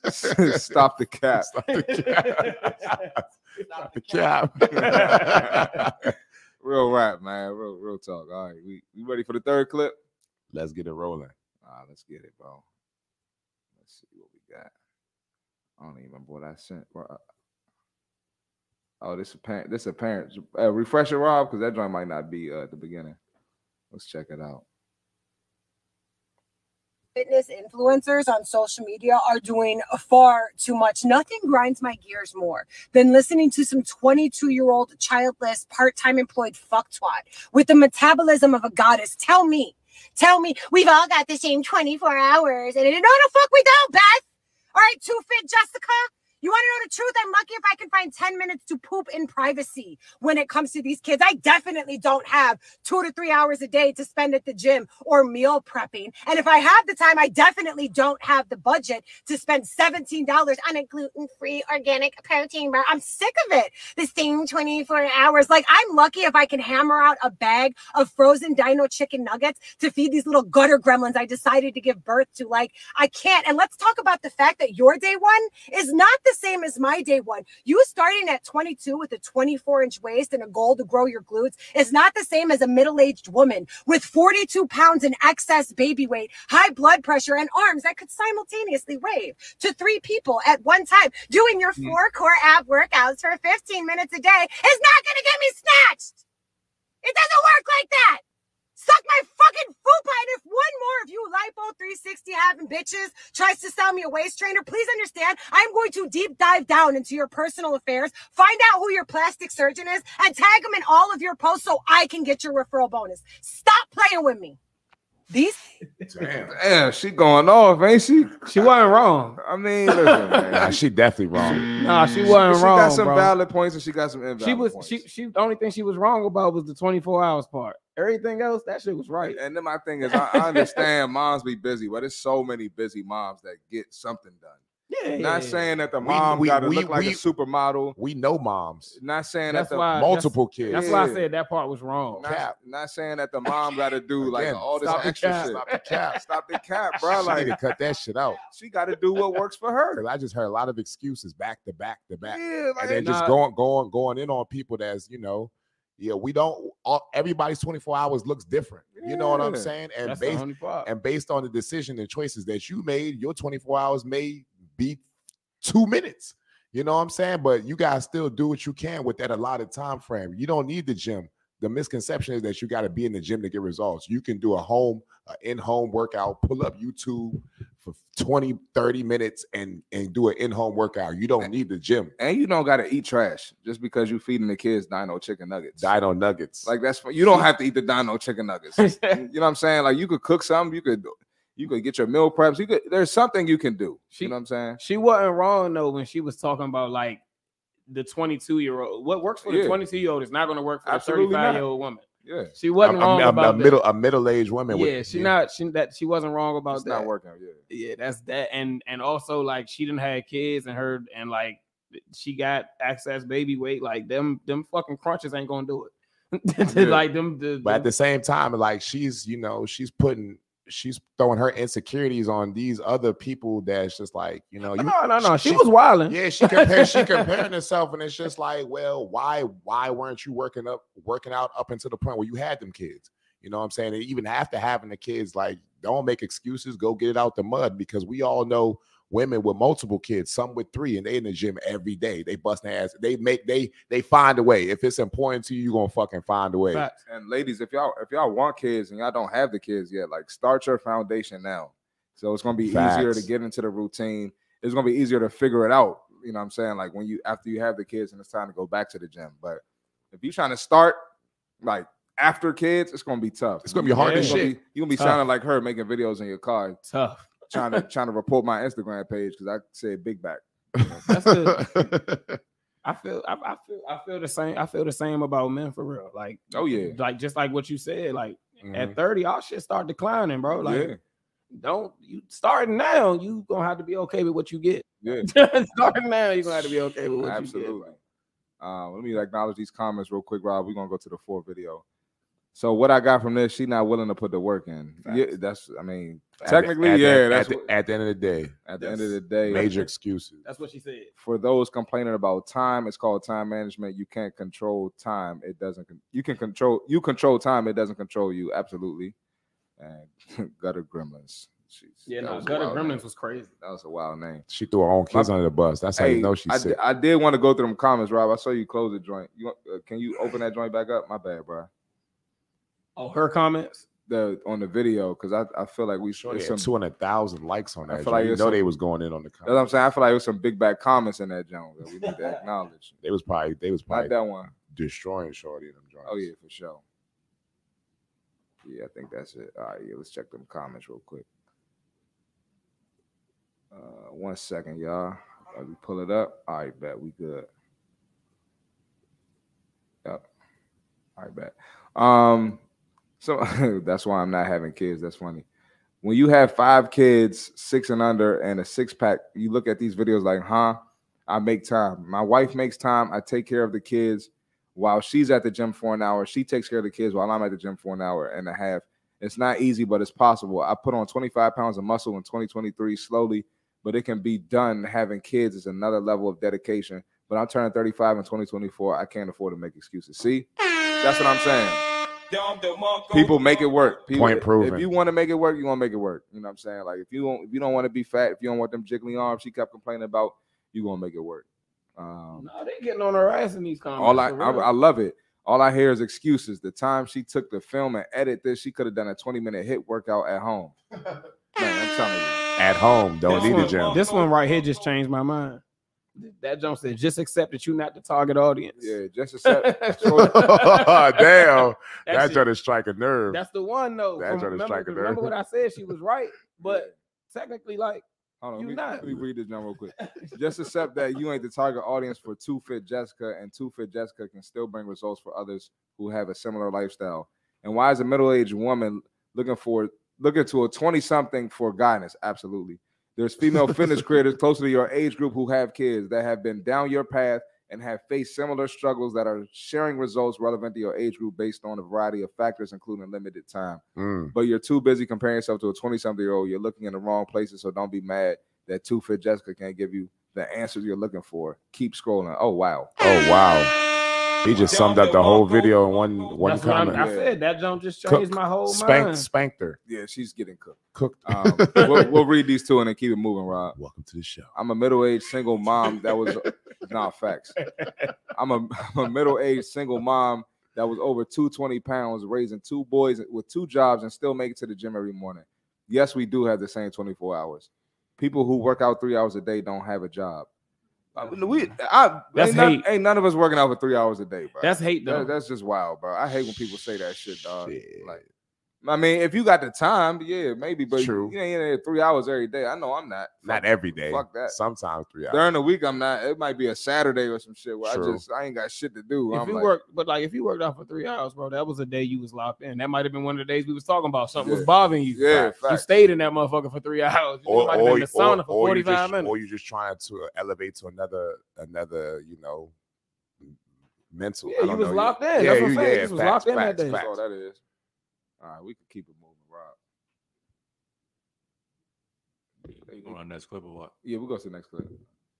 [SPEAKER 2] Stop the cap.
[SPEAKER 3] Stop the cap. Stop the cap.
[SPEAKER 2] Real rap, man. Real, real talk. All right, we, we ready for the third clip?
[SPEAKER 3] Let's get it rolling.
[SPEAKER 2] Ah, let's get it, bro. Let's see what we got. I don't even remember what I sent. bro. uh, Oh, this a parent. This a parent. Uh, refresh it, Rob, because that joint might not be uh, at the beginning. Let's check it out.
[SPEAKER 6] fitness influencers on social media are doing far too much. Nothing grinds my gears more than listening to some 22 year old childless, part time employed fucktwad with the metabolism of a goddess. Tell me, tell me, we've all got the same 24 hours. And it- no, no, fuck, we don't, Beth. All right, too fit, Jessica. You want to know the truth? I'm lucky if I can find 10 minutes to poop in privacy when it comes to these kids. I definitely don't have two to three hours a day to spend at the gym or meal prepping. And if I have the time, I definitely don't have the budget to spend $17 on a gluten free organic protein bar. I'm sick of it. The same 24 hours. Like, I'm lucky if I can hammer out a bag of frozen dino chicken nuggets to feed these little gutter gremlins I decided to give birth to. Like, I can't. And let's talk about the fact that your day one is not the same as my day one. You starting at 22 with a 24 inch waist and a goal to grow your glutes is not the same as a middle aged woman with 42 pounds in excess baby weight, high blood pressure, and arms that could simultaneously wave to three people at one time. Doing your
[SPEAKER 2] Hmm.
[SPEAKER 6] four core ab workouts for 15 minutes a day is not going to get me snatched. It doesn't work like that. Suck my fucking food pie. And if one more of you lipo 360 having bitches tries to sell me a waist trainer, please understand I'm going to deep dive down into your personal affairs, find out who your plastic surgeon is, and tag him in all of your posts so I can get your referral bonus. Stop playing with me. These
[SPEAKER 3] Damn.
[SPEAKER 2] Damn, she going off, ain't she?
[SPEAKER 4] She wasn't wrong.
[SPEAKER 2] I mean, listen, man.
[SPEAKER 3] she definitely wrong.
[SPEAKER 4] Nah, she wasn't
[SPEAKER 2] Mm. she
[SPEAKER 4] wrong.
[SPEAKER 2] got some
[SPEAKER 4] bro.
[SPEAKER 2] valid points and she got some invalid
[SPEAKER 4] she was
[SPEAKER 2] points.
[SPEAKER 4] she she the only thing she was wrong about was the 24 hours part. Everything else, that shit was right.
[SPEAKER 2] And then my thing is, I, I understand moms be busy, but there's so many busy moms that get something done.
[SPEAKER 4] Yeah,
[SPEAKER 2] Not saying that the
[SPEAKER 3] We-
[SPEAKER 2] mom
[SPEAKER 3] we-
[SPEAKER 2] gotta
[SPEAKER 3] we-
[SPEAKER 2] look like
[SPEAKER 3] we-
[SPEAKER 2] a supermodel.
[SPEAKER 3] We know moms,
[SPEAKER 2] Not saying
[SPEAKER 4] that's
[SPEAKER 2] that the
[SPEAKER 4] why
[SPEAKER 3] multiple kids.
[SPEAKER 4] That's, that's why I
[SPEAKER 2] Yeah.
[SPEAKER 4] said that part was wrong.
[SPEAKER 2] not,
[SPEAKER 3] cap.
[SPEAKER 2] not saying that the mom gotta do like
[SPEAKER 3] Again,
[SPEAKER 2] all this
[SPEAKER 4] stop the
[SPEAKER 2] extra
[SPEAKER 4] cap.
[SPEAKER 2] shit.
[SPEAKER 3] Stop the cap.
[SPEAKER 2] Stop the cap,
[SPEAKER 3] Bro,
[SPEAKER 2] bro. Like
[SPEAKER 3] to cut that shit out.
[SPEAKER 2] she gotta do what works for her.
[SPEAKER 3] Because I just heard a lot of excuses back to back to back.
[SPEAKER 2] Yeah,
[SPEAKER 3] and
[SPEAKER 2] like
[SPEAKER 3] then just
[SPEAKER 4] nah.
[SPEAKER 3] going going going in on people that's you know yeah we don't all, everybody's 24 hours looks different you know what i'm
[SPEAKER 2] Yeah.
[SPEAKER 3] saying and
[SPEAKER 4] That's the
[SPEAKER 3] based
[SPEAKER 4] only part.
[SPEAKER 3] and based on the decision and choices that you made your 24 hours may be two minutes you know what i'm saying but you guys still do what you can with that allotted time frame you don't need the gym the misconception is that you got to be in the gym to get results you can do a home a in-home workout pull up youtube for 20 30 minutes and and do an in-home workout you don't need the gym
[SPEAKER 2] and you don't gotta eat trash just because you feeding the kids dino chicken nuggets.
[SPEAKER 3] Dino Nuggets.
[SPEAKER 2] Like that's you don't have to eat the dino chicken nuggets. you know what I'm saying? Like you could cook something, you could you could get your meal preps. You could there's something you can do.
[SPEAKER 4] She-
[SPEAKER 2] you know what I'm saying?
[SPEAKER 4] She wasn't wrong though when she was talking about like the 22 year old. What works for
[SPEAKER 2] Yeah.
[SPEAKER 4] the 22 year old is not going to work for
[SPEAKER 2] Absolutely
[SPEAKER 4] the
[SPEAKER 2] not.
[SPEAKER 4] 35 year old woman.
[SPEAKER 2] Yeah.
[SPEAKER 4] She wasn't
[SPEAKER 3] a,
[SPEAKER 4] wrong
[SPEAKER 3] a- a
[SPEAKER 4] about that.
[SPEAKER 3] middle a middle aged woman. with-
[SPEAKER 4] yeah, she not she that she wasn't wrong about
[SPEAKER 2] It's
[SPEAKER 4] that.
[SPEAKER 2] not working. Yeah.
[SPEAKER 4] Yeah, that's that, and and also like she didn't have kids and her and like she got access baby weight. Like them them fucking crunches ain't gonna do it.
[SPEAKER 2] Yeah.
[SPEAKER 4] like them, the,
[SPEAKER 3] But at the same time, like she's you know she's putting she's throwing her insecurities on these other people that's just like you know you.
[SPEAKER 4] no no no she,
[SPEAKER 3] she-
[SPEAKER 4] was wilding.
[SPEAKER 3] Yeah, she compares she comparing herself, and it's just like, well, why why weren't you working up working out up until the point where you had them kids? You know what I'm saying? And even after having the kids, like, don't make excuses. Go get it out the mud because we all know women with multiple kids, some with three, and they in the gym every day. They bust their ass. They make they they find a way. If it's important to you, you're gonna fucking find a way.
[SPEAKER 4] Facts.
[SPEAKER 2] And ladies, if y'all if y'all want kids and y'all don't have the kids yet, like start your foundation now. So it's gonna be easier to
[SPEAKER 3] Facts.
[SPEAKER 2] get into the routine. It's gonna be easier to figure it out. You know what I'm saying? Like when you after you have the kids and it's time to go back to the gym. But if you're trying to start like after kids, it's gonna be tough.
[SPEAKER 3] It's gonna be hard
[SPEAKER 4] Yeah.
[SPEAKER 3] as
[SPEAKER 2] You're gonna
[SPEAKER 3] shit.
[SPEAKER 2] be, you gonna be
[SPEAKER 4] Tough.
[SPEAKER 2] sounding like her making videos in your car,
[SPEAKER 4] Tough.
[SPEAKER 2] trying to trying to report my Instagram page because I said big back.
[SPEAKER 4] That's good. I feel I, I feel I feel the same. I feel the same about men for real. Like
[SPEAKER 2] Oh, yeah.
[SPEAKER 4] like just like what you said. Like At 30, our shit start declining, bro. Like,
[SPEAKER 2] Mm-hmm. yeah,
[SPEAKER 4] don't you starting now, you gonna have to be okay with what you get.
[SPEAKER 2] yeah.
[SPEAKER 4] starting now, you're gonna have to be okay with what you
[SPEAKER 2] Absolutely. Uh, let me acknowledge these comments real quick, Rob. We're gonna go to the fourth video. So what I got from this, she not willing to put the work in. Yeah, that's I mean,
[SPEAKER 3] At the-
[SPEAKER 2] technically,
[SPEAKER 3] at the-
[SPEAKER 2] yeah.
[SPEAKER 3] at
[SPEAKER 2] that's
[SPEAKER 3] the-
[SPEAKER 2] what-
[SPEAKER 3] at the end of the day,
[SPEAKER 2] at the end of the day,
[SPEAKER 3] major excuses.
[SPEAKER 4] get. That's what she said.
[SPEAKER 2] for those complaining about time, it's called time management. You can't control time. It doesn't. Con- you can control. You control time. It doesn't control you. Absolutely. And gutter gremlins. Jeez,
[SPEAKER 4] Yeah,
[SPEAKER 2] that
[SPEAKER 4] no,
[SPEAKER 2] was a
[SPEAKER 4] Gutter
[SPEAKER 2] wild
[SPEAKER 4] Gremlins
[SPEAKER 2] name.
[SPEAKER 4] was crazy.
[SPEAKER 2] That was a wild name.
[SPEAKER 3] She threw her own kids
[SPEAKER 2] My-
[SPEAKER 3] under the bus. That's how you know she's
[SPEAKER 2] I,
[SPEAKER 3] sick.
[SPEAKER 2] di- I did want to go through them comments, Rob. I saw you close the joint. You want- uh, can you open that joint back up? My bad, bro.
[SPEAKER 4] Oh, her comments.
[SPEAKER 2] The on the video because I, I feel like we
[SPEAKER 3] Sure,
[SPEAKER 2] it's some,
[SPEAKER 3] two hundred thousand likes on
[SPEAKER 2] I feel
[SPEAKER 3] that. joint.
[SPEAKER 2] like
[SPEAKER 3] you
[SPEAKER 2] it's
[SPEAKER 3] know
[SPEAKER 2] some-
[SPEAKER 3] they was going in on the
[SPEAKER 2] that's what I'm
[SPEAKER 3] comments.
[SPEAKER 2] saying. I feel like it was some big bad comments in that joint that we need to acknowledge.
[SPEAKER 3] They was probably they was
[SPEAKER 2] Not
[SPEAKER 3] probably
[SPEAKER 2] that one.
[SPEAKER 3] destroying Shorty and them joints.
[SPEAKER 2] Oh yeah, for sure. Yeah, I think that's it. All right, yeah, let's check them comments real quick. Uh, one second, y'all. Let me pull it up. All right, bet we good. Yep. All right, bet. Um, so that's why I'm not having kids. That's funny. When you have five kids, six and under, and a six pack, you look at these videos like, huh? I make time. My wife makes time. I take care of the kids while she's at the gym for an hour. She takes care of the kids while I'm at the gym for an hour and a half. It's not easy, but it's possible. I put on 25 pounds of muscle in 2023 slowly, but it can be done. Having kids is another level of dedication. But I'm turning 35 in 2024. I can't afford to make excuses. See, that's what I'm saying. People make it work. People,
[SPEAKER 3] Point proven.
[SPEAKER 2] If you want to make it work, you want to make it work. You know what I'm saying? Like if you don't, if you don't want to be fat, if you don't want them jiggly arms, she kept complaining about, you gonna make it work. Um,
[SPEAKER 4] No, they getting on her ass in these comments.
[SPEAKER 2] all I,
[SPEAKER 4] for
[SPEAKER 2] I
[SPEAKER 4] real.
[SPEAKER 2] I love it. All I hear is excuses. The time she took to film and edit this, she could have done a 20 minute hit workout at home. Man, I'm telling you.
[SPEAKER 3] At home, don't
[SPEAKER 4] This
[SPEAKER 3] need a
[SPEAKER 4] one-
[SPEAKER 3] gym.
[SPEAKER 4] This one right here just changed my mind. That jump said, just accept that you not the target audience.
[SPEAKER 2] Yeah, just accept.
[SPEAKER 4] That
[SPEAKER 3] Damn, that
[SPEAKER 4] shit-
[SPEAKER 3] tried to strike a nerve.
[SPEAKER 4] that's the one though.
[SPEAKER 3] That joint
[SPEAKER 4] From-
[SPEAKER 3] is
[SPEAKER 4] remember,
[SPEAKER 3] striking
[SPEAKER 4] remember
[SPEAKER 3] nerve.
[SPEAKER 4] what I said? She was right, but technically, like,
[SPEAKER 2] Hold on,
[SPEAKER 4] You
[SPEAKER 2] let me,
[SPEAKER 4] not.
[SPEAKER 2] let me read this down real quick. Just accept that you ain't the target audience for Two Fit Jessica, and Two Fit Jessica can still bring results for others who have a similar lifestyle. And why is a middle aged woman looking for looking to a 20 something for guidance? Absolutely. There's female fitness creators closer to your age group who have kids that have been down your path and have faced similar struggles that are sharing results relevant to your age group based on a variety of factors, including limited time
[SPEAKER 3] Mm.
[SPEAKER 2] but you're too busy comparing yourself to a 20 something year old. You're looking in the wrong places. So don't be mad that Two Fit Jessica can't give you the answers you're looking for. Keep scrolling. Oh, wow.
[SPEAKER 3] Oh wow, he just summed up the whole video in one one
[SPEAKER 4] that's what I'm-
[SPEAKER 3] comment.
[SPEAKER 4] I said. That jump just
[SPEAKER 3] Cook,
[SPEAKER 4] changed my whole
[SPEAKER 3] Spanked,
[SPEAKER 4] mind.
[SPEAKER 3] spanked her,
[SPEAKER 2] Yeah, she's getting cooked.
[SPEAKER 3] cooked.
[SPEAKER 2] Um, we'll, we'll read these two and then keep it moving, Rob.
[SPEAKER 3] Welcome to the show.
[SPEAKER 2] I'm a middle aged single mom that was, nah, facts. I'm a, I'm a middle aged single mom that was over 220 pounds, raising two boys with two jobs and still make it to the gym every morning. Yes, we do have the same 24 hours. People who work out three hours a day don't have a job. Uh, we, I,
[SPEAKER 4] That's
[SPEAKER 2] ain't, none,
[SPEAKER 4] hate.
[SPEAKER 2] ain't none of us working out for three hours a day, bro.
[SPEAKER 4] That's hate though.
[SPEAKER 2] That- that's just wild, bro. I hate when people say that shit, dog.
[SPEAKER 3] Shit.
[SPEAKER 2] Like, I mean, if you got the time, yeah, maybe, but
[SPEAKER 3] True.
[SPEAKER 2] you ain't in there three hours every day. I know I'm not.
[SPEAKER 3] Not
[SPEAKER 2] Fuck-
[SPEAKER 3] every day.
[SPEAKER 2] Fuck that.
[SPEAKER 3] Sometimes three hours.
[SPEAKER 2] During the week, I'm not. It might be a Saturday or some shit where I
[SPEAKER 3] True.
[SPEAKER 2] just I ain't got shit to do.
[SPEAKER 4] if
[SPEAKER 2] I'm
[SPEAKER 4] you
[SPEAKER 2] like,
[SPEAKER 4] worked, but like if you worked out for three hours, bro, that was a day you was locked in. That might have been one of the days we was talking about. Something
[SPEAKER 2] Yeah.
[SPEAKER 4] was bothering you.
[SPEAKER 2] yeah,
[SPEAKER 4] You
[SPEAKER 2] facts.
[SPEAKER 4] stayed in that motherfucker for three hours. You might have been in the sauna
[SPEAKER 3] or
[SPEAKER 4] for
[SPEAKER 3] you
[SPEAKER 4] 45
[SPEAKER 3] just,
[SPEAKER 4] minutes.
[SPEAKER 3] Or you just trying to elevate to another another, you know, mental.
[SPEAKER 4] Yeah,
[SPEAKER 3] I
[SPEAKER 4] you
[SPEAKER 3] don't
[SPEAKER 4] was
[SPEAKER 3] know,
[SPEAKER 4] locked in. That's what I'm saying. You just was locked in that day.
[SPEAKER 2] That's all that is. All right, we can keep it moving, Rob. They-
[SPEAKER 7] Going on next clip or what?
[SPEAKER 2] yeah, we'll go to the next clip.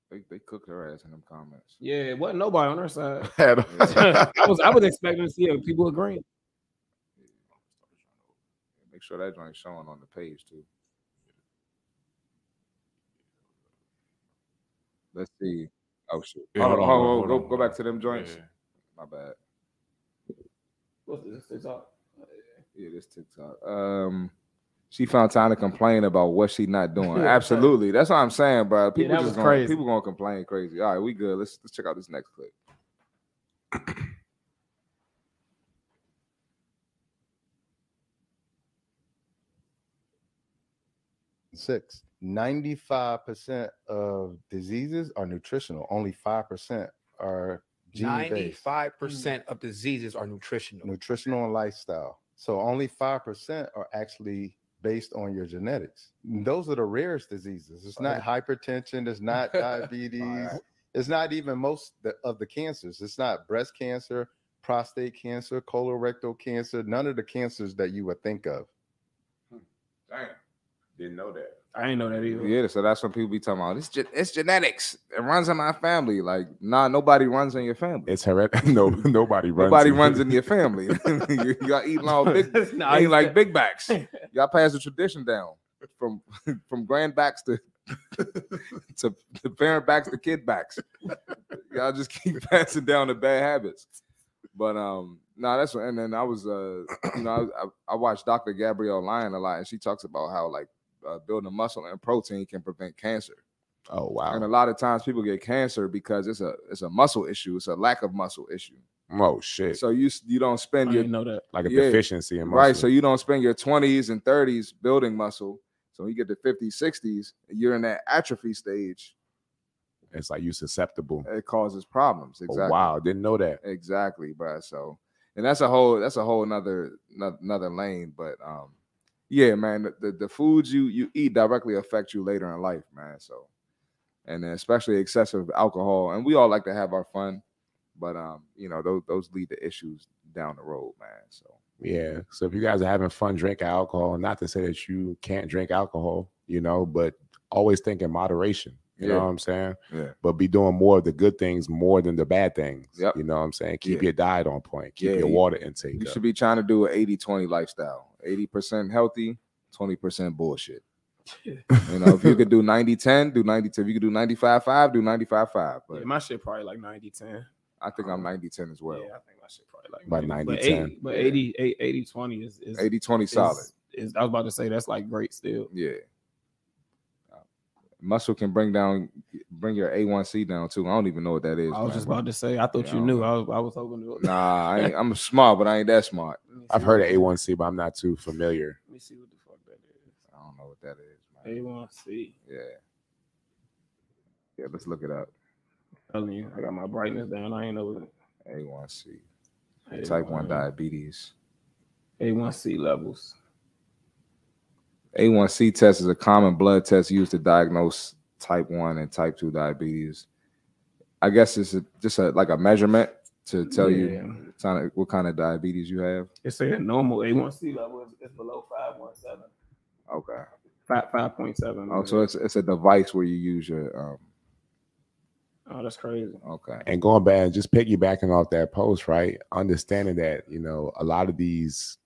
[SPEAKER 2] They, they cooked her ass in them comments.
[SPEAKER 4] yeah, it wasn't nobody on her side.
[SPEAKER 3] Had-
[SPEAKER 4] I was I was expecting to see if people agreeing.
[SPEAKER 2] Make sure that joint's showing on the page too. Let's see. Oh shit!
[SPEAKER 7] Yeah,
[SPEAKER 2] oh,
[SPEAKER 7] hold on,
[SPEAKER 2] oh,
[SPEAKER 7] hold on,
[SPEAKER 2] oh,
[SPEAKER 7] hold
[SPEAKER 2] go,
[SPEAKER 7] on.
[SPEAKER 2] go back to them joints.
[SPEAKER 7] Yeah.
[SPEAKER 2] My bad.
[SPEAKER 4] What's this? It's all-
[SPEAKER 2] Yeah, this TikTok. Um, she found time to complain about what she not doing. Absolutely, that's what I'm saying, bro. People
[SPEAKER 4] that
[SPEAKER 2] just
[SPEAKER 4] was
[SPEAKER 2] gonna,
[SPEAKER 4] crazy.
[SPEAKER 2] people gonna complain crazy. All right, we good. Let's let's check out this next clip.
[SPEAKER 8] six. 95% of diseases are nutritional, only 5% are gene based.
[SPEAKER 9] Ninety-five percent of diseases are nutritional.
[SPEAKER 8] Nutritional and lifestyle. So only 5% are actually based on your genetics. Those are the rarest diseases. It's not hypertension, it's not diabetes, it's not even most the- of the cancers. It's not breast cancer, prostate cancer, colorectal cancer, none of the cancers that you would think of.
[SPEAKER 3] Damn. Didn't know that.
[SPEAKER 4] I ain't know that either.
[SPEAKER 2] Yeah, so that's what people be talking about. It's ge- it's genetics. It runs in my family. Like, nah, nobody runs in your family.
[SPEAKER 3] It's hereditary. No, nobody runs.
[SPEAKER 2] nobody runs in your family. you got eating all big.
[SPEAKER 4] Nah,
[SPEAKER 2] I
[SPEAKER 4] you
[SPEAKER 2] ain't like big backs. Y'all pass the tradition down from from grand backs to to, to parent backs to kid backs. Y'all just keep passing down the bad habits. But um, no, that's what. And then I was, uh, you know, I, I, I watched Dr. Gabrielle Lyon a lot, and she talks about how like uh, building muscle and protein can prevent cancer.
[SPEAKER 3] Oh
[SPEAKER 2] And a
[SPEAKER 3] wow.
[SPEAKER 2] lot of times people get cancer because it's a it's a muscle issue. It's a lack of muscle issue.
[SPEAKER 3] Oh shit.
[SPEAKER 2] So you s- you don't
[SPEAKER 4] I
[SPEAKER 2] spend your
[SPEAKER 4] didn't know that.
[SPEAKER 3] like a
[SPEAKER 2] yeah.
[SPEAKER 3] deficiency in muscle.
[SPEAKER 2] Right. So you don't spend your 20s and 30s building muscle. So when you get to 50s, 60s, you're in that atrophy stage.
[SPEAKER 3] it's like you susceptible.
[SPEAKER 2] It causes problems. Exactly.
[SPEAKER 3] Oh, wow, didn't know that.
[SPEAKER 2] Exactly, bro. So and that's a whole that's a whole another another lane. But um yeah, man, the, the, the foods you you eat directly affect you later in life, man. So and then especially excessive alcohol. And we all like to have our fun, but um, you know, those those lead to issues down the road, man. So
[SPEAKER 3] Yeah. So if you guys are having fun drinking alcohol, not to say that you can't drink alcohol, you know, but always think in moderation. You know
[SPEAKER 2] Yeah.
[SPEAKER 3] what I'm saying?
[SPEAKER 2] Yeah.
[SPEAKER 3] But be doing more of the good things more than the bad things.
[SPEAKER 2] Yep.
[SPEAKER 3] You know what I'm saying? Keep
[SPEAKER 2] Yeah.
[SPEAKER 3] your diet on point. Keep
[SPEAKER 2] Yeah,
[SPEAKER 3] your
[SPEAKER 2] you-
[SPEAKER 3] water intake.
[SPEAKER 2] You
[SPEAKER 3] up.
[SPEAKER 2] should be trying to do an 80 20 lifestyle 80% healthy, 20% bullshit. You know, if you could do 90 10, do 90 10. If you could do 95 5, do 95 5. But
[SPEAKER 4] Yeah, my shit probably like 90 10.
[SPEAKER 2] I think I'm 90 10 as well.
[SPEAKER 4] yeah, I think my shit probably like
[SPEAKER 3] About
[SPEAKER 4] 90,
[SPEAKER 3] 90-10.
[SPEAKER 4] But,
[SPEAKER 2] Yeah.
[SPEAKER 4] 80, but 80, 80 20 is, is
[SPEAKER 2] 80 20 solid.
[SPEAKER 4] Is, is- I was about to say that's like great still.
[SPEAKER 2] Yeah. Uh, Muscle can bring down, bring your A1C down too. I don't even know what that is.
[SPEAKER 4] I was
[SPEAKER 2] man.
[SPEAKER 4] just about to say I thought
[SPEAKER 2] Yeah, I
[SPEAKER 4] you
[SPEAKER 2] don't
[SPEAKER 4] knew.
[SPEAKER 2] know.
[SPEAKER 4] I was I was hoping to.
[SPEAKER 2] Nah, I ain't, I'm smart, but I ain't that smart.
[SPEAKER 4] Let me
[SPEAKER 3] I've
[SPEAKER 4] see
[SPEAKER 3] heard
[SPEAKER 4] what-
[SPEAKER 3] of A1C, but I'm not too familiar.
[SPEAKER 4] Let me see what the fuck that
[SPEAKER 2] I don't know what that is.
[SPEAKER 4] is.
[SPEAKER 2] Man.
[SPEAKER 4] A1C.
[SPEAKER 2] Yeah. Yeah, let's look it up.
[SPEAKER 4] Telling you, I got my brightness down. I ain't know what
[SPEAKER 2] A1C.
[SPEAKER 4] it-
[SPEAKER 2] Type 1 diabetes.
[SPEAKER 4] A1C levels.
[SPEAKER 2] A1C test is a common blood test used to diagnose type 1 and type 2 diabetes. I guess it's a, just a, like a measurement to tell you kind of- what kind of diabetes you have.
[SPEAKER 4] It said normal A1C level is, is below 517.
[SPEAKER 2] Okay.
[SPEAKER 4] Five five point seven.
[SPEAKER 2] Oh, so it's, it's a device where you use your,
[SPEAKER 4] oh, that's crazy.
[SPEAKER 2] um, okay.
[SPEAKER 3] And going back, and just piggybacking off that post, right? Understanding that, you know, a lot of these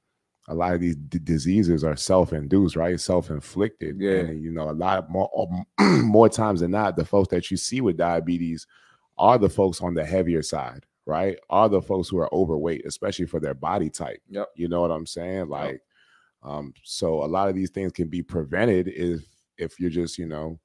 [SPEAKER 3] a lot of these d- diseases are self-induced, right? Self-inflicted.
[SPEAKER 2] Yeah.
[SPEAKER 3] And, you know, a lot more more times than not, the folks that you see with diabetes are the folks on the heavier side, right? Are the folks who are overweight, especially for their body type.
[SPEAKER 2] Yep.
[SPEAKER 3] You know what I'm saying? Like, um, so a lot of these things can be prevented if if you're just, you know,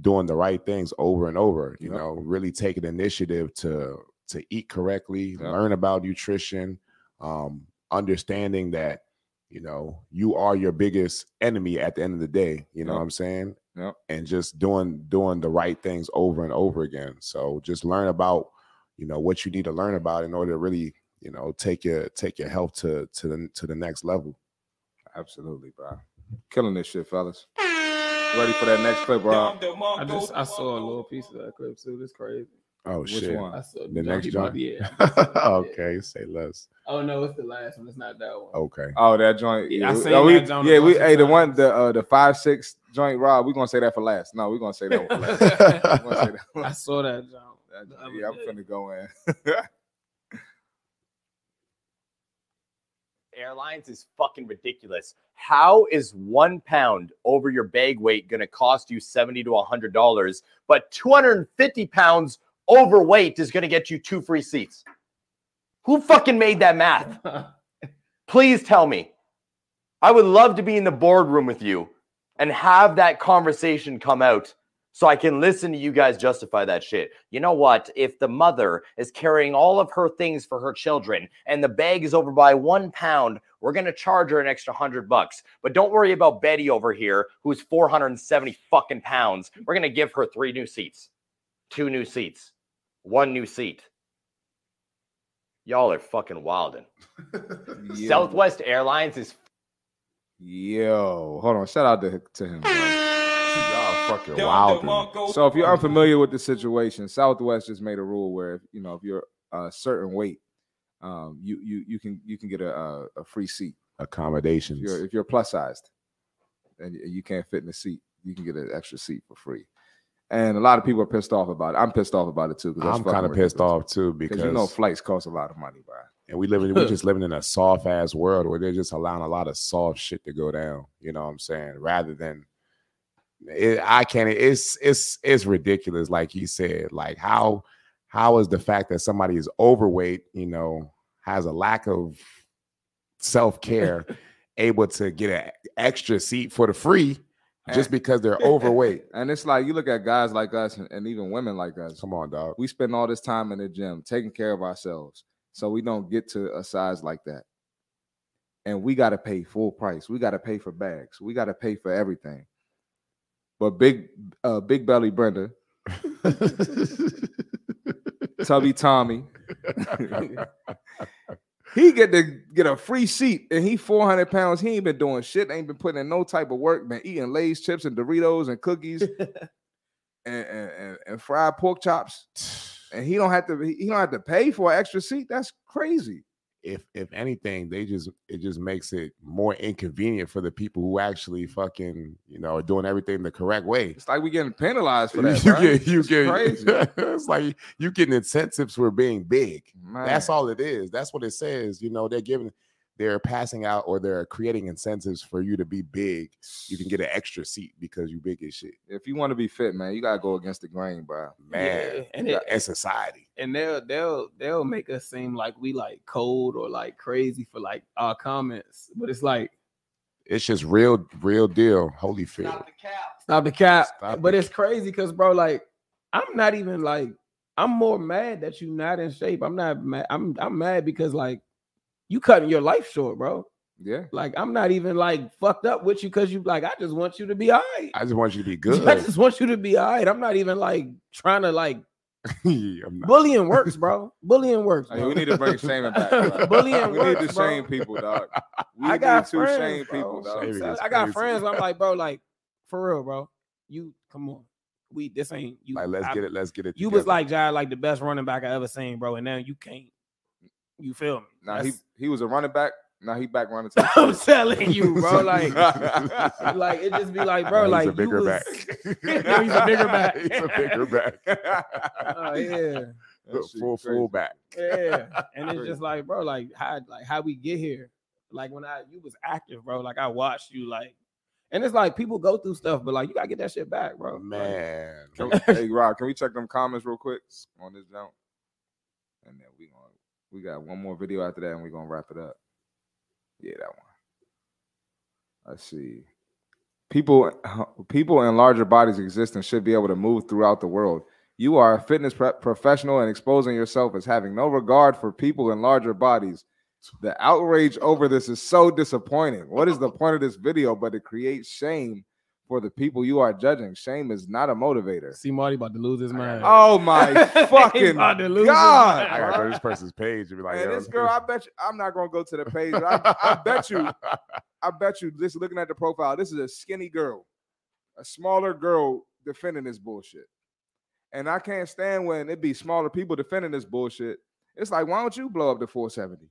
[SPEAKER 3] doing the right things over and over, you
[SPEAKER 2] Yep.
[SPEAKER 3] know, really taking initiative to to eat correctly,
[SPEAKER 2] Yep.
[SPEAKER 3] learn about nutrition, um, understanding that you know you are your biggest enemy at the end of the day you know
[SPEAKER 2] Yep.
[SPEAKER 3] what i'm saying
[SPEAKER 2] Yep.
[SPEAKER 3] and just doing doing the right things over and over again so just learn about you know what you need to learn about in order to really you know take your take your health to to the to the next level
[SPEAKER 2] Absolutely, bro. Killing this shit, fellas. Ready for that next clip, bro?
[SPEAKER 4] I just I saw a little piece of that clip too. That's crazy.
[SPEAKER 3] oh
[SPEAKER 2] Which
[SPEAKER 3] shit
[SPEAKER 2] one?
[SPEAKER 4] I saw
[SPEAKER 3] The next
[SPEAKER 4] Johnny
[SPEAKER 3] joint?
[SPEAKER 4] Bobby, yeah.
[SPEAKER 3] okay say less
[SPEAKER 4] Oh no, it's the last one. It's not that one.
[SPEAKER 3] okay
[SPEAKER 2] Oh, that joint.
[SPEAKER 4] Yeah, I
[SPEAKER 2] we-
[SPEAKER 4] seen
[SPEAKER 2] we,
[SPEAKER 4] that joint a
[SPEAKER 2] Yeah, we,
[SPEAKER 4] bunch of
[SPEAKER 2] hey, the
[SPEAKER 4] times.
[SPEAKER 2] one, the uh, the 5 6 joint, Rob, we're going to say that for last. No, we're going to say that one for last. We're gonna say that one.
[SPEAKER 4] I saw that John.
[SPEAKER 2] That-
[SPEAKER 4] the other
[SPEAKER 2] yeah, I'm
[SPEAKER 4] day.
[SPEAKER 2] finna go in.
[SPEAKER 7] Airlines is fucking ridiculous. How is one pound over your bag weight going to cost you seventy to hundred dollars, but two hundred and fifty pounds overweight is going to get you two free seats? Who fucking made that math? Please tell me. I would love to be in the boardroom with you and have that conversation come out so I can listen to you guys justify that shit. You know what? If the mother is carrying all of her things for her children and the bag is over by one pound, we're gonna charge her an extra hundred bucks. But don't worry about Betty over here, who's 470 fucking pounds. We're gonna give her three new seats, two new seats, one new seat. Y'all are fucking wilding.
[SPEAKER 2] Yo.
[SPEAKER 7] Southwest Airlines is
[SPEAKER 2] Yo, hold on. Shout out to, to him. bro.
[SPEAKER 3] Y'all fucking wild.
[SPEAKER 2] So if you're unfamiliar with the situation, Southwest just made a rule where if you know if you're a certain weight, um, you you you can you can get a a, a free seat if
[SPEAKER 3] Accommodations.
[SPEAKER 2] you're if you're plus sized, and you- you can't fit in the seat, you can get an extra seat for free. And a lot of people are pissed off about it. I'm pissed off about it too. 'cause that's
[SPEAKER 3] I'm
[SPEAKER 2] fucking
[SPEAKER 3] kind of pissed
[SPEAKER 2] ridiculous.
[SPEAKER 3] off too because
[SPEAKER 2] you know flights cost a lot of money, bro.
[SPEAKER 3] and we live in we just living in a soft ass world where they're just allowing a lot of soft shit to go down. You know what I'm saying? Rather than it, I can't. It's it's it's ridiculous. Like he said, like how how is the fact that somebody is overweight, you know, has a lack of self care, able to get an extra seat for the free
[SPEAKER 2] Eh.
[SPEAKER 3] just because they're overweight?
[SPEAKER 2] And it's like you look at guys like us and, and even women like us.
[SPEAKER 3] Come on, dog.
[SPEAKER 2] We spend all this time in the gym taking care of ourselves, so we don't get to a size like that. And we got to pay full price. We got to pay for bags. We got to pay for everything. But big, uh, big belly Brenda, Tubby Tommy, he get to get a free seat, and he four hundred pounds. He ain't been doing shit. Ain't been putting in no type of work. Been eating Lay's chips and Doritos and cookies and, and, and, and fried pork chops. And he don't have to. He don't have to pay for an extra seat. That's crazy.
[SPEAKER 3] if if anything, they just it just makes it more inconvenient for the people who actually fucking you know are doing everything the correct way.
[SPEAKER 2] It's like we getting penalized for
[SPEAKER 3] You
[SPEAKER 2] that. bruh.
[SPEAKER 3] get you
[SPEAKER 2] It's
[SPEAKER 3] get
[SPEAKER 2] crazy.
[SPEAKER 3] it's like you getting incentives for being big. That's
[SPEAKER 2] Man.
[SPEAKER 3] all it is. That's what it says. You know, they're giving they're passing out or they're creating incentives for you to be big. You can get an extra seat because you big as shit.
[SPEAKER 2] If you want to be fit, man, you gotta go against the grain, bro.
[SPEAKER 3] Man,
[SPEAKER 4] Yeah,
[SPEAKER 3] and,
[SPEAKER 4] and it-
[SPEAKER 3] society.
[SPEAKER 4] and they'll they'll they'll make us seem like we like cold or like crazy for like our comments, but it's like
[SPEAKER 3] It's just real, real deal. Holy field.
[SPEAKER 4] stop the cap.
[SPEAKER 3] Stop
[SPEAKER 4] but
[SPEAKER 3] it.
[SPEAKER 4] it's crazy because bro, like I'm not even like I'm more mad that you not in shape. I'm not mad. I'm I'm mad because like you cutting your life short, bro.
[SPEAKER 2] Yeah.
[SPEAKER 4] Like I'm not even like fucked up with you because you like I just want you to be all right.
[SPEAKER 3] I just want you to be
[SPEAKER 4] I
[SPEAKER 3] good.
[SPEAKER 4] just want you to be all right. I'm not even like trying to like
[SPEAKER 3] I'm not-
[SPEAKER 4] bullying works, bro. bullying works.
[SPEAKER 2] Hey,
[SPEAKER 4] bro.
[SPEAKER 2] we need to bring Shaman back. bruh.
[SPEAKER 4] Bullying
[SPEAKER 2] we
[SPEAKER 4] works,
[SPEAKER 2] need to
[SPEAKER 4] bro.
[SPEAKER 2] shame people, dog. We
[SPEAKER 4] I
[SPEAKER 2] need
[SPEAKER 4] got
[SPEAKER 2] to
[SPEAKER 4] friends,
[SPEAKER 2] shame
[SPEAKER 4] bro.
[SPEAKER 2] people, dog.
[SPEAKER 3] Shaming
[SPEAKER 4] So
[SPEAKER 3] is
[SPEAKER 4] I got
[SPEAKER 3] crazy.
[SPEAKER 4] friends. I'm like, bro, like for real, bro. You come on. We this ain't you.
[SPEAKER 3] Like, let's
[SPEAKER 4] I-
[SPEAKER 3] get it. Let's get it.
[SPEAKER 4] You was
[SPEAKER 3] together.
[SPEAKER 4] like Jai, like the best running back I ever seen, bro. And now you can't. You feel me?
[SPEAKER 2] Now he
[SPEAKER 4] That's-
[SPEAKER 2] he was a running back. Now he back running. To
[SPEAKER 4] I'm telling you, bro. Like, like it just be like, bro,
[SPEAKER 3] Now
[SPEAKER 4] like
[SPEAKER 3] he's a bigger
[SPEAKER 4] you was,
[SPEAKER 3] back.
[SPEAKER 4] Now he's a bigger back.
[SPEAKER 3] he's a bigger back.
[SPEAKER 4] Oh, yeah,
[SPEAKER 3] Full full back.
[SPEAKER 4] yeah. And it's just like, bro, like how, like how we get here. Like when I you was active, bro. Like I watched you, like, and it's like people go through stuff, but like you gotta get that shit back, bro. Like,
[SPEAKER 3] Man,
[SPEAKER 2] hey Rob, can we check them comments real quick on this jump? And then we gonna we got one more video after that, and we're gonna wrap it up. Yeah, that one. Let's see. People people in larger bodies exist and should be able to move throughout the world. You are a fitness pro- professional and exposing yourself as having no regard for people in larger bodies. The outrage over this is so disappointing. What is the point of this video but to create shame for the people you are judging? Shame is not a motivator.
[SPEAKER 4] see Marty about to lose his mind.
[SPEAKER 2] Oh my fucking
[SPEAKER 4] about to lose his
[SPEAKER 2] god!
[SPEAKER 4] mind,
[SPEAKER 3] I gotta go to this
[SPEAKER 2] bruh.
[SPEAKER 3] person's page and be like,
[SPEAKER 2] Man,
[SPEAKER 3] yo,
[SPEAKER 2] this girl, I bet you, I'm not gonna go to the page. But I, I bet you, I bet you. Just looking at the profile, this is a skinny girl, a smaller girl defending this bullshit. And I can't stand when it be smaller people defending this bullshit. It's like, why don't you blow up to 470?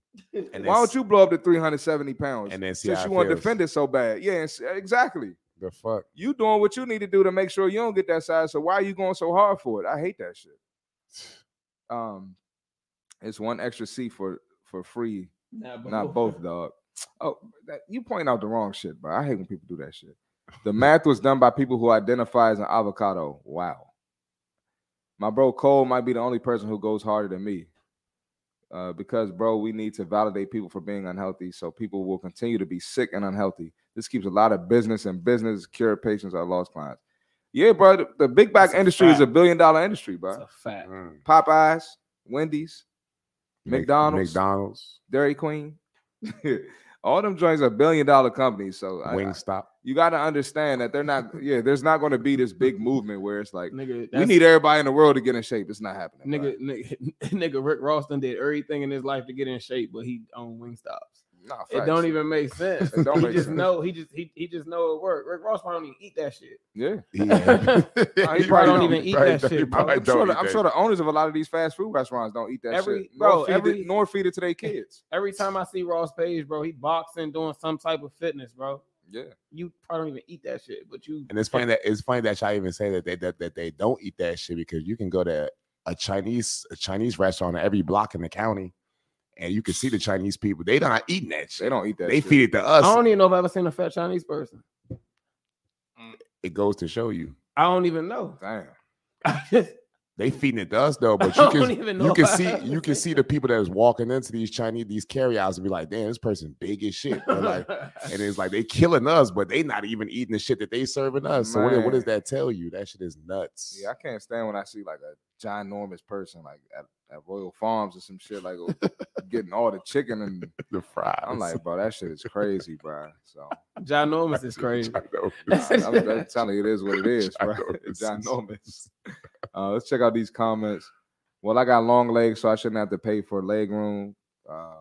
[SPEAKER 3] And
[SPEAKER 2] Why
[SPEAKER 3] then
[SPEAKER 2] don't you blow up to 370 pounds?
[SPEAKER 3] And then see
[SPEAKER 2] since
[SPEAKER 3] how
[SPEAKER 2] you
[SPEAKER 3] it
[SPEAKER 2] want to
[SPEAKER 3] feels.
[SPEAKER 2] defend it so bad, yeah, and s- exactly.
[SPEAKER 3] the fuck?
[SPEAKER 2] You doing what you need to do to make sure you don't get that size. So why are you going so hard for it? I hate that shit. Um, it's one extra seat for for free, not both, dog. Oh, that, you point out the wrong shit, bro. I hate when people do that shit. The math was done by people who identify as an avocado. Wow. My bro Cole might be the only person who goes harder than me. Uh, because bro, we need to validate people for being unhealthy, so people will continue to be sick and unhealthy. This keeps a lot of business and business cure patients are lost clients. Yeah, bro, the, the big back
[SPEAKER 4] That's a
[SPEAKER 2] industry is a
[SPEAKER 4] fact.
[SPEAKER 2] billion dollar industry, bro.
[SPEAKER 4] That's a fact.
[SPEAKER 3] Mm.
[SPEAKER 2] Popeyes, Wendy's,
[SPEAKER 3] Mc-
[SPEAKER 2] McDonald's.
[SPEAKER 3] McDonald's.
[SPEAKER 2] Dairy Queen, All them joints are billion dollar companies, so I- I,
[SPEAKER 5] Wingstop.
[SPEAKER 2] you got to understand that they're not. Yeah, there's not going to be this big movement where it's like
[SPEAKER 4] Nigga,
[SPEAKER 2] we
[SPEAKER 4] that's-
[SPEAKER 2] need everybody in the world to get in shape. It's not happening, bro.
[SPEAKER 4] nigga, nigga, nigga. Rick Ross done did everything in his life to get in shape, but he owned Wingstops.
[SPEAKER 2] Nah,
[SPEAKER 4] It
[SPEAKER 2] facts.
[SPEAKER 4] don't even make sense.
[SPEAKER 2] It don't
[SPEAKER 4] he
[SPEAKER 2] make
[SPEAKER 4] just
[SPEAKER 2] sense.
[SPEAKER 4] know he just he, he just know it worked. Rick Ross probably don't even eat that shit.
[SPEAKER 2] Yeah, probably
[SPEAKER 4] He probably
[SPEAKER 2] don't.
[SPEAKER 4] don't even
[SPEAKER 5] He
[SPEAKER 4] eat
[SPEAKER 5] probably
[SPEAKER 4] that
[SPEAKER 5] don't- he
[SPEAKER 4] shit,
[SPEAKER 2] I'm,
[SPEAKER 4] bro.
[SPEAKER 5] probably-
[SPEAKER 2] I'm sure.
[SPEAKER 5] don't
[SPEAKER 2] The,
[SPEAKER 5] eat
[SPEAKER 2] I'm
[SPEAKER 5] that.
[SPEAKER 2] sure the owners of a lot of these fast food restaurants don't eat that
[SPEAKER 4] Every-
[SPEAKER 2] shit.
[SPEAKER 4] bro,
[SPEAKER 2] nor feed
[SPEAKER 4] every-
[SPEAKER 2] it, nor feed it to their kids.
[SPEAKER 4] Every time I see Ross Page, bro, he boxing, doing some type of fitness, bro.
[SPEAKER 2] Yeah,
[SPEAKER 4] You probably don't even eat that shit, but you
[SPEAKER 5] And it's funny that it's funny that y'all even say that they that, that they don't eat that shit because you can go to a Chinese a Chinese restaurant on every block in the county, and you can see the Chinese people. They not eating that
[SPEAKER 2] they
[SPEAKER 5] shit.
[SPEAKER 2] don't eat that.
[SPEAKER 5] They,
[SPEAKER 2] shit.
[SPEAKER 5] feed it to
[SPEAKER 4] I
[SPEAKER 5] us.
[SPEAKER 4] don't even know if I've ever seen a fat Chinese person.
[SPEAKER 5] It goes to show you
[SPEAKER 4] I don't even know.
[SPEAKER 2] Damn.
[SPEAKER 5] they feeding it to us though. But
[SPEAKER 4] I
[SPEAKER 5] you
[SPEAKER 4] don't
[SPEAKER 5] can
[SPEAKER 4] even know
[SPEAKER 5] you can
[SPEAKER 4] if I
[SPEAKER 5] see
[SPEAKER 4] ever
[SPEAKER 5] you
[SPEAKER 4] seen
[SPEAKER 5] can see the people that is walking into these Chinese these carryouts and be like, damn, this person big as shit. They're like, and it's like they killing us, but they not even eating the shit that they serving us. So what, what does that tell you? That shit is nuts.
[SPEAKER 2] Yeah, I can't stand when I see like a John Norman's person like at, at Royal Farms or some shit like getting all the chicken and
[SPEAKER 5] the fries.
[SPEAKER 2] I'm like, bro, that shit is crazy, bro. So
[SPEAKER 4] John Norman is crazy.
[SPEAKER 2] I- I'm, I'm telling you, it is what it is, bro.
[SPEAKER 5] Ginormous.
[SPEAKER 2] John Norman's. Uh, let's check out these comments. Well, I got long legs, so I shouldn't have to pay for leg room. Um,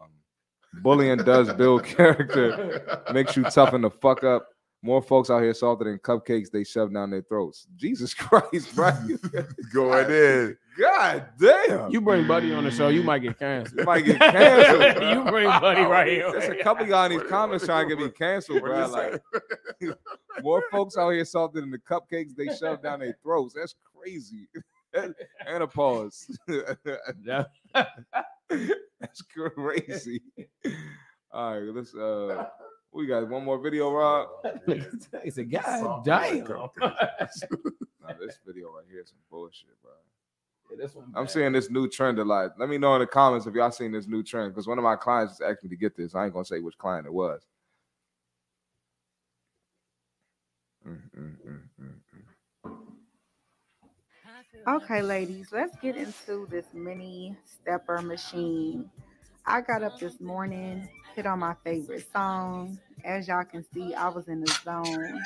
[SPEAKER 2] bullying does build character, makes you toughen the fuck up. More folks out here salted than cupcakes they shove down their throats. Jesus Christ, bro.
[SPEAKER 5] going in.
[SPEAKER 2] God damn.
[SPEAKER 4] You bring Buddy on the show, you might get canceled.
[SPEAKER 2] You might get canceled.
[SPEAKER 4] you bring Buddy right here.
[SPEAKER 2] There's a couple of y'all in these
[SPEAKER 5] What-
[SPEAKER 2] comments
[SPEAKER 5] what-
[SPEAKER 2] trying to get me
[SPEAKER 5] what-
[SPEAKER 2] canceled,
[SPEAKER 5] what you
[SPEAKER 2] bro. Like, more folks out here salted than the cupcakes they shove down their throats. That's crazy. and a pause. That's crazy. All right, let's uh we got one more video, Rob.
[SPEAKER 4] he said, God damn.
[SPEAKER 2] Nah, this video right here is some bullshit, bro.
[SPEAKER 4] This one
[SPEAKER 2] I'm
[SPEAKER 4] bad.
[SPEAKER 2] seeing this new trend a lot. Let me know in the comments if y'all seen this new trend because one of my clients just asked me to get this. I ain't gonna say which client it was. Mm, mm, mm, mm.
[SPEAKER 7] Okay, ladies, let's get into this mini stepper machine. I got up this morning, hit on my favorite song. As y'all can see, I was in the zone.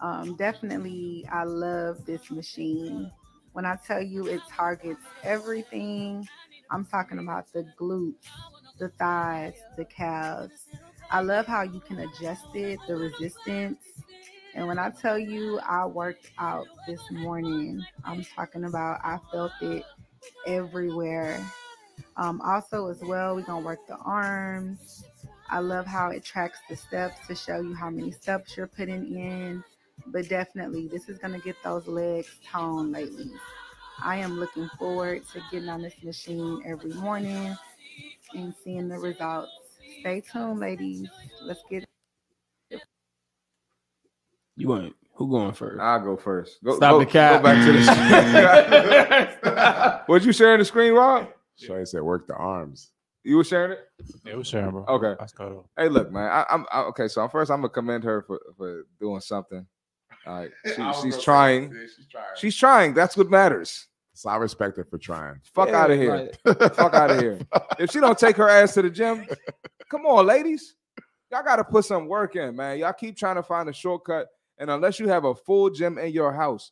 [SPEAKER 7] Um, definitely, I love this machine. When I tell you it targets everything, I'm talking about the glutes, the thighs, the calves. I love how you can adjust it, the resistance. And when I tell you I worked out this morning, I'm talking about I felt it everywhere. Um, also, as well, we're going to work the arms. I love how it tracks the steps to show you how many steps you're putting in. But definitely, this is going to get those legs toned, ladies. I am looking forward to getting on this machine every morning and seeing the results. Stay tuned, ladies. Let's get
[SPEAKER 4] You want who going first?
[SPEAKER 2] I'll go first. Go,
[SPEAKER 4] Stop
[SPEAKER 2] go-
[SPEAKER 4] the cap.
[SPEAKER 2] Go back to the. was you sharing the screen, Rob?
[SPEAKER 5] Sure, said work the arms.
[SPEAKER 2] You were sharing it.
[SPEAKER 10] It was sharing, bro.
[SPEAKER 2] Okay.
[SPEAKER 10] Let's go.
[SPEAKER 2] Hey, look, man. I, I'm I, okay. So first, I'm gonna commend her for for doing something. All right, she- she's trying.
[SPEAKER 5] She's trying.
[SPEAKER 2] She's trying. That's what matters.
[SPEAKER 5] so I respect her for trying.
[SPEAKER 2] Fuck
[SPEAKER 4] Yeah,
[SPEAKER 2] out of here.
[SPEAKER 4] like,
[SPEAKER 2] Fuck out of here. If she don't take her ass to the gym, come on, ladies. Y'all gotta put some work in, man. Y'all keep trying to find a shortcut. And unless you have a full gym in your house,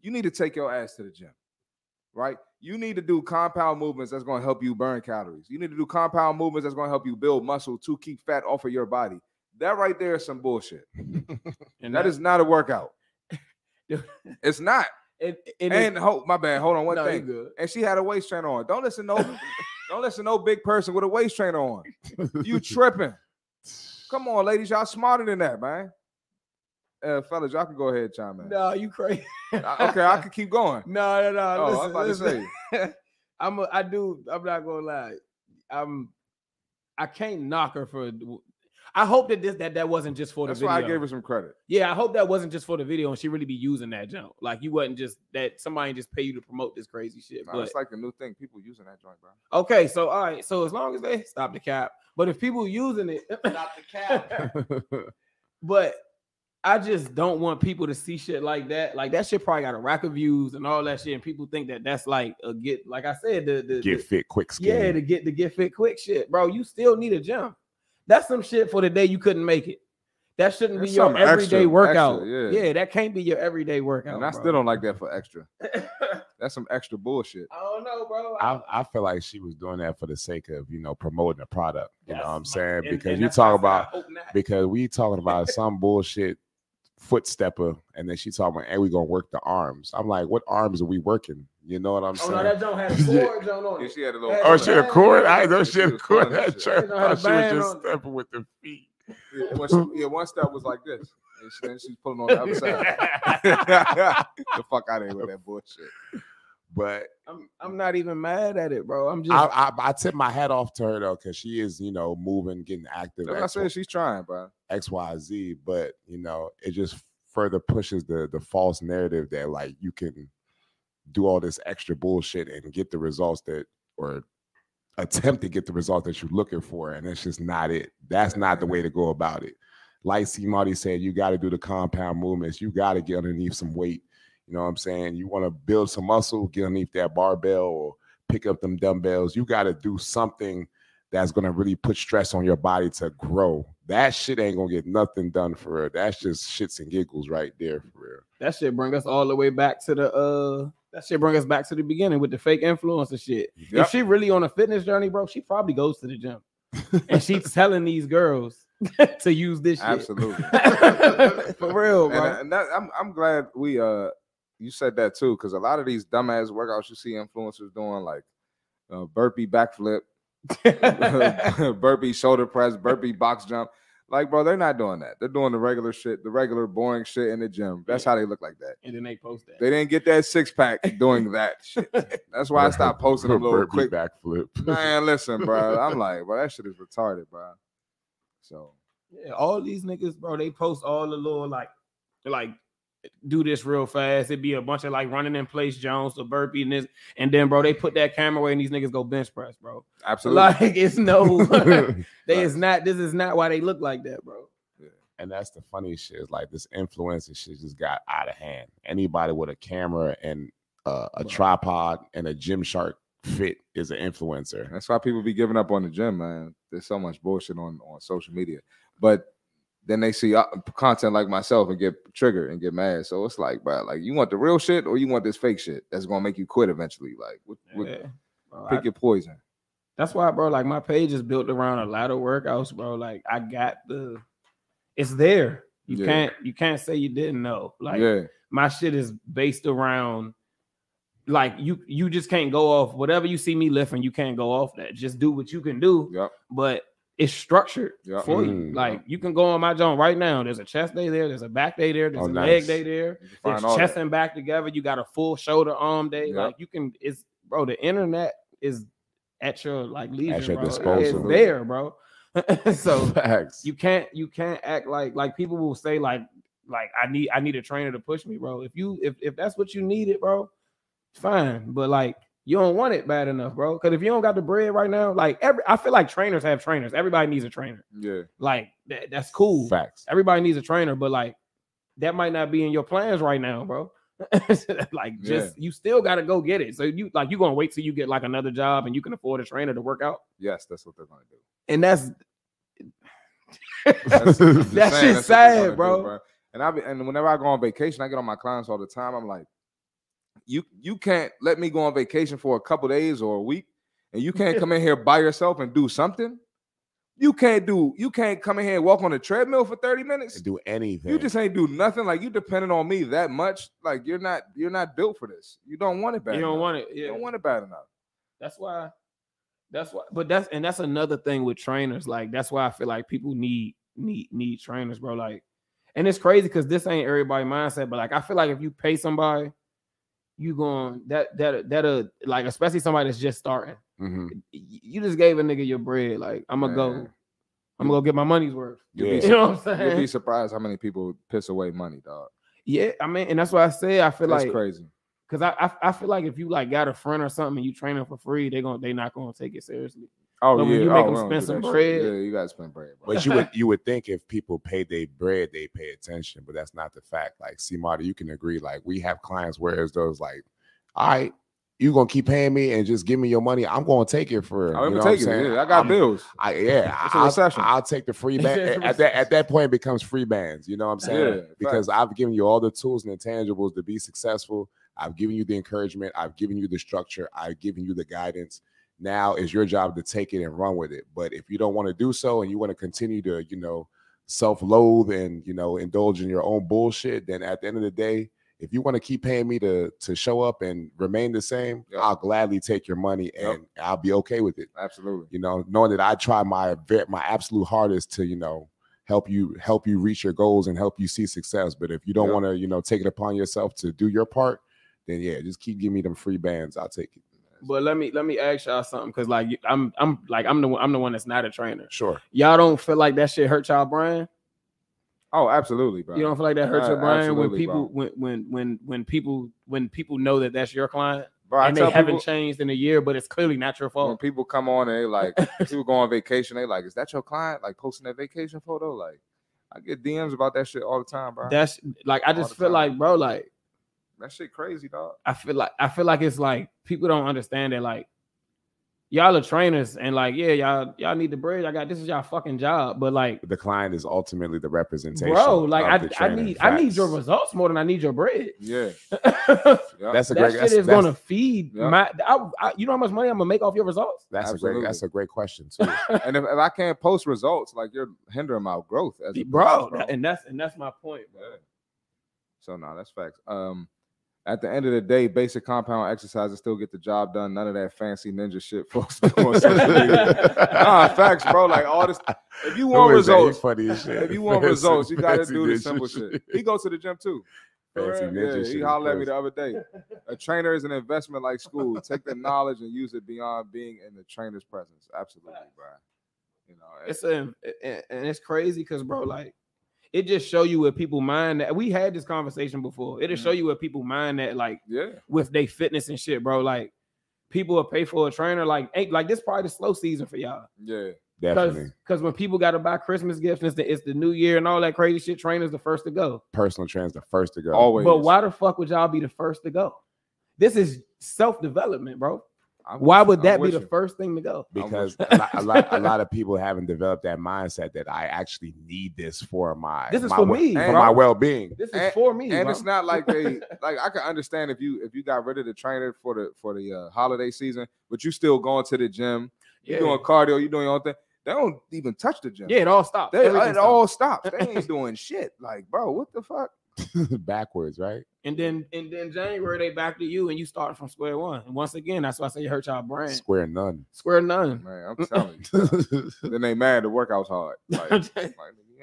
[SPEAKER 2] you need to take your ass to the gym. Right? You need to do compound movements that's gonna help you burn calories. You need to do compound movements that's gonna help you build muscle to keep fat off of your body. That right there is some bullshit.
[SPEAKER 4] and
[SPEAKER 2] That is not a workout. it's not.
[SPEAKER 4] and, and, it-
[SPEAKER 2] And ho, my bad. Hold on, one
[SPEAKER 4] no, you
[SPEAKER 2] thing
[SPEAKER 4] good.
[SPEAKER 2] and she had a waist trainer on. Don't listen no, don't listen no big person with a waist trainer on. You tripping? Come on, ladies, y'all smarter than that, man. Uh, fellas, y'all can go ahead, and chime in.
[SPEAKER 4] No, you crazy.
[SPEAKER 2] I- okay, I can keep going.
[SPEAKER 4] No, no, no.
[SPEAKER 2] Oh, I was
[SPEAKER 4] listen,
[SPEAKER 2] about to
[SPEAKER 4] listen. I'm a, I do. I'm not gonna lie. I'm. I can't knock her for. I hope that this that that wasn't just for the
[SPEAKER 2] That's
[SPEAKER 4] video.
[SPEAKER 2] why I gave her some credit.
[SPEAKER 4] yeah, I hope that wasn't just for the video, and she really be using that jump. Like you wasn't just that somebody just pay you to promote this crazy shit.
[SPEAKER 2] Nah,
[SPEAKER 4] but
[SPEAKER 2] it's like the new thing people using that joint, bro.
[SPEAKER 4] okay, so all right, so as long as they stop the cap, but if people using it, stop the cap. but I just don't want people to see shit like that. Like that shit probably got a rack of views and all that shit, and people think that that's like a get. Like I said, the the,
[SPEAKER 5] Get
[SPEAKER 4] the-
[SPEAKER 5] fit quick skin.
[SPEAKER 4] yeah, to get the get fit quick shit, bro. You still need a gym. That's some shit for the day you couldn't make it. That shouldn't
[SPEAKER 2] That's
[SPEAKER 4] be your
[SPEAKER 2] something extra-
[SPEAKER 4] everyday workout.
[SPEAKER 2] extra, yeah.
[SPEAKER 4] yeah. that can't be your everyday workout.
[SPEAKER 2] and I
[SPEAKER 4] bro.
[SPEAKER 2] still don't like that for extra.
[SPEAKER 4] I
[SPEAKER 2] That's some extra bullshit.
[SPEAKER 4] don't know, bro.
[SPEAKER 3] I, I feel like she was doing that for the sake of you know promoting the product. You know
[SPEAKER 4] That's
[SPEAKER 3] what I'm
[SPEAKER 4] my-
[SPEAKER 3] saying?
[SPEAKER 4] and-
[SPEAKER 3] Because
[SPEAKER 4] and
[SPEAKER 3] you
[SPEAKER 4] that's why I
[SPEAKER 3] talk
[SPEAKER 4] said I
[SPEAKER 3] about
[SPEAKER 4] hope not.
[SPEAKER 3] because we talking about some bullshit footstepper, and then she talking about, hey, we gonna work the arms. I'm like, what arms are we working? You know what I'm
[SPEAKER 4] Oh
[SPEAKER 3] saying?
[SPEAKER 4] no, that don't have
[SPEAKER 3] Yeah.
[SPEAKER 4] cord John on
[SPEAKER 2] Yeah,
[SPEAKER 4] it.
[SPEAKER 2] she had a little.
[SPEAKER 4] Hey,
[SPEAKER 3] oh, she a
[SPEAKER 4] Yeah.
[SPEAKER 3] cord? I know she
[SPEAKER 2] She
[SPEAKER 3] a
[SPEAKER 2] was
[SPEAKER 3] cord.
[SPEAKER 2] doing that
[SPEAKER 3] That
[SPEAKER 2] shit.
[SPEAKER 3] church.
[SPEAKER 4] She don't have
[SPEAKER 3] thought
[SPEAKER 4] a
[SPEAKER 3] She was
[SPEAKER 4] band
[SPEAKER 3] just
[SPEAKER 4] on it.
[SPEAKER 3] stepping with the feet.
[SPEAKER 2] Yeah, when she- yeah, one step was like this, and she, then she was pulling on the other side. the fuck out of here with that bullshit.
[SPEAKER 3] but
[SPEAKER 4] I'm, I'm not even mad at it, bro. I'm just
[SPEAKER 3] I, I I tip my hat off to her though, because she is you know moving, getting active.
[SPEAKER 2] That's what I said.
[SPEAKER 3] X,
[SPEAKER 2] She's trying, bro.
[SPEAKER 3] X, Y, Z. But you know, it just further pushes the the false narrative that like you can do all this extra bullshit and get the results that or attempt to get the result that you're looking for, and that's just not it. That's not the way to go about it. Like C. Marty said, you got to do the compound movements. You got to get underneath some weight. You know what I'm saying? You want to build some muscle, get underneath that barbell or pick up them dumbbells. You got to do something that's going to really put stress on your body to grow. That shit ain't going to get nothing done for real. That's just shits and giggles right there for real.
[SPEAKER 4] that shit bring us all the way back to the uh that shit bring us back to the beginning with the fake influencer shit.
[SPEAKER 2] Yep.
[SPEAKER 4] If she really on a fitness journey, bro, she probably goes to the gym. and she's telling these girls to use this shit.
[SPEAKER 2] Absolutely.
[SPEAKER 4] For real,
[SPEAKER 2] and,
[SPEAKER 4] bro.
[SPEAKER 2] and that, I'm I'm glad we uh you said that too because a lot of these dumbass workouts you see influencers doing like uh, burpee backflip, burpee shoulder press, burpee box jump. Like, bro, they're not doing that. They're doing the regular shit, the regular boring shit in the gym. That's how they look like that.
[SPEAKER 4] and then they post that.
[SPEAKER 2] They didn't get that six pack doing that shit. That's why I stopped posting them little
[SPEAKER 3] Burpee
[SPEAKER 2] quick.
[SPEAKER 3] backflip.
[SPEAKER 2] Man, listen, bro. I'm like, bro, that shit is retarded, bro. So
[SPEAKER 4] Yeah, all these niggas, bro, they post all the little like, like, do this real fast. It'd be a bunch of like running in place, Jones or burpee and this, and then bro, they put that camera away and these niggas go bench press, bro.
[SPEAKER 2] absolutely,
[SPEAKER 4] Like it's no,
[SPEAKER 3] and
[SPEAKER 4] they is not. This is not why they look like that, bro.
[SPEAKER 3] that's the funny shit. Is like this influencer shit just got out of hand. Anybody with a camera and uh, a tripod and a Gymshark fit is an influencer.
[SPEAKER 2] That's why people be giving up on the gym, man. There's so much bullshit on on social media, but then they see uh, content like myself and get triggered and get mad. So it's like, bro, like you want the real shit or you want this fake shit that's gonna make you quit eventually. Like, what, what-
[SPEAKER 4] Yeah. Bro, I-
[SPEAKER 2] pick your poison.
[SPEAKER 4] That's why, bro. Like my page is built around a lot of workouts, bro. Like I got the, it's there. You
[SPEAKER 2] Yeah.
[SPEAKER 4] can't you can't say you didn't know. Like
[SPEAKER 2] yeah,
[SPEAKER 4] my shit is based around like you you just can't go off whatever you see me lifting you can't go off that just do what you can do
[SPEAKER 2] yep,
[SPEAKER 4] but it's structured
[SPEAKER 2] yep.
[SPEAKER 4] for you
[SPEAKER 3] Mm.
[SPEAKER 4] like you can go on my joint right now there's a chest day there there's a back day there there's
[SPEAKER 3] Oh,
[SPEAKER 4] a
[SPEAKER 3] nice.
[SPEAKER 4] leg day there
[SPEAKER 2] You can
[SPEAKER 4] there's
[SPEAKER 2] find all
[SPEAKER 4] chest
[SPEAKER 2] that.
[SPEAKER 4] and back together you got a full shoulder arm day
[SPEAKER 2] Yep.
[SPEAKER 4] like you can it's bro the internet is at your like leisure
[SPEAKER 3] your
[SPEAKER 4] bro.
[SPEAKER 3] disposal.
[SPEAKER 4] it's there bro so
[SPEAKER 3] Facts.
[SPEAKER 4] you can't you can't act like like people will say like like I need I need a trainer to push me, bro. If you if if that's what you needed, bro, fine. But like you don't want it bad enough, bro. Because if you don't got the bread right now, like every I feel like trainers have trainers. Everybody needs a trainer.
[SPEAKER 2] Yeah,
[SPEAKER 4] Like that, that's cool.
[SPEAKER 3] Facts.
[SPEAKER 4] Everybody needs a trainer, but like that might not be in your plans right now, bro. like just you still gotta go get it. So you like you gonna wait till you get like another job and you can afford a trainer to work out.
[SPEAKER 2] yes, that's what they're gonna do.
[SPEAKER 4] And that's
[SPEAKER 2] That's- Saying,
[SPEAKER 3] That's
[SPEAKER 4] That shit
[SPEAKER 2] that's what they
[SPEAKER 4] sad,
[SPEAKER 2] wanna do,
[SPEAKER 4] bro.
[SPEAKER 2] And I be, and whenever I go on vacation, I get on my clients all the time. I'm like, you you can't let me go on vacation for a couple days or a week, and you can't come in here by yourself and do something. You can't do you can't come in here and walk on the treadmill for 30 minutes.
[SPEAKER 3] do anything.
[SPEAKER 2] You just ain't do nothing. Like you depending on me that much. Like you're not you're not built for this. You don't want it bad.
[SPEAKER 4] you
[SPEAKER 2] enough.
[SPEAKER 4] don't want it. Yeah.
[SPEAKER 2] You don't want it bad enough.
[SPEAKER 4] That's why. That's why. But that's and that's another thing with trainers. Like that's why I feel like people need need need trainers, bro. Like, and it's crazy because this ain't everybody mindset. But like, I feel like if you pay somebody, you going that that that uh like especially somebody that's just starting.
[SPEAKER 3] Mhm.
[SPEAKER 4] y- You just gave a nigga your bread. Like I'm gonna go.
[SPEAKER 2] Mm-hmm. Man.
[SPEAKER 4] I'm gonna go get my money's worth.
[SPEAKER 2] You'll
[SPEAKER 3] Yeah.
[SPEAKER 2] be
[SPEAKER 4] You know what I'm
[SPEAKER 2] You'll be
[SPEAKER 4] saying?
[SPEAKER 2] surprised how many people piss away money, dog.
[SPEAKER 4] Yeah, I mean, and that's why I say I feel
[SPEAKER 2] That's
[SPEAKER 4] like
[SPEAKER 2] crazy.
[SPEAKER 4] because I, I I feel like if you like got a friend or something and you train them for free, they gonna they not gonna take it seriously.
[SPEAKER 2] Oh
[SPEAKER 4] But when
[SPEAKER 2] yeah,
[SPEAKER 4] you
[SPEAKER 2] oh,
[SPEAKER 4] make them
[SPEAKER 2] we don't do
[SPEAKER 4] spend some
[SPEAKER 2] that shit.
[SPEAKER 4] bread-
[SPEAKER 2] Yeah, you gotta spend bread. Bro.
[SPEAKER 3] But you would you would think if people pay their bread, they pay attention, but that's not the fact. Like, see, Marty, you can agree. Like, we have clients where it's those like, all right, you gonna keep paying me and just give me your money. I'm gonna take it for. real.
[SPEAKER 2] I'm
[SPEAKER 3] You
[SPEAKER 2] gonna
[SPEAKER 3] know what I'm
[SPEAKER 2] take it.
[SPEAKER 3] saying?
[SPEAKER 2] Yeah, I got
[SPEAKER 3] I'm-
[SPEAKER 2] bills.
[SPEAKER 3] I, yeah,
[SPEAKER 2] It's a
[SPEAKER 3] I'll,
[SPEAKER 2] recession.
[SPEAKER 3] I'll take the free
[SPEAKER 4] It's
[SPEAKER 3] band.
[SPEAKER 4] a
[SPEAKER 3] at that at that point, it becomes free bands. You know what I'm saying?
[SPEAKER 2] Yeah,
[SPEAKER 3] because I've given you all the tools and intangibles to be successful. I've given you the encouragement. I've given you the structure. I've given you the guidance. Now it's your job to take it and run with it. But if you don't want to do so and you want to continue to, you know, self-loathe and you know indulge in your own bullshit, then at the end of the day, if you want to keep paying me to to show up and remain the same,
[SPEAKER 2] Yep.
[SPEAKER 3] I'll gladly take your money and I'll be okay with it
[SPEAKER 2] Absolutely.
[SPEAKER 3] you know knowing that i try my ve- my absolute hardest to you know help you help you reach your goals and help you see success but if you don't
[SPEAKER 2] Yeah.
[SPEAKER 3] want to you know take it upon yourself to do your part then yeah just keep giving me them free bands i'll take it
[SPEAKER 4] But let me let me ask y'all something because like you- I'm I'm like I'm the one I'm the one that's not a trainer.
[SPEAKER 3] sure
[SPEAKER 4] Y'all don't feel like that shit hurt y'all brain.
[SPEAKER 2] Oh, absolutely, bro.
[SPEAKER 4] You don't feel like that hurts your
[SPEAKER 2] Uh,
[SPEAKER 4] brain when
[SPEAKER 2] absolutely,
[SPEAKER 4] people
[SPEAKER 2] bro.
[SPEAKER 4] when when when when people when people know that that's your client
[SPEAKER 2] bro, I
[SPEAKER 4] and they
[SPEAKER 2] tell
[SPEAKER 4] haven't
[SPEAKER 2] people, Mm,
[SPEAKER 4] changed in a year, but it's clearly not your
[SPEAKER 2] when
[SPEAKER 4] fault.
[SPEAKER 2] people come on and they like people go on vacation, they like, is that your client? Like posting that vacation photo? Like, I get DMs about that shit all the time, bro. That,
[SPEAKER 4] That's like I
[SPEAKER 2] All
[SPEAKER 4] just
[SPEAKER 2] the
[SPEAKER 4] feel
[SPEAKER 2] time.
[SPEAKER 4] like bro, like
[SPEAKER 2] shit crazy, dog.
[SPEAKER 4] I feel like I feel like it's like people don't understand that like y'all are trainers and like yeah y'all y'all need the bread. I got this is y'all fucking job, but like
[SPEAKER 3] the client is ultimately the representation
[SPEAKER 4] bro, like
[SPEAKER 3] of the
[SPEAKER 4] I, I
[SPEAKER 3] trainer.
[SPEAKER 4] need I need your
[SPEAKER 3] Facts.
[SPEAKER 4] results more than I need your bread.
[SPEAKER 2] Yeah,
[SPEAKER 4] that
[SPEAKER 2] yeah.
[SPEAKER 3] that's a great
[SPEAKER 4] shit
[SPEAKER 3] that's, that's-
[SPEAKER 4] is gonna feed
[SPEAKER 2] Yeah.
[SPEAKER 4] my. I, I, you know how much money I'm gonna make off your results?
[SPEAKER 3] that's a
[SPEAKER 2] Absolutely.
[SPEAKER 3] great that's a great question too
[SPEAKER 2] and if, if I can't post results, like you're hindering my growth as a
[SPEAKER 4] bro,
[SPEAKER 2] business,
[SPEAKER 4] that- and that's and that's my point, bro.
[SPEAKER 2] Yeah. So no, that's facts. Um, at the end of the day, basic compound exercises still get the job done. None of that fancy ninja shit, folks. do on social media. nah, facts, bro. Like all this. If you
[SPEAKER 3] Who
[SPEAKER 2] want
[SPEAKER 3] is that? He
[SPEAKER 2] results,
[SPEAKER 3] funny as shit.
[SPEAKER 2] if you want
[SPEAKER 3] Fancy-
[SPEAKER 2] results, you gotta
[SPEAKER 3] fancy
[SPEAKER 2] do the
[SPEAKER 3] ninja
[SPEAKER 2] simple
[SPEAKER 3] shit.
[SPEAKER 2] shit. He goes to the gym too. For
[SPEAKER 3] Fancy
[SPEAKER 2] real.
[SPEAKER 3] ninja
[SPEAKER 2] Yeah,
[SPEAKER 3] shit
[SPEAKER 2] he
[SPEAKER 3] is
[SPEAKER 2] hollered at me
[SPEAKER 3] crazy.
[SPEAKER 2] the other day. A trainer is an investment like school. Take the knowledge and use it beyond being in the trainer's presence. Absolutely, bro. You know, eh,
[SPEAKER 4] It's a, and and it's crazy because bro, like it just show you where people mind that we had this conversation before. It'll
[SPEAKER 3] Mm-hmm.
[SPEAKER 4] show you where people mind that like
[SPEAKER 2] yeah.
[SPEAKER 4] with their fitness and shit, bro. Like people will pay for a trainer, like ain't like this probably the slow season for y'all.
[SPEAKER 2] Yeah,
[SPEAKER 3] definitely
[SPEAKER 4] Because when people got to buy Christmas gifts, and it's the, it's the new year and all that crazy shit. Trainers the first to go.
[SPEAKER 3] personal trans the first to go
[SPEAKER 2] always.
[SPEAKER 4] But why the fuck would y'all be the first to go? This is self development, bro.
[SPEAKER 2] I'm with
[SPEAKER 4] Why
[SPEAKER 2] you.
[SPEAKER 4] would
[SPEAKER 2] I'm
[SPEAKER 4] that be
[SPEAKER 2] with
[SPEAKER 4] the
[SPEAKER 2] you.
[SPEAKER 4] first thing to go?
[SPEAKER 2] I'm
[SPEAKER 3] because
[SPEAKER 2] with
[SPEAKER 3] a lot, a lot a lot of people haven't developed that mindset that I actually need this for my
[SPEAKER 4] This is
[SPEAKER 3] my
[SPEAKER 4] for
[SPEAKER 3] we-
[SPEAKER 4] me,
[SPEAKER 2] bro.
[SPEAKER 3] for my well being.
[SPEAKER 4] This is
[SPEAKER 2] And-
[SPEAKER 4] for me.
[SPEAKER 2] and
[SPEAKER 4] bro.
[SPEAKER 2] it's not like they like I can understand if you if you got rid of the trainer for the for the uh, holiday season, but you still going to the gym,
[SPEAKER 4] yeah.
[SPEAKER 2] you doing cardio, you doing your own thing. They don't even touch the gym.
[SPEAKER 4] yeah, it all stops.
[SPEAKER 2] they,
[SPEAKER 4] Everything
[SPEAKER 2] it
[SPEAKER 4] stops.
[SPEAKER 2] all stops. They ain't doing shit. Like, bro, what the fuck?
[SPEAKER 3] Backwards, right?
[SPEAKER 4] and then and then January they back to you and you start from square one. And once again, that's why I say you hurt y'all brand.
[SPEAKER 3] Square none.
[SPEAKER 4] Square none.
[SPEAKER 2] Man, I'm telling you. then they mad the workout's hard. Like, like, you ain't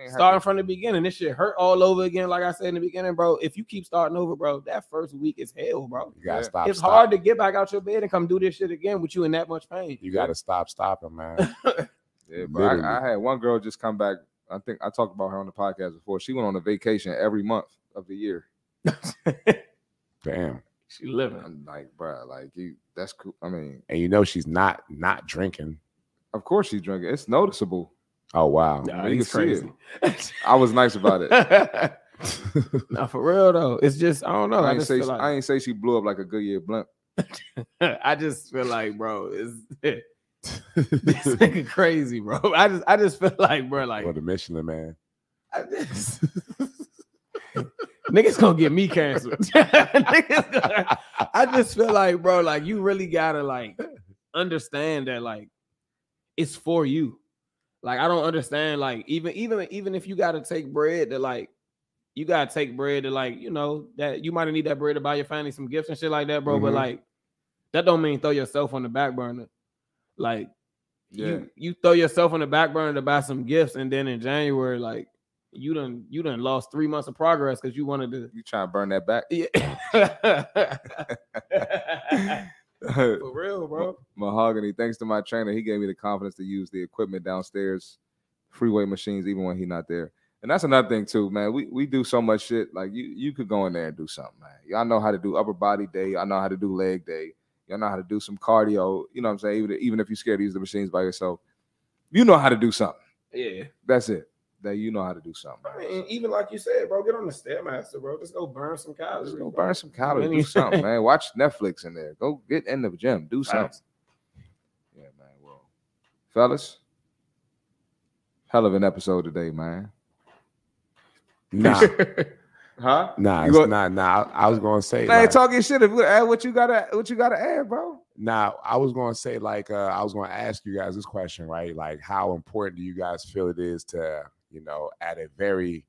[SPEAKER 2] had
[SPEAKER 4] Starting
[SPEAKER 2] to-
[SPEAKER 4] from the beginning, this shit hurt all over again. Like I said in the beginning, bro. If you keep starting over, bro, that first week is hell, bro.
[SPEAKER 3] You gotta
[SPEAKER 2] Yeah.
[SPEAKER 3] stop.
[SPEAKER 4] it's
[SPEAKER 3] stop.
[SPEAKER 4] hard to get back out your bed and come do this shit again with you in that much pain.
[SPEAKER 3] You gotta stop stopping, man.
[SPEAKER 2] Yeah, but I, I
[SPEAKER 3] Literally.
[SPEAKER 2] had one girl just come back. I think I talked about her on the podcast before. She went on a vacation every month of the year.
[SPEAKER 3] Damn.
[SPEAKER 4] She living.
[SPEAKER 2] I'm like, bro, like you, that's cool. I mean,
[SPEAKER 3] And you know she's not not drinking.
[SPEAKER 2] of course she's drinking. It's noticeable.
[SPEAKER 3] Oh wow.
[SPEAKER 2] Yeah.
[SPEAKER 4] Nah,
[SPEAKER 2] you
[SPEAKER 4] he's
[SPEAKER 2] can see
[SPEAKER 4] crazy.
[SPEAKER 2] I was nice about it.
[SPEAKER 4] nah, for real though. It's just I don't
[SPEAKER 2] I,
[SPEAKER 4] know. Oh, I,
[SPEAKER 2] ain't
[SPEAKER 4] just
[SPEAKER 2] say
[SPEAKER 4] feel
[SPEAKER 2] she,
[SPEAKER 4] like,
[SPEAKER 2] I ain't say she blew up like a good year blimp.
[SPEAKER 4] I just feel like, bro, is this nigga crazy, bro? I just, I just feel like, bro, like
[SPEAKER 3] Well, the Michelin man.
[SPEAKER 4] I just- niggas gonna get me canceled. Niggas gonna- I just feel like, bro, like you really gotta like understand that, like it's for you. Like I don't understand, like even, even, even if you gotta take bread to like. You gotta take bread to like, you know, that you might need that bread to buy your family some gifts and shit like that, bro. But
[SPEAKER 2] Mhm.
[SPEAKER 4] like, that don't mean throw yourself on the back burner. Like
[SPEAKER 2] Yeah.
[SPEAKER 4] you you throw yourself on the back burner to buy some gifts, and then in January, like you done you done lost three months of progress because you wanted to.
[SPEAKER 2] You trying to burn that back.
[SPEAKER 4] Yeah. For real, bro.
[SPEAKER 2] Mahogany, thanks to my trainer, he gave me the confidence to use the equipment downstairs, freeway machines, even when he not there. And that's another thing too, man. We we do so much shit. Like you you could go in there and do something, man. Y'all know how to do upper body day. Y'all know how to do leg day. Y'all know how to do some cardio. You know what I'm saying? Even, even if you're scared to use the machines by yourself, you know how to do something.
[SPEAKER 4] Yeah.
[SPEAKER 2] That's it. that you know how to do something.
[SPEAKER 4] I mean, even like you said, bro, get on the Stairmaster, bro. Just go burn some calories.
[SPEAKER 2] Just go
[SPEAKER 4] bro.
[SPEAKER 2] burn some calories, do
[SPEAKER 4] Anything.
[SPEAKER 2] something, man. Watch Netflix in there. Go get in the gym, do something.
[SPEAKER 7] Facts.
[SPEAKER 2] Yeah, man. Well, fellas, hell of an episode today, man.
[SPEAKER 3] Nah,
[SPEAKER 2] Huh?
[SPEAKER 3] nah,
[SPEAKER 2] You
[SPEAKER 3] it's
[SPEAKER 2] go-
[SPEAKER 3] not. Nah, I, I was gonna say.
[SPEAKER 2] Man,
[SPEAKER 3] like-
[SPEAKER 2] talking shit. If you add what you gotta, what you gotta add, bro.
[SPEAKER 3] Now, I was going to say, like, uh, I was going to ask you guys this question, right? Like, how important do you guys feel it is to, you know, at a very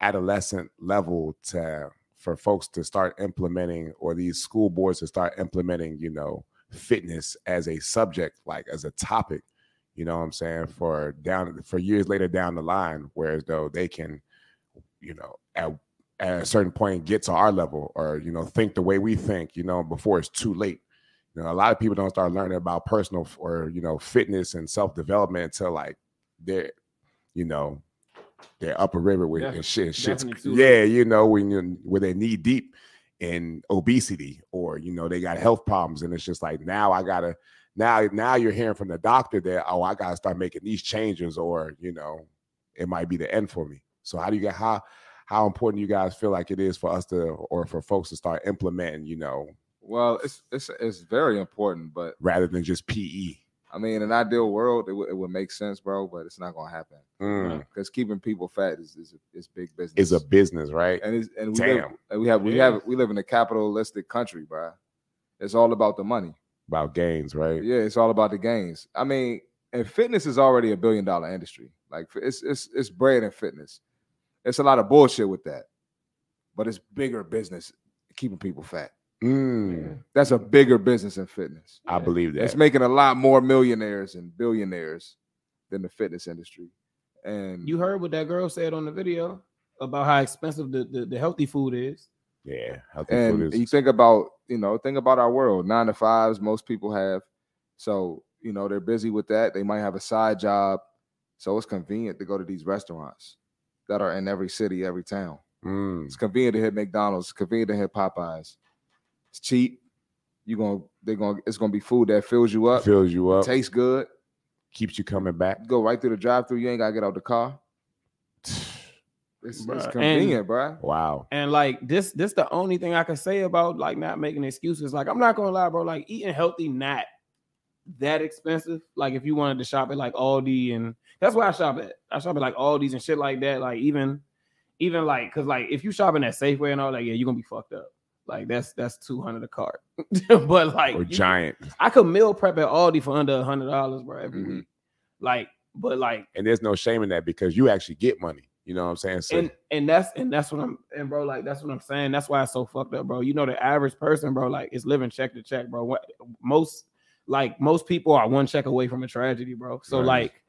[SPEAKER 3] adolescent level to for folks to start implementing or these school boards to start implementing, you know, fitness as a subject, like as a topic, you know what I'm saying, for down for years later down the line, whereas though they can, you know, at at a certain point get to our level or, you know, think the way we think, you know, before it's too late you know a lot of people don't start learning about personal f- or you know fitness and self-development until like they're you know they're upper river with
[SPEAKER 4] Def-
[SPEAKER 3] and shit shit's,
[SPEAKER 4] definitely too late.
[SPEAKER 3] yeah you know when you where they're knee deep in obesity or you know they got health problems and it's just like now i gotta now now you're hearing from the doctor that oh i gotta start making these changes or you know it might be the end for me so how do you get how how important you guys feel like it is for us to or for folks to start implementing you know
[SPEAKER 2] Well, it's it's it's very important, but
[SPEAKER 3] rather than just E? pe
[SPEAKER 2] I mean, in an ideal world, it, would it would make sense, bro. But it's not gonna happen because keeping people fat is is, is big business.
[SPEAKER 3] is a business, right?
[SPEAKER 2] and it's, and we live,
[SPEAKER 3] Damn,
[SPEAKER 2] and we have we
[SPEAKER 4] Yeah.
[SPEAKER 2] have we live in a capitalistic country, bro. It's all about the money.
[SPEAKER 3] about gains, right?
[SPEAKER 2] Yeah, it's all about the gains. I mean, and fitness is already a billion dollar industry. Like it's it's it's bread and fitness. It's a lot of bullshit with that, but it's bigger business keeping people fat.
[SPEAKER 3] Mm,
[SPEAKER 2] That's a bigger business in fitness.
[SPEAKER 3] I believe that.
[SPEAKER 2] It's making a lot more millionaires and billionaires than the fitness industry. And
[SPEAKER 4] You heard what that girl said on the video about how expensive the, the, the healthy food is.
[SPEAKER 3] yeah, healthy
[SPEAKER 2] and
[SPEAKER 3] food
[SPEAKER 2] you
[SPEAKER 3] is.
[SPEAKER 2] think about you know think about our world nine to fives most people have so you know they're busy with that they might have a side job so it's convenient to go to these restaurants that are in every city every town
[SPEAKER 3] Mm,
[SPEAKER 2] it's convenient to hit mcdonald's it's convenient to hit popeyes it's cheap you gonna they're gonna it's gonna be food that fills you up
[SPEAKER 3] fills you up,
[SPEAKER 2] tastes good
[SPEAKER 3] keeps you coming back.
[SPEAKER 2] go right through the drive-through you ain't gotta get out the car it's,
[SPEAKER 4] Bruh,
[SPEAKER 2] it's
[SPEAKER 4] and-
[SPEAKER 2] convenient bruh.
[SPEAKER 3] Wow.
[SPEAKER 4] And like this, this the only thing I can say about like not making excuses. Like I'm not gonna lie, bro. Like eating healthy, not that expensive. Like if you wanted to shop at like Aldi and that's where I shop at. I shop at like Aldi's and shit like that. Like even, even like because like if you shopping at Safeway and all that, yeah, you're gonna be fucked up. Like that's that's two hundred a cart. but like
[SPEAKER 3] Or
[SPEAKER 4] you-
[SPEAKER 3] giant. Mm-hmm.
[SPEAKER 4] I could meal prep at Aldi for under a hundred dollars, bro, every
[SPEAKER 2] Mhm.
[SPEAKER 4] week. Like, but like
[SPEAKER 3] And there's no shame in that because you actually get money. You know what I'm saying? So
[SPEAKER 4] and and that's and that's what I'm and bro, like that's what I'm saying. That's why it's so fucked up, bro. You know, the average person, bro, like is living check to check, bro. What most like most people are one check away from a tragedy, bro. So
[SPEAKER 3] Right.
[SPEAKER 4] like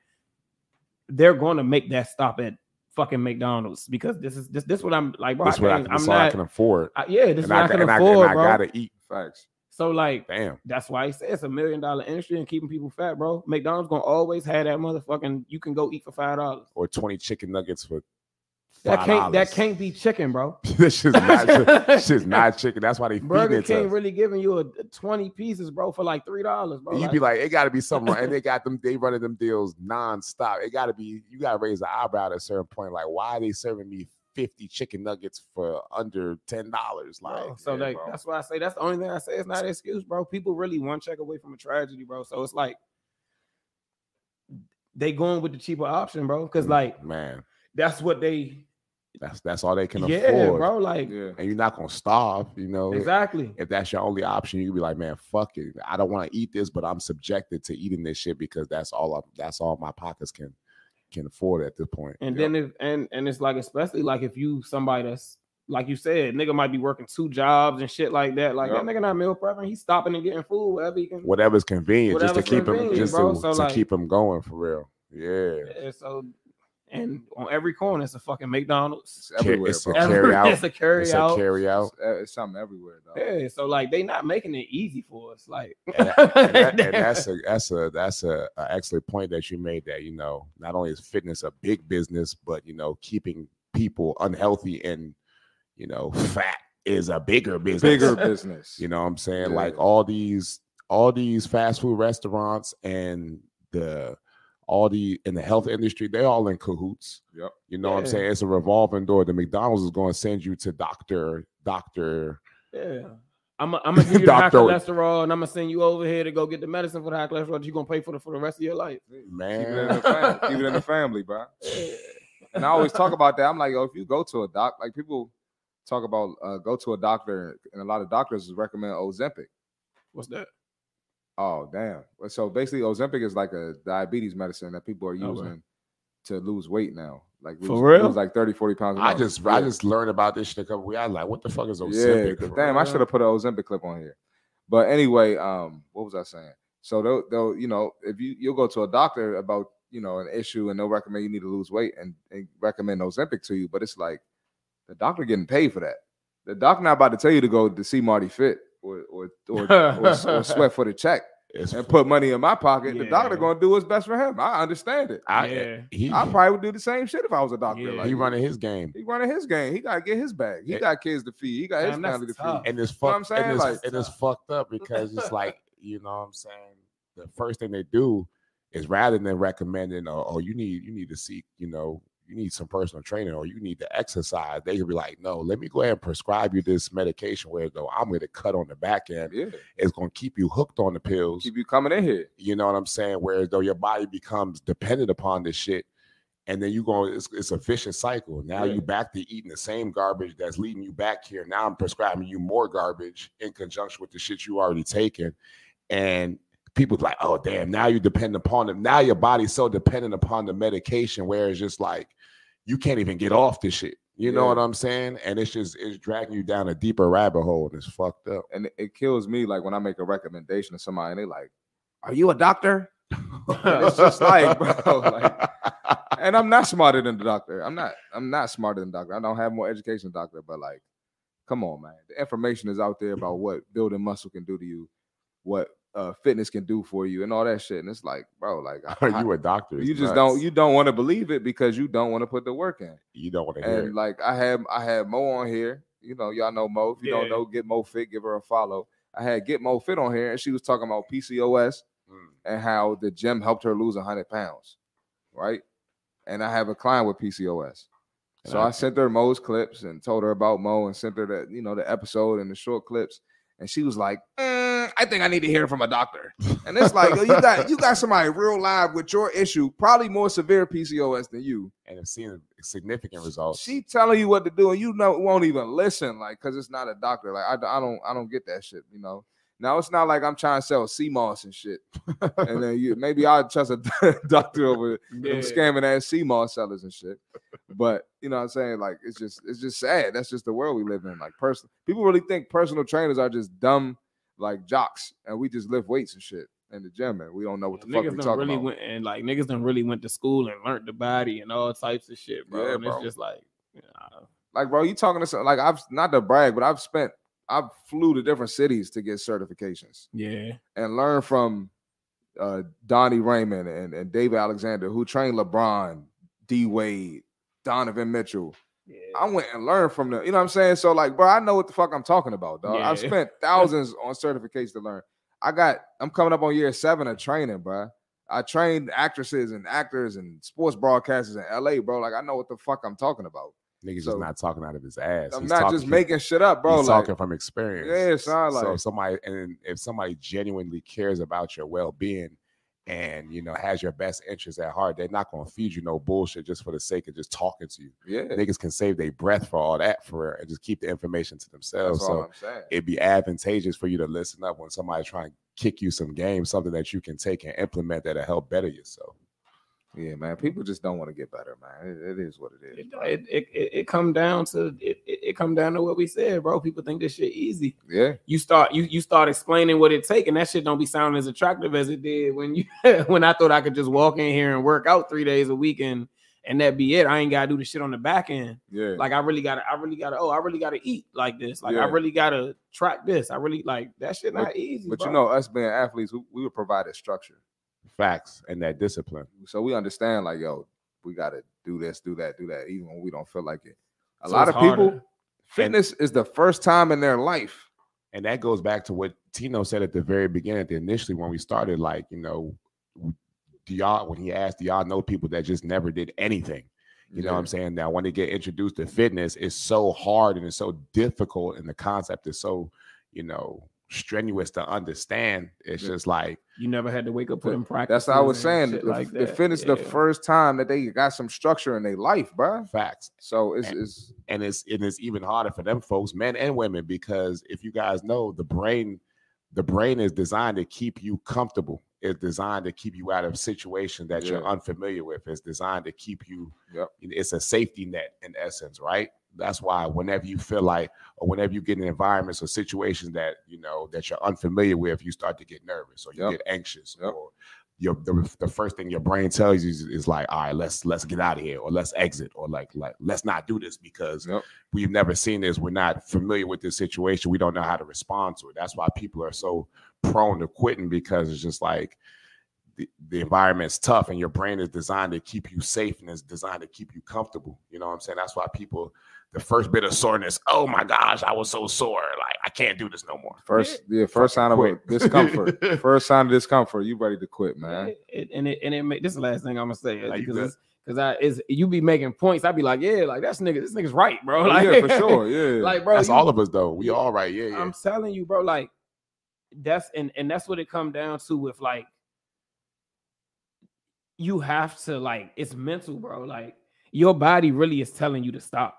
[SPEAKER 4] they're gonna make that stop at fucking McDonald's because this is this this what I'm like, bro.
[SPEAKER 3] that's
[SPEAKER 4] I
[SPEAKER 3] what I,
[SPEAKER 4] can't-
[SPEAKER 3] that's
[SPEAKER 4] I'm
[SPEAKER 3] all I
[SPEAKER 4] not
[SPEAKER 3] can afford.
[SPEAKER 4] I- yeah, this
[SPEAKER 3] and
[SPEAKER 4] is what
[SPEAKER 3] I,
[SPEAKER 4] I
[SPEAKER 3] ca-
[SPEAKER 4] can
[SPEAKER 3] and, I, and
[SPEAKER 4] afford,
[SPEAKER 3] I
[SPEAKER 4] bro.
[SPEAKER 3] gotta eat.
[SPEAKER 2] facts
[SPEAKER 4] so like
[SPEAKER 3] Damn.
[SPEAKER 4] that's why he said it's a million dollar industry and keeping people fat, bro. McDonald's gonna always have that motherfucking you can go eat for five dollars.
[SPEAKER 3] Or 20 chicken nuggets for
[SPEAKER 4] That can't that
[SPEAKER 3] $5.
[SPEAKER 4] can't be chicken, bro.
[SPEAKER 3] this is not this shit's not chicken. That's why they feed
[SPEAKER 4] Burger
[SPEAKER 3] it to
[SPEAKER 4] King
[SPEAKER 3] us.
[SPEAKER 4] really giving you a, a 20 pieces, bro, for like three dollars, bro.
[SPEAKER 3] And you'd be like, it got to be something, wrong. and they got them. They running them deals nonstop. It got to be. You got to raise the eyebrow at a certain point. Like, why are they serving me fifty chicken nuggets for under ten dollars?
[SPEAKER 4] bro.
[SPEAKER 3] Like,
[SPEAKER 4] so
[SPEAKER 3] yeah,
[SPEAKER 4] like
[SPEAKER 3] bro.
[SPEAKER 4] that's why I say that's the only thing I say. It's not an excuse, bro. People really one check away from a tragedy, bro. So it's like they going with the cheaper option, bro. Cause like
[SPEAKER 3] man,
[SPEAKER 4] that's what they
[SPEAKER 3] that's that's all they can
[SPEAKER 4] yeah,
[SPEAKER 3] afford.
[SPEAKER 4] bro. Like
[SPEAKER 2] yeah
[SPEAKER 3] And you're not gonna starve. You know,
[SPEAKER 4] exactly.
[SPEAKER 3] if that's your only option, you could be like, man, fuck it. I don't want to eat this, but I'm subjected to eating this shit because that's all. i that's all my pockets can can afford at this point.
[SPEAKER 4] And
[SPEAKER 3] Yep.
[SPEAKER 4] then if and and it's like especially like if you somebody that's like you said, nigga might be working two jobs and shit like that. Like
[SPEAKER 2] Yup.
[SPEAKER 4] that nigga not meal prepping, he's stopping and getting food wherever he can.
[SPEAKER 3] whatever's convenient, just
[SPEAKER 4] Whatever's
[SPEAKER 3] to keep him,
[SPEAKER 4] convenient,
[SPEAKER 3] just
[SPEAKER 4] bro.
[SPEAKER 3] to,
[SPEAKER 4] So,
[SPEAKER 3] to
[SPEAKER 4] like-
[SPEAKER 3] keep him going for real. Yeah.
[SPEAKER 4] Yeah, so and on every corner it's a fucking McDonald's.
[SPEAKER 2] it's everywhere
[SPEAKER 3] it's a
[SPEAKER 2] bro.
[SPEAKER 3] Every- carry out.
[SPEAKER 4] It's a carry
[SPEAKER 3] it's
[SPEAKER 4] out.
[SPEAKER 3] a carry out.
[SPEAKER 2] It's, uh, it's something everywhere though
[SPEAKER 4] Yeah, so like they not making it easy for us. Like
[SPEAKER 3] And, that- and that- and that's a that's a that's a, a excellent point that you made. That you know, not only is fitness a big business, but you know, keeping people unhealthy and you know fat is a bigger business.
[SPEAKER 2] bigger business
[SPEAKER 3] You know what I'm saying?
[SPEAKER 2] Yeah.
[SPEAKER 3] Like all these all these fast food restaurants and the all the in the health industry, they all in cahoots.
[SPEAKER 2] Yep.
[SPEAKER 3] You know what I'm
[SPEAKER 4] Yeah.
[SPEAKER 3] saying? It's a revolving door. The McDonald's is going to send you to doctor, doctor.
[SPEAKER 4] Yeah. I'm gonna give you the high
[SPEAKER 3] Doctor.
[SPEAKER 4] cholesterol, and I'm gonna send you over here to go get the medicine for the high cholesterol that you're gonna pay for the, for the rest of your life.
[SPEAKER 2] Keep it in
[SPEAKER 3] Man,
[SPEAKER 2] the family. Keep it in the family, bro. And I always talk about that. I'm like, yo, if you go to a doc, like people talk about uh, go to a doctor, and a lot of doctors recommend Ozempic.
[SPEAKER 4] What's that?
[SPEAKER 2] Oh, damn. So basically, Ozempic is like a diabetes medicine that people are using
[SPEAKER 4] Okay.
[SPEAKER 2] to lose weight now. Like
[SPEAKER 4] For
[SPEAKER 2] lose-
[SPEAKER 4] real?
[SPEAKER 2] lose like 30, 40 pounds. a
[SPEAKER 3] I
[SPEAKER 2] month.
[SPEAKER 3] just I just learned about this shit a couple weeks. I was like, what the fuck is
[SPEAKER 2] yeah.
[SPEAKER 3] Ozempic?
[SPEAKER 2] 'cause damn, I
[SPEAKER 4] real?
[SPEAKER 2] should have put an Ozempic clip on here. But anyway, um, what was I saying? So they'll, they'll you know, if you you'll go to a doctor about you know an issue and they'll recommend you need to lose weight and, and recommend Ozempic to you, but it's like the doctor getting paid for that. The doctor not about to tell you to go to see Marty Fit or or or, or, or sweat for the check
[SPEAKER 3] It's-
[SPEAKER 2] and put money in my pocket. The doctor
[SPEAKER 4] Yeah.
[SPEAKER 2] gonna do what's best for him. I understand it.
[SPEAKER 3] I,
[SPEAKER 4] Yeah.
[SPEAKER 3] he,
[SPEAKER 2] I probably would do the same shit if I was a doctor.
[SPEAKER 4] Yeah.
[SPEAKER 2] Like
[SPEAKER 3] he running his game.
[SPEAKER 2] he running his game. He gotta get his bag. He
[SPEAKER 3] Yeah.
[SPEAKER 2] got kids to feed. He got his
[SPEAKER 4] Damn, that's
[SPEAKER 2] family to
[SPEAKER 4] tough.
[SPEAKER 2] feed.
[SPEAKER 3] and it's
[SPEAKER 2] You know what I'm
[SPEAKER 3] fucked
[SPEAKER 2] saying?
[SPEAKER 3] and it's,
[SPEAKER 2] Like- uh,
[SPEAKER 3] and it's fucked up because it's like you know what I'm saying the first thing they do is rather than recommending oh, oh you need you need to seek you know you need some personal training or you need to exercise they could be like no let me go ahead and prescribe you this medication where though I'm going to cut on the back end
[SPEAKER 2] Yeah,
[SPEAKER 3] it's going to keep you hooked on the pills
[SPEAKER 2] keep you coming in here.
[SPEAKER 3] you know what I'm saying whereas though your body becomes dependent upon this shit and then you go it's, it's a vicious cycle now
[SPEAKER 2] Yeah.
[SPEAKER 3] you back to eating the same garbage that's leading you back here now i'm prescribing you more garbage in conjunction with the shit you already taken and people like oh damn now you depend upon them now your body's so dependent upon the medication where it's just like you can't even get off this shit you know
[SPEAKER 2] Yeah.
[SPEAKER 3] what i'm saying and it's just it's dragging you down a deeper rabbit hole and it's fucked up
[SPEAKER 2] And it- it kills me like when I make a recommendation to somebody and they like, "Are you a doctor?" And it's just like, bro, like- and I'm not smarter than the doctor. I'm not. I'm not smarter than the doctor. I don't have more education than the doctor. But like, come on, man. The information is out there about what building muscle can do to you, what uh, fitness can do for you, and all that shit. And it's like, bro, like, I-
[SPEAKER 3] are
[SPEAKER 2] I-
[SPEAKER 3] you a doctor
[SPEAKER 2] you just don't you don't want to believe it because you don't want to put the work in.
[SPEAKER 3] you don't want to hear
[SPEAKER 2] And like I have I had Mo on here. You know, y'all know Mo. If you don't
[SPEAKER 4] Yeah.
[SPEAKER 2] know, get Mo Fit, give her a follow. I had Get Mo Fit on here and she was talking about PCOS
[SPEAKER 3] it. Mm.
[SPEAKER 2] and how the gym helped her lose 100 pounds, right? And I have a client with PCOS.
[SPEAKER 3] And
[SPEAKER 2] So
[SPEAKER 3] I-
[SPEAKER 2] I sent her Mo's clips and told her about Mo and sent her the, you know, the episode and the short clips. And she was like, "Mm, I think I need to hear from a doctor. And it's like, yo, you got you got somebody real live with your issue, probably more severe PCOS than you.
[SPEAKER 3] and have seen significant results.
[SPEAKER 2] She telling you what to do, and you know won't even listen, like, cause it's not a doctor. Like, I, d- I don't I don't get that shit, you know. Now it's not like I'm trying to sell sea moss and shit, and then you maybe I'll trust a doctor over them scamming ass sea moss sellers and shit. But you know what I'm saying? Like it's just it's just sad. That's just the world we live in. Like personal people really think personal trainers are just dumb like jocks and we just lift weights and shit in the gym and we don't know what the fuck we
[SPEAKER 4] niggas done
[SPEAKER 2] talking
[SPEAKER 4] really
[SPEAKER 2] about.
[SPEAKER 4] went and like niggas done really went to school and learned the body and all types of shit, bro.
[SPEAKER 2] Yeah,
[SPEAKER 4] and
[SPEAKER 2] bro.
[SPEAKER 4] it's just like, nah.
[SPEAKER 2] like bro, you talking to some, like I've not to brag, but I've spent I've flew to different cities to get certifications
[SPEAKER 4] yeah,
[SPEAKER 2] and learn from uh Donnie Raymond and, and David Alexander who trained LeBron, D Wade, Donovan Mitchell. I went and learned from them. You know what I'm saying? So like, bro, I know what the fuck I'm talking about, dog. I've
[SPEAKER 4] Yeah.
[SPEAKER 2] spent thousands on certificates to learn. I got I'm coming up on year seven of training, bro. I trained actresses and actors and sports broadcasters in LA, bro. Like I know what the fuck I'm talking about.
[SPEAKER 3] Niggas
[SPEAKER 2] So-
[SPEAKER 3] just not talking out of his ass.
[SPEAKER 2] I'm
[SPEAKER 3] He's
[SPEAKER 2] not
[SPEAKER 3] talking
[SPEAKER 2] just
[SPEAKER 3] from-
[SPEAKER 2] making shit up, bro.
[SPEAKER 3] he's
[SPEAKER 2] Like
[SPEAKER 3] talking from experience.
[SPEAKER 2] Yeah, son,
[SPEAKER 3] so
[SPEAKER 2] like-
[SPEAKER 3] if somebody and if somebody genuinely cares about your well being and you know has your best interests at heart, they're not gonna feed you no bullshit just for the sake of just talking to you.
[SPEAKER 2] yeah,
[SPEAKER 3] Niggas can save their breath for all that for and just keep the information to themselves.
[SPEAKER 2] that's all
[SPEAKER 3] So
[SPEAKER 2] I'm saying.
[SPEAKER 3] it'd be advantageous for you to listen up when somebody's trying to kick you some game, something that you can take and implement that'll help better yourself.
[SPEAKER 2] yeah, man. People just don't want to get better, man. It- it is what it is.
[SPEAKER 4] it it, it, it, it come down to it, it, it come down to what we said, bro. People think this shit easy.
[SPEAKER 2] Yeah,
[SPEAKER 4] You start you you start explaining what it take, and that shit don't be sounding as attractive as it did when you when I thought I could just walk in here and work out three days a week and and that be it. I ain't gotta do the shit on the back end.
[SPEAKER 2] yeah.
[SPEAKER 4] like I really gotta, I really gotta, oh, I really gotta eat like this. Like
[SPEAKER 2] Yeah.
[SPEAKER 4] I really gotta track this. I really like that shit not easy.
[SPEAKER 2] but
[SPEAKER 4] bro.
[SPEAKER 2] you know, us being athletes, we, we were provided structure.
[SPEAKER 3] Facts and that discipline.
[SPEAKER 2] so we understand like yo we gotta do this do that do that even when we don't feel like it a
[SPEAKER 4] So
[SPEAKER 2] lot of
[SPEAKER 4] it's
[SPEAKER 2] people
[SPEAKER 4] harder.
[SPEAKER 2] fitness is the first time in their life
[SPEAKER 3] and that goes back to what Tino said at the very beginning, that initially when we started, like you know, w- do y'all when he asked, do y'all know people that just never did anything? You know what I'm saying? Now, when they get introduced to fitness, it's so hard and it's so difficult, and the concept is so, you know, strenuous to understand. It's
[SPEAKER 2] Yeah.
[SPEAKER 3] just like,
[SPEAKER 4] You never had to wake up
[SPEAKER 2] But
[SPEAKER 4] put in practice.
[SPEAKER 2] That's what I was saying.
[SPEAKER 4] Shit
[SPEAKER 2] The,
[SPEAKER 4] like
[SPEAKER 2] the
[SPEAKER 4] that.
[SPEAKER 2] fitness the
[SPEAKER 4] Yeah.
[SPEAKER 2] first time that they got some structure in their life, bruh.
[SPEAKER 3] facts.
[SPEAKER 2] So it's, it's
[SPEAKER 3] and it's and it's even harder for them folks, men and women, because if you guys know the brain, the brain is designed to keep you comfortable. It's designed to keep you out of situations that you're
[SPEAKER 2] Yeah.
[SPEAKER 3] unfamiliar with. It's designed to keep you.
[SPEAKER 2] Yep.
[SPEAKER 3] It's a safety net in essence, right? That's why whenever you feel like, or whenever you get in environments or situations that you know that you're unfamiliar with, you start to get nervous or you
[SPEAKER 2] Yep.
[SPEAKER 3] get anxious
[SPEAKER 2] Yep.
[SPEAKER 3] or your the, the first thing your brain tells you is, is like, all right, let's let's get out of here or let's exit or like like let's not do this because
[SPEAKER 2] Yep.
[SPEAKER 3] we've never seen this. We're not familiar with this situation. We don't know how to respond to it. That's why people are so prone to quitting because it's just like the, the environment's tough and your brain is designed to keep you safe and it's designed to keep you comfortable. You know what I'm saying? That's why people the first bit of soreness, oh my gosh, I was so sore. Like I can't do this no more.
[SPEAKER 2] first the first sign of
[SPEAKER 3] quit.
[SPEAKER 2] discomfort. first sign of discomfort. You ready to quit, man?
[SPEAKER 4] It- it- and it and it make this is the last thing I'm gonna say
[SPEAKER 3] Nah, you good.
[SPEAKER 4] because because I is you be making points. I'd be like, yeah, like that's nigga, this nigga's right, bro.
[SPEAKER 3] Oh,
[SPEAKER 4] Like,
[SPEAKER 2] Oh, yeah, for sure. Yeah.
[SPEAKER 4] Like, bro,
[SPEAKER 3] That's
[SPEAKER 4] you- Um,
[SPEAKER 3] all of us though. We all right. Yeah, yeah.
[SPEAKER 4] I'm telling you, bro. Like that's and and that's what it come down to with like you have to like it's mental, bro. Like your body really is telling you to stop,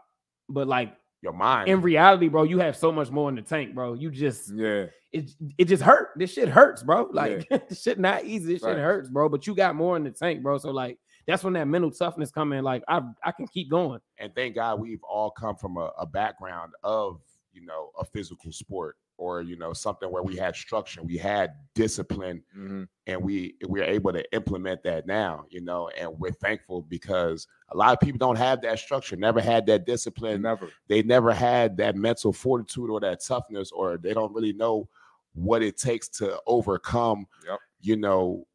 [SPEAKER 4] but like
[SPEAKER 3] your mind.
[SPEAKER 4] in reality, bro, you have so much more in the tank, bro. You just
[SPEAKER 2] yeah.
[SPEAKER 4] it it just hurt. This shit hurts, bro.
[SPEAKER 2] Yeah.
[SPEAKER 4] Like this shit not easy. This shit
[SPEAKER 2] Facts.
[SPEAKER 4] hurts, bro. But you got more in the tank, bro. So like that's when that mental toughness come in. Like I I can keep going.
[SPEAKER 3] and thank God we've all come from a, a background of you know a physical sport or you know something where we had structure, we had discipline,
[SPEAKER 2] Mhm.
[SPEAKER 3] and we we're able to implement that now. You know, and we're thankful because a lot of people don't have that structure, never had that discipline,
[SPEAKER 2] Never.
[SPEAKER 3] they never had that mental fortitude or that toughness, or they don't really know what it takes to overcome.
[SPEAKER 2] Yep.
[SPEAKER 3] You know,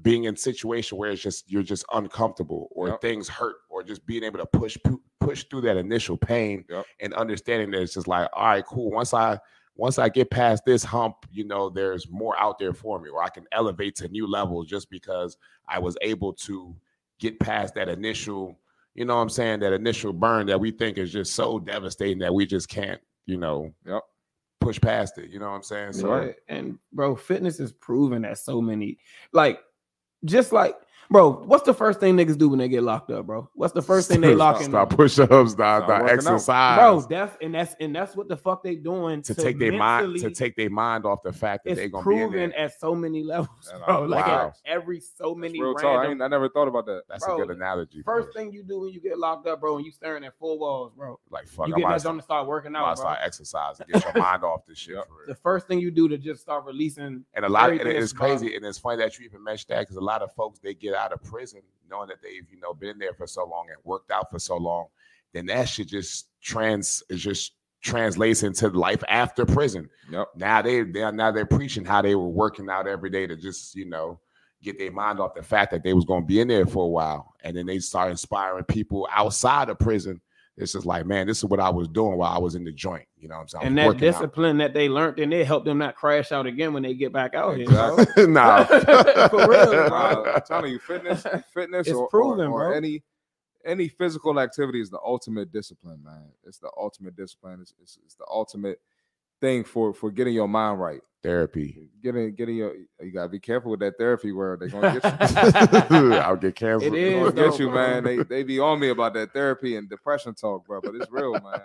[SPEAKER 3] being in situation where it's just you're just uncomfortable, or
[SPEAKER 2] Yep.
[SPEAKER 3] things hurt, or just being able to push pu- push through that initial pain,
[SPEAKER 2] Yep.
[SPEAKER 3] and understanding that it's just like, all right, cool. Once I once I get past this hump, you know, there's more out there for me, or I can elevate to new levels just because I was able to get past that initial you know what I'm saying, that initial burn that we think is just so devastating that we just can't, you know,
[SPEAKER 2] Yep.
[SPEAKER 3] push past it. You know what I'm saying? So
[SPEAKER 2] Right.
[SPEAKER 4] And bro, fitness is proven that so many like just like bro, what's the first thing niggas do when they get locked up, bro? What's the first thing they
[SPEAKER 3] Stop-
[SPEAKER 4] lock in?
[SPEAKER 3] Stop push ups, stop,
[SPEAKER 2] Stop working out.
[SPEAKER 3] exercise.
[SPEAKER 4] Bro, that's and that's and that's what the fuck they doing
[SPEAKER 3] to take their mind to
[SPEAKER 4] mentally-
[SPEAKER 3] take their mind off the fact that they're
[SPEAKER 4] it's
[SPEAKER 3] gonna be in
[SPEAKER 4] proven
[SPEAKER 3] there.
[SPEAKER 4] at so many levels,
[SPEAKER 2] And, uh,
[SPEAKER 4] bro. Like
[SPEAKER 3] wow.
[SPEAKER 4] at every so
[SPEAKER 2] That's
[SPEAKER 4] many
[SPEAKER 2] real
[SPEAKER 4] random.
[SPEAKER 2] talk. I, ain't, I never thought about that.
[SPEAKER 3] That's
[SPEAKER 4] bro,
[SPEAKER 3] a good analogy. bro.
[SPEAKER 4] First thing you do when you get locked up, bro, and you staring at four walls, bro.
[SPEAKER 3] like fuck,
[SPEAKER 4] you
[SPEAKER 3] I'm
[SPEAKER 4] get
[SPEAKER 3] about
[SPEAKER 4] that
[SPEAKER 3] to
[SPEAKER 4] done to start working
[SPEAKER 3] I'm about
[SPEAKER 4] out,
[SPEAKER 3] to
[SPEAKER 4] bro.
[SPEAKER 3] start exercising, get your mind off this shit for real.
[SPEAKER 4] The first thing you do to just start releasing,
[SPEAKER 3] And a lot,
[SPEAKER 4] Very
[SPEAKER 3] and it's
[SPEAKER 4] pissed about
[SPEAKER 3] crazy, and it's funny that you even mentioned that because a lot of folks they get out of prison knowing that they've you know been there for so long and worked out for so long, then that shit just trans it just translates into life after prison.
[SPEAKER 2] Yep.
[SPEAKER 3] Now they they are now they're preaching how they were working out every day to just you know get their mind off the fact that they was going to be in there for a while, and then they start inspiring people outside of prison. It's just like, man, this is what I was doing while I was in the joint. You know what I'm saying? I
[SPEAKER 4] and
[SPEAKER 3] was
[SPEAKER 4] that
[SPEAKER 3] working out.
[SPEAKER 4] discipline that they learned, and it helped them not crash out again when they get back out here.
[SPEAKER 2] Exactly.
[SPEAKER 4] Bro.
[SPEAKER 3] nah.
[SPEAKER 4] For real,
[SPEAKER 2] Nah,
[SPEAKER 4] bro.
[SPEAKER 2] I'm telling you, fitness, fitness,
[SPEAKER 4] It's
[SPEAKER 2] or, or-
[SPEAKER 4] proven,
[SPEAKER 2] or
[SPEAKER 4] bro.
[SPEAKER 2] any any physical activity is the ultimate discipline, man. It's the ultimate discipline. It's, it's, it's the ultimate thing for for getting your mind right.
[SPEAKER 3] Therapy.
[SPEAKER 2] Getting getting your you gotta be careful with that therapy word. They gonna get you.
[SPEAKER 3] I'll get canceled.
[SPEAKER 4] It
[SPEAKER 2] They
[SPEAKER 4] is,
[SPEAKER 2] gonna get
[SPEAKER 4] though,
[SPEAKER 2] you,
[SPEAKER 4] bro.
[SPEAKER 2] man. They they be on me about that therapy and depression talk, bro. But it's real, man.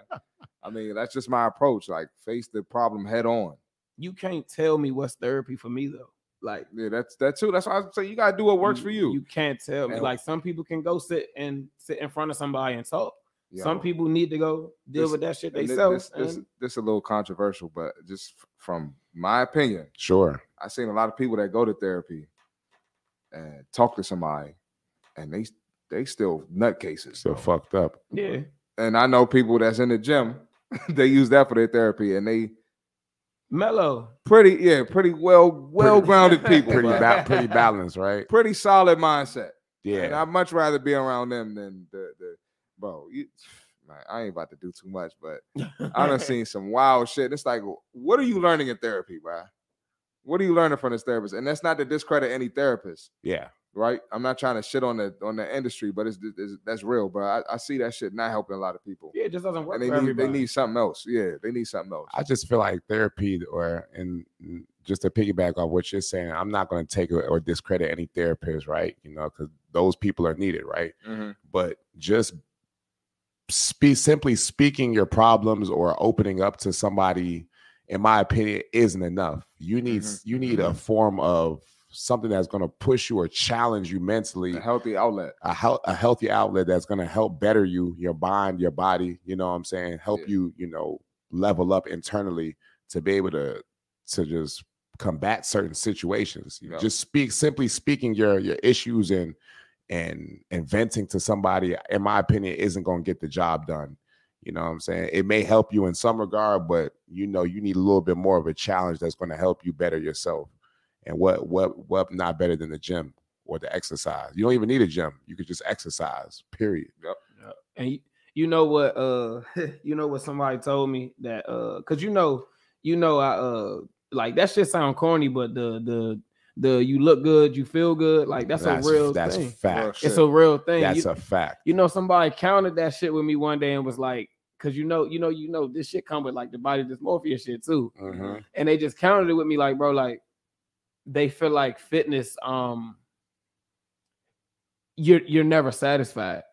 [SPEAKER 2] I mean, that's just my approach. Like face the problem head on.
[SPEAKER 4] You can't tell me what's therapy for me though. Like
[SPEAKER 2] Yeah, that's that too. That's why I say you gotta do what works for you.
[SPEAKER 4] You can't tell me.
[SPEAKER 2] And-
[SPEAKER 4] Like some people can go sit and sit in front of somebody and talk.
[SPEAKER 2] Yeah.
[SPEAKER 4] Some people need to go deal
[SPEAKER 2] This-
[SPEAKER 4] with that shit
[SPEAKER 2] And thi-
[SPEAKER 4] themselves.
[SPEAKER 2] This, this, this a little controversial, but just f- from my opinion,
[SPEAKER 3] Sure.
[SPEAKER 2] I've seen a lot of people that go to therapy and talk to somebody, and they they still nutcases.
[SPEAKER 3] Still fucked up.
[SPEAKER 4] yeah.
[SPEAKER 2] And I know people that's in the gym, they use that for their therapy, and they
[SPEAKER 4] Mellow.
[SPEAKER 2] pretty yeah, pretty well well grounded people,
[SPEAKER 3] Pretty
[SPEAKER 2] bruh.
[SPEAKER 3] ba- pretty balanced, right?
[SPEAKER 2] pretty solid mindset. And
[SPEAKER 3] Yeah.
[SPEAKER 2] I'd much rather be around them than the the bro. You, man, I ain't about to do too much, but I done seen some wild shit. It's like, what are you learning in therapy, bro? What are you learning from this therapist? And that's not to discredit any therapist,
[SPEAKER 3] Yeah.
[SPEAKER 2] right? I'm not trying to shit on the on the industry, but it's, it's that's real, bro. I, I see that shit not helping a lot of people,
[SPEAKER 4] Yeah, it just doesn't work
[SPEAKER 2] and they
[SPEAKER 4] for
[SPEAKER 2] need they
[SPEAKER 4] everybody.
[SPEAKER 2] need something else. Yeah, they need something else.
[SPEAKER 3] I just feel like therapy, or and mm, just to piggyback off what you're saying, I'm not going to take or discredit any therapist, right? You know, because those people are needed, right?
[SPEAKER 2] Mhm.
[SPEAKER 3] But just speak simply speaking your problems or opening up to somebody, in my opinion, isn't enough. You need s- you need a form of something that's going to push you or challenge you mentally
[SPEAKER 2] A healthy outlet.
[SPEAKER 3] a, hel- a healthy outlet that's going to help better you, your mind, your body, you know what I'm saying? Help
[SPEAKER 2] Yeah.
[SPEAKER 3] you, you know, level up internally to be able to to just combat certain situations. You
[SPEAKER 2] Yeah.
[SPEAKER 3] Just speak simply speaking your your issues and and and venting to somebody in my opinion isn't going to get the job done. You know what I'm saying? It may help you in some regard, but you know you need a little bit more of a challenge that's going to help you better yourself. And what what what not better than the gym or the exercise? You don't even need a gym. You could just exercise. Period.
[SPEAKER 4] And you, you know what? Uh, you know what somebody told me that uh, cause you know, you know, I uh, like that shit sound corny, but the the the you look good, you feel good, like that's, a real
[SPEAKER 3] that's
[SPEAKER 4] thing.
[SPEAKER 2] Real
[SPEAKER 3] fact.
[SPEAKER 2] shit.
[SPEAKER 4] It's a real thing.
[SPEAKER 3] That's
[SPEAKER 4] you,
[SPEAKER 3] a fact.
[SPEAKER 4] you know, somebody counted that shit with me one day and was like, cause you know, you know, you know, this shit come with like the body dysmorphia shit too,
[SPEAKER 2] Mm-hmm.
[SPEAKER 3] Mhm.
[SPEAKER 4] and they just counted it with me, like, bro, like they feel like fitness, um, you're you're never satisfied.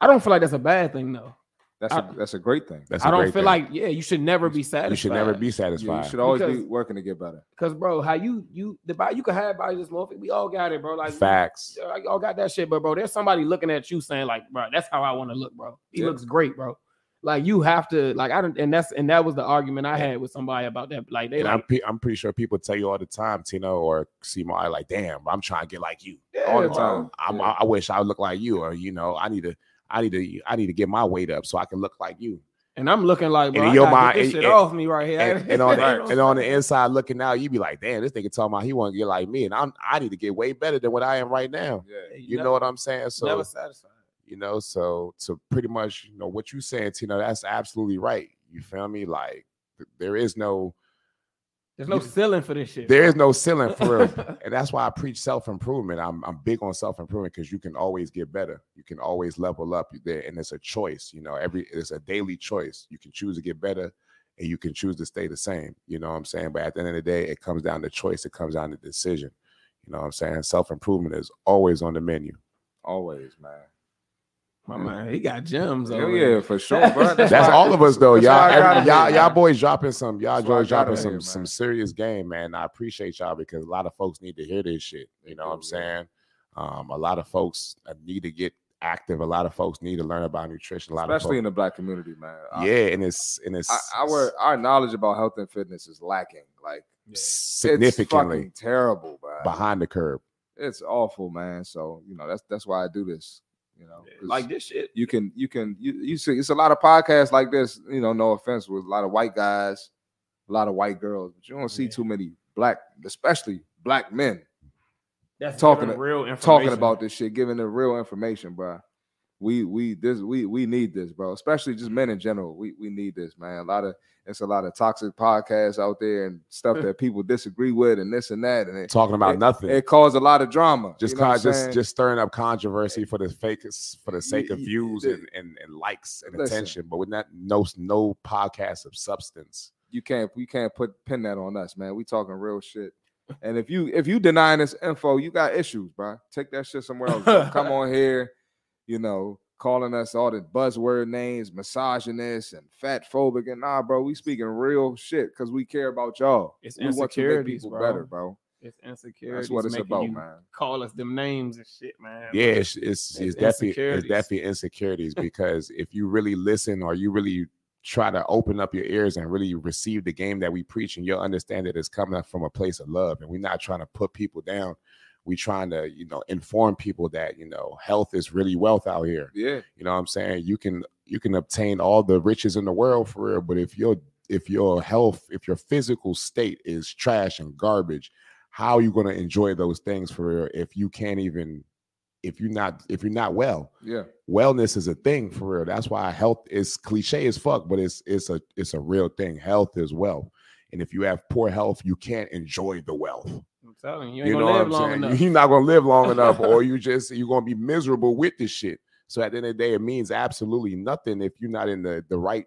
[SPEAKER 4] I don't feel like that's a bad thing though.
[SPEAKER 2] That's a, that's a great thing.
[SPEAKER 3] That's a
[SPEAKER 4] I don't
[SPEAKER 3] great
[SPEAKER 4] feel
[SPEAKER 3] thing.
[SPEAKER 4] like yeah, you should never be satisfied.
[SPEAKER 3] you should never be
[SPEAKER 2] Yeah,
[SPEAKER 3] satisfied.
[SPEAKER 2] you should always be
[SPEAKER 4] Because-
[SPEAKER 2] working to get better.
[SPEAKER 4] because bro, how you you the body you can have body dysmorphia. We all got it, bro. Like
[SPEAKER 3] Facts.
[SPEAKER 4] I all got that shit, but bro, there's somebody looking at you saying like, bro, that's how I want to look, bro. He
[SPEAKER 2] Yeah.
[SPEAKER 4] looks great, bro. Like you have to like I don't and that's and that was the argument I had with somebody about that. Like they
[SPEAKER 3] And
[SPEAKER 4] like
[SPEAKER 3] I'm, pe- I'm pretty sure people tell you all the time, Tino or Seymour, I like, damn, I'm trying to get like you.
[SPEAKER 4] yeah,
[SPEAKER 2] all the
[SPEAKER 4] bro.
[SPEAKER 2] time.
[SPEAKER 3] I'm,
[SPEAKER 2] Yeah.
[SPEAKER 3] I, I wish I would look like you, or you know, I need to, I need to, I need to get my weight up so I can look like you.
[SPEAKER 4] And I'm looking like, bro,
[SPEAKER 3] And in
[SPEAKER 4] I
[SPEAKER 3] your
[SPEAKER 4] gotta get
[SPEAKER 3] mind-
[SPEAKER 4] this
[SPEAKER 3] and-
[SPEAKER 4] shit
[SPEAKER 3] and-
[SPEAKER 4] off me right here.
[SPEAKER 3] And, and on
[SPEAKER 4] Ain't
[SPEAKER 3] the,
[SPEAKER 4] no
[SPEAKER 3] and on the inside looking out, you be like, damn, this nigga talking about he want to get like me, and I'm, I need to get way better than what I am right now.
[SPEAKER 2] Yeah.
[SPEAKER 4] you
[SPEAKER 3] You
[SPEAKER 4] never-
[SPEAKER 3] know what I'm saying? So
[SPEAKER 4] never satisfied.
[SPEAKER 3] you know so to pretty much you know what you saying tino that's absolutely right you feel me like th- there is no
[SPEAKER 4] There's no
[SPEAKER 3] you-
[SPEAKER 4] ceiling for this shit.
[SPEAKER 3] there is no ceiling for real and that's why i preach self-improvement i'm, I'm big on self-improvement because you can always get better you can always level up You there and it's a choice you know every it's a daily choice you can choose to get better and you can choose to stay the same you know what i'm saying but at the end of the day it comes down to choice it comes down to decision you know what i'm saying self-improvement is always on the menu
[SPEAKER 2] Always, man.
[SPEAKER 4] My man, he got gems.
[SPEAKER 2] Hell
[SPEAKER 4] over there.
[SPEAKER 2] yeah, for sure, bro.
[SPEAKER 3] That's
[SPEAKER 2] why-
[SPEAKER 3] all of us though.
[SPEAKER 2] that's
[SPEAKER 3] Y'all,
[SPEAKER 2] why I gotta
[SPEAKER 3] every- y'all,
[SPEAKER 2] be,
[SPEAKER 3] y'all
[SPEAKER 2] man.
[SPEAKER 3] boys dropping some, y'all
[SPEAKER 2] That's why I
[SPEAKER 3] boys
[SPEAKER 2] gotta
[SPEAKER 3] dropping
[SPEAKER 2] be,
[SPEAKER 3] some,
[SPEAKER 2] man.
[SPEAKER 3] some serious game, man. I appreciate y'all because a lot of folks need to hear this shit. You know what I'm
[SPEAKER 2] Yeah.
[SPEAKER 3] saying? Um, a lot of folks uh, need to get active. A lot of folks need to learn about nutrition. A lot
[SPEAKER 2] especially in
[SPEAKER 3] of
[SPEAKER 2] the black community, man.
[SPEAKER 3] folks, yeah, and it's and it's
[SPEAKER 2] I, our our knowledge about health and fitness is lacking. Like
[SPEAKER 3] significantly
[SPEAKER 2] it's fucking terrible, bro.
[SPEAKER 3] behind the curb.
[SPEAKER 2] It's awful, man. So you know that's that's why I do this. You know, 'cause
[SPEAKER 4] Like this shit.
[SPEAKER 2] you can you can you, you see it's a lot of podcasts like this. You know, no offense, with a lot of white guys, a lot of white girls, but you don't see
[SPEAKER 4] Yeah.
[SPEAKER 2] too many black, especially black men
[SPEAKER 4] That's
[SPEAKER 2] Talking
[SPEAKER 4] giving
[SPEAKER 2] a-
[SPEAKER 4] real information.
[SPEAKER 2] talking about this shit, giving the real information, bro. We we this we we need this, bro. Especially just men in general. We we need this, man. A lot of it's a lot of toxic podcasts out there and stuff that people disagree with and this and that, and it,
[SPEAKER 3] Talking about nothing.
[SPEAKER 2] it caused a lot of drama.
[SPEAKER 3] just
[SPEAKER 2] you know what
[SPEAKER 3] con-
[SPEAKER 2] I'm
[SPEAKER 3] just
[SPEAKER 2] saying?
[SPEAKER 3] just stirring up controversy for the fake for the sake of
[SPEAKER 2] y-
[SPEAKER 3] views
[SPEAKER 2] the-
[SPEAKER 3] and, and, and likes and
[SPEAKER 2] Listen.
[SPEAKER 3] attention, but with that no no podcast of substance.
[SPEAKER 2] you can't you can't put pin that on us, man. We talking real shit. And if you if you denying this info, you got issues, bro. Take that shit somewhere else. Don't Come on here, you know, calling us all the buzzword names, misogynist and fat phobic, and nah, bro. We speaking real shit because we care about y'all.
[SPEAKER 4] It's
[SPEAKER 2] we want to make
[SPEAKER 4] insecurities,
[SPEAKER 2] people
[SPEAKER 4] bro.
[SPEAKER 2] better, bro.
[SPEAKER 4] It's insecurity.
[SPEAKER 2] That's what it's about, man.
[SPEAKER 4] Call us them names and shit, man.
[SPEAKER 3] yeah, it's it's, it's
[SPEAKER 4] It's
[SPEAKER 3] definitely it's
[SPEAKER 4] insecurities.
[SPEAKER 3] definitely insecurities because if you really listen or you really try to open up your ears and really receive the game that we preach, and you'll understand that it's coming up from a place of love, and we're not trying to put people down. We trying to you know inform people that you know health is really wealth out here.
[SPEAKER 2] Yeah,
[SPEAKER 3] You know what I'm saying? You can you can obtain all the riches in the world for real, but if your if your health, if your physical state is trash and garbage, how are you gonna enjoy those things for real if you can't even if you're not if you're not well?
[SPEAKER 2] yeah.
[SPEAKER 3] Wellness is a thing for real. That's why health is cliche as fuck, but it's it's a it's a real thing. Health is wealth. And if you have poor health, you can't enjoy the wealth.
[SPEAKER 4] telling you, you ain't
[SPEAKER 3] You know
[SPEAKER 4] gonna
[SPEAKER 3] what
[SPEAKER 4] live
[SPEAKER 3] I'm
[SPEAKER 4] long
[SPEAKER 3] saying?
[SPEAKER 4] enough.
[SPEAKER 3] You're not gonna live long enough, or you just you're gonna be miserable with this shit. So at the end of the day, it means absolutely nothing if you're not in the the right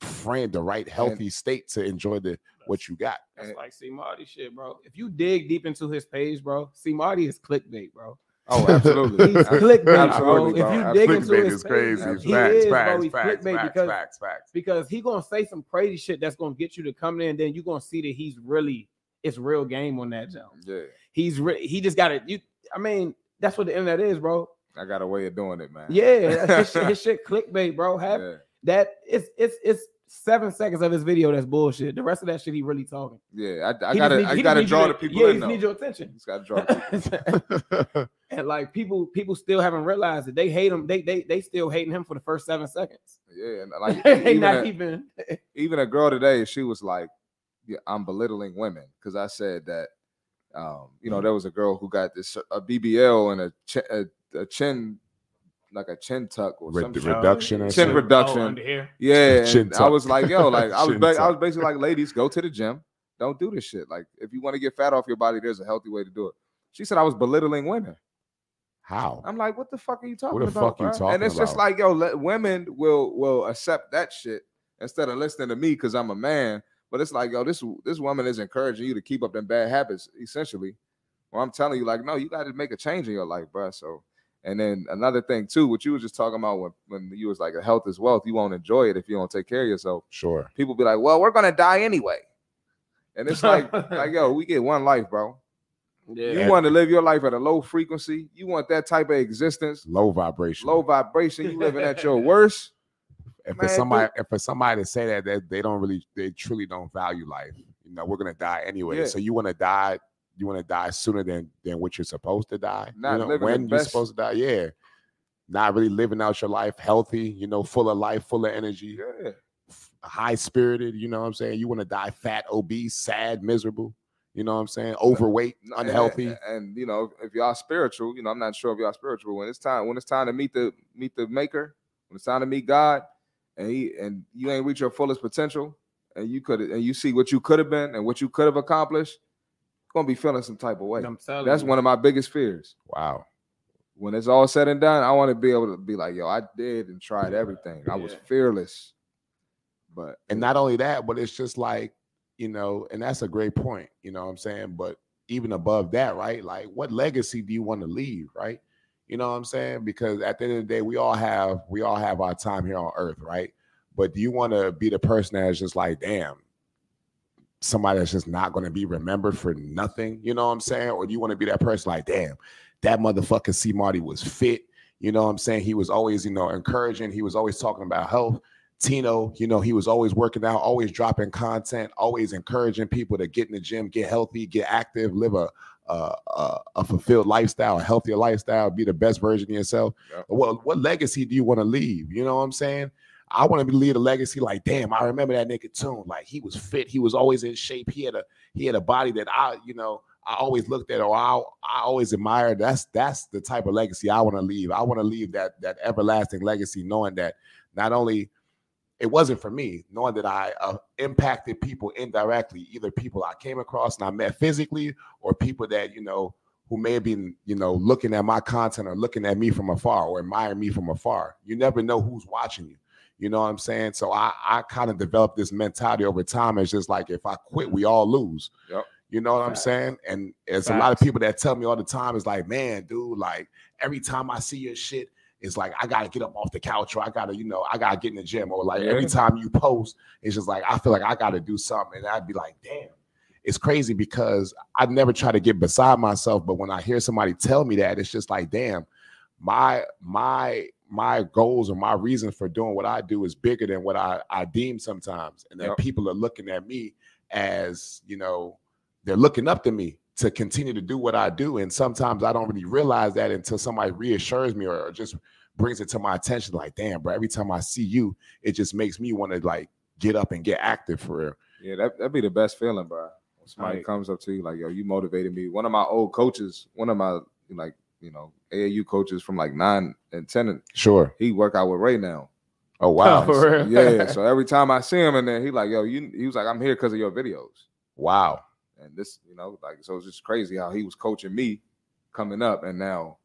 [SPEAKER 3] frame, the right healthy state to enjoy the what you got.
[SPEAKER 4] That's like C Marty shit, bro. If you dig deep into his page, bro, C Marty is clickbait, bro.
[SPEAKER 2] Oh, absolutely.
[SPEAKER 4] He's clickbait, bro.
[SPEAKER 2] Absolutely,
[SPEAKER 4] If you
[SPEAKER 2] bro.
[SPEAKER 4] dig into
[SPEAKER 3] Clickbait
[SPEAKER 4] his
[SPEAKER 3] is
[SPEAKER 4] page,
[SPEAKER 3] crazy.
[SPEAKER 4] he
[SPEAKER 3] Facts,
[SPEAKER 4] is, bro.
[SPEAKER 3] facts,
[SPEAKER 4] He's
[SPEAKER 3] facts,
[SPEAKER 4] clickbait
[SPEAKER 3] facts,
[SPEAKER 4] because
[SPEAKER 3] facts, facts.
[SPEAKER 4] because he gonna say some crazy shit that's gonna get you to come in, and then you gonna see that he's really it's real game on that Jones.
[SPEAKER 2] Yeah,
[SPEAKER 4] He's re- he just got to You, I mean, that's what the internet is, bro.
[SPEAKER 2] I got a way of doing it, man.
[SPEAKER 4] Yeah, that's his, shit, his shit clickbait, bro. Have
[SPEAKER 2] yeah,
[SPEAKER 4] that it's it's it's seven seconds of his video that's bullshit. The rest of that shit he really talking.
[SPEAKER 2] yeah. I, I
[SPEAKER 4] He just
[SPEAKER 2] gotta,
[SPEAKER 4] need- he
[SPEAKER 2] I
[SPEAKER 4] just
[SPEAKER 2] gotta
[SPEAKER 4] need you
[SPEAKER 2] draw
[SPEAKER 4] to-
[SPEAKER 2] the people
[SPEAKER 4] yeah, he
[SPEAKER 2] in
[SPEAKER 4] just
[SPEAKER 2] though.
[SPEAKER 4] need your attention.
[SPEAKER 2] Just gotta draw. The people.
[SPEAKER 4] and like people, people still haven't realized it. They hate him. They they they still hating him for the first seven seconds.
[SPEAKER 2] Yeah, and like
[SPEAKER 4] They
[SPEAKER 2] even,
[SPEAKER 4] not
[SPEAKER 2] a,
[SPEAKER 4] even.
[SPEAKER 2] even a girl today, she was like, yeah, "I'm belittling women" because I said that. Um, you know, there was a girl who got this a BBL and a chin, a, a chin like a chin tuck or
[SPEAKER 3] Re-
[SPEAKER 2] some
[SPEAKER 3] the
[SPEAKER 2] shit.
[SPEAKER 3] reduction or
[SPEAKER 2] Chin
[SPEAKER 3] something.
[SPEAKER 2] redu- Production.
[SPEAKER 4] Oh, under here.
[SPEAKER 2] Yeah,
[SPEAKER 3] Chin
[SPEAKER 2] and I was
[SPEAKER 3] tuck.
[SPEAKER 2] like, yo, like I was,
[SPEAKER 3] Chin
[SPEAKER 2] ba- I was
[SPEAKER 3] tuck.
[SPEAKER 2] basically like, ladies, go to the gym. Don't do this shit. Like, if you want to get fat off your body, there's a healthy way to do it. She said I was belittling women.
[SPEAKER 3] How?
[SPEAKER 2] I'm like, what the fuck are you talking
[SPEAKER 3] the
[SPEAKER 2] about?
[SPEAKER 3] fuck you
[SPEAKER 2] bruh? and
[SPEAKER 3] talking
[SPEAKER 2] it's just
[SPEAKER 3] about?
[SPEAKER 2] like, yo, let, women will will accept that shit instead of listening to me because I'm a man. But it's like, yo, this this woman is encouraging you to keep up them bad habits, essentially. Well, I'm telling you, like, no, you got to make a change in your life, bro. So, and then another thing too, what you were just talking about when when you was like, health is wealth. You won't enjoy it if you don't take care of yourself.
[SPEAKER 3] Sure.
[SPEAKER 2] People be like, well, we're gonna die anyway, and it's like, like, yo, we get one life, bro. You
[SPEAKER 4] Yeah.
[SPEAKER 2] want to live your life at a low frequency. You want that type of existence,
[SPEAKER 3] Low vibration.
[SPEAKER 2] low vibration. You living at your worst.
[SPEAKER 3] and
[SPEAKER 2] Man,
[SPEAKER 3] for
[SPEAKER 2] dude.
[SPEAKER 3] somebody and for somebody to say that, that they don't really they truly don't value life you know we're gonna die anyway
[SPEAKER 2] Yeah.
[SPEAKER 3] so you want to die you want to die sooner than than what you're supposed to die you
[SPEAKER 2] Not
[SPEAKER 3] know,
[SPEAKER 2] living the
[SPEAKER 3] when you're
[SPEAKER 2] best-
[SPEAKER 3] supposed to die yeah not really living out your life healthy you know full of life full of energy
[SPEAKER 2] Yeah.
[SPEAKER 3] high spirited you know what i'm saying you want to die fat obese sad miserable you know what i'm saying overweight
[SPEAKER 2] No, and-
[SPEAKER 3] unhealthy
[SPEAKER 2] And, and, you know, if y'all spiritual, you know, I'm not sure if y'all spiritual. When it's time, when it's time to meet the meet the maker, when it's time to meet God, and he and you ain't reach your fullest potential, and you could and you see what you could have been and what you could have accomplished, you're gonna be feeling some type of way.
[SPEAKER 4] I'm telling
[SPEAKER 2] That's
[SPEAKER 4] you.
[SPEAKER 2] one of my biggest fears.
[SPEAKER 3] wow
[SPEAKER 2] When it's all said and done, I want to be able to be like, yo, I did and tried everything. I was
[SPEAKER 4] Yeah.
[SPEAKER 2] fearless. But
[SPEAKER 3] And not only that, but it's just like, you know, and that's a great point, you know what I'm saying? But even above that, right? Like, what legacy do you want to leave, right? You know what I'm saying? Because at the end of the day, we all have we all have our time here on earth, right? But do you want to be the person that's just like, damn, somebody that's just not going to be remembered for nothing, you know what I'm saying? Or do you want to be that person like, damn, that motherfucker C Marty was fit, you know what I'm saying? He was always, you know, encouraging, he was always talking about health. Tino, you know, he was always working out, always dropping content, always encouraging people to get in the gym, get healthy, get active, live a a, a, a fulfilled lifestyle, a healthier lifestyle, be the best version of yourself.
[SPEAKER 2] Yeah.
[SPEAKER 3] Well, what legacy do you want to leave? You know what I'm saying? I want to leave a legacy like, damn, I remember that nigga tune. Like he was fit, he was always in shape. He had a he had a body that I, you know, I always looked at or I, I always admired. That's that's the type of legacy I want to leave. I want to leave that that everlasting legacy, knowing that not only it wasn't for me, knowing that I uh, impacted people indirectly, either people I came across and I met physically, or people that you know who may have been you know looking at my content or looking at me from afar or admiring me from afar. You never know who's watching you. You know what I'm saying? So I I kind of developed this mentality over time. It's just like if I quit, we all lose.
[SPEAKER 2] Yep.
[SPEAKER 3] You know what I'm
[SPEAKER 4] Facts.
[SPEAKER 3] saying? And it's a lot of
[SPEAKER 4] Facts.
[SPEAKER 3] people that tell me all the time, it's like, man, dude, like every time I see your shit, it's like I gotta get up off the couch or I gotta, you know, I gotta get in the gym. Or like every
[SPEAKER 2] Yeah.
[SPEAKER 3] time you post, it's just like I feel like I gotta do something. And I'd be like, damn, it's crazy because I never try to get beside myself. But when I hear somebody tell me that, it's just like, damn, my my my goals or my reason for doing what I do is bigger than what I, I deem sometimes. And then
[SPEAKER 2] Yep.
[SPEAKER 3] people are looking at me as, you know, they're looking up to me to continue to do what I do. And sometimes I don't really realize that until somebody reassures me or, or just brings it to my attention. Like, damn, bro, every time I see you, it just makes me want to like get up and get active for real.
[SPEAKER 2] Yeah, that that'd be the best feeling, bro. When somebody
[SPEAKER 3] Right.
[SPEAKER 2] comes up to you like, "Yo, you motivated me." One of my old coaches, one of my like you know AAU coaches from like nine and ten,
[SPEAKER 3] Sure.
[SPEAKER 2] he work out with Ray now.
[SPEAKER 3] Oh wow.
[SPEAKER 4] for real.
[SPEAKER 2] yeah, so every time I see him in there, he like, "Yo, you." He was like, "I'm here because of your videos,"
[SPEAKER 3] Wow.
[SPEAKER 2] And this, you know, like so it's just crazy how he was coaching me coming up and now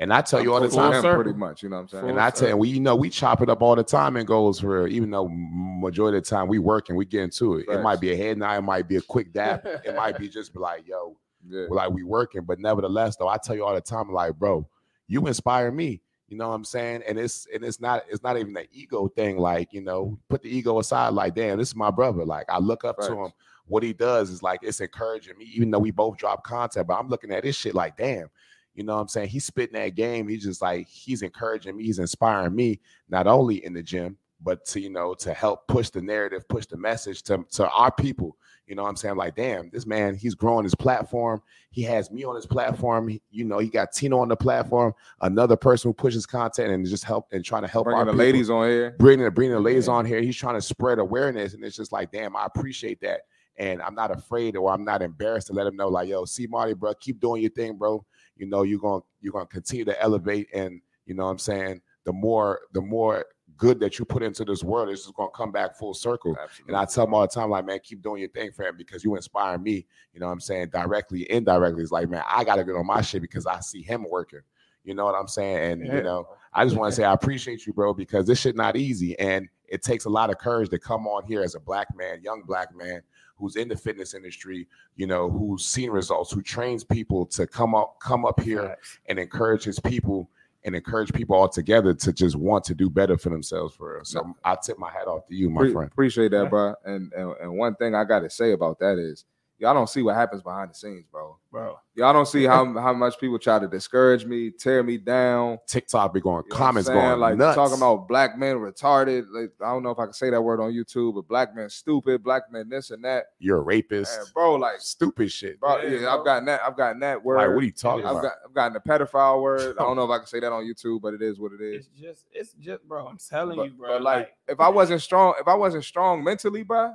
[SPEAKER 3] And I tell you all the
[SPEAKER 2] I'm coaching
[SPEAKER 3] time,
[SPEAKER 2] him
[SPEAKER 4] circle.
[SPEAKER 2] pretty much, you know what I'm saying?
[SPEAKER 3] And I tell you, we you know we chop it up all the time and goes for real, even though majority of the time we work and we get into it. It
[SPEAKER 2] Facts.
[SPEAKER 3] might be a head nod, it might be a quick dab, it might be just be like, yo,
[SPEAKER 2] yeah.
[SPEAKER 3] like we working. But nevertheless, though, I tell you all the time, like, bro, you inspire me. You know what I'm saying? And it's and it's not it's not even an ego thing. Like, you know, put the ego aside, like, damn, this is my brother. Like I look up to
[SPEAKER 2] Facts.
[SPEAKER 3] him. What he does is like it's encouraging me, even though we both drop content, but I'm looking at this shit like, damn. You know what I'm saying? He's spitting that game. He's just like he's encouraging me, he's inspiring me, not only in the gym, but to you know, to help push the narrative, push the message to, to our people. You know what I'm saying? Like, damn, this man, he's growing his platform. He has me on his platform. He- you know, he got Tino on the platform, another person who pushes content and just help and trying to help
[SPEAKER 2] Bringing
[SPEAKER 3] our
[SPEAKER 2] the
[SPEAKER 3] people
[SPEAKER 2] ladies on here.
[SPEAKER 3] bringing bringing the ladies
[SPEAKER 2] Yeah.
[SPEAKER 3] on here. He's trying to spread awareness, and it's just like, damn, I appreciate that, and I'm not afraid or I'm not embarrassed to let him know, like, yo, see Marty, bro, keep doing your thing, bro. You know, you're gonna you're gonna continue to elevate, and you know, what I'm saying, the more the more good that you put into this world, it's just gonna come back full circle.
[SPEAKER 2] Absolutely.
[SPEAKER 3] And I tell them all the time, like, man, keep doing your thing, fam, because you inspire me. You know what I'm saying? Directly, indirectly. It's like, man, I got to get on my shit because I see him working. You know what I'm saying? And, you know, I just want to say I appreciate you, bro, because this shit not easy. And it takes a lot of courage to come on here as a black man, young black man who's in the fitness industry, you know, who's seen results, who trains people to come up, come up here and encourage his people and encourage people all together to just want to do better for themselves for real. So I tip my hat off to you, my
[SPEAKER 2] Pre-
[SPEAKER 3] friend.
[SPEAKER 2] Appreciate that, bro. And, and and one thing I gotta say about that is y'all don't see what happens behind the scenes, bro.
[SPEAKER 4] bro.
[SPEAKER 2] Y'all don't see how how much people try to discourage me, tear me down.
[SPEAKER 3] TikTok be going,
[SPEAKER 2] You know what I'm
[SPEAKER 3] comments
[SPEAKER 2] saying?
[SPEAKER 3] going
[SPEAKER 2] like
[SPEAKER 3] nuts.
[SPEAKER 2] talking about black men retarded. Like I don't know if I can say that word on YouTube, but black men stupid, black men this and that.
[SPEAKER 3] you're a rapist,
[SPEAKER 2] Man, bro, like
[SPEAKER 3] stupid shit.
[SPEAKER 2] bro,
[SPEAKER 4] Yeah,
[SPEAKER 2] yeah, I've
[SPEAKER 4] bro.
[SPEAKER 2] gotten that, I've gotten that word.
[SPEAKER 3] Like, what are you talking
[SPEAKER 2] I've
[SPEAKER 3] about?
[SPEAKER 2] got I've gotten the pedophile word. I don't know if I can say that on YouTube, but it is what it is.
[SPEAKER 4] It's just, it's just, bro. I'm telling
[SPEAKER 2] But,
[SPEAKER 4] you, bro.
[SPEAKER 2] but, like, if I wasn't strong, if I wasn't strong mentally, bro,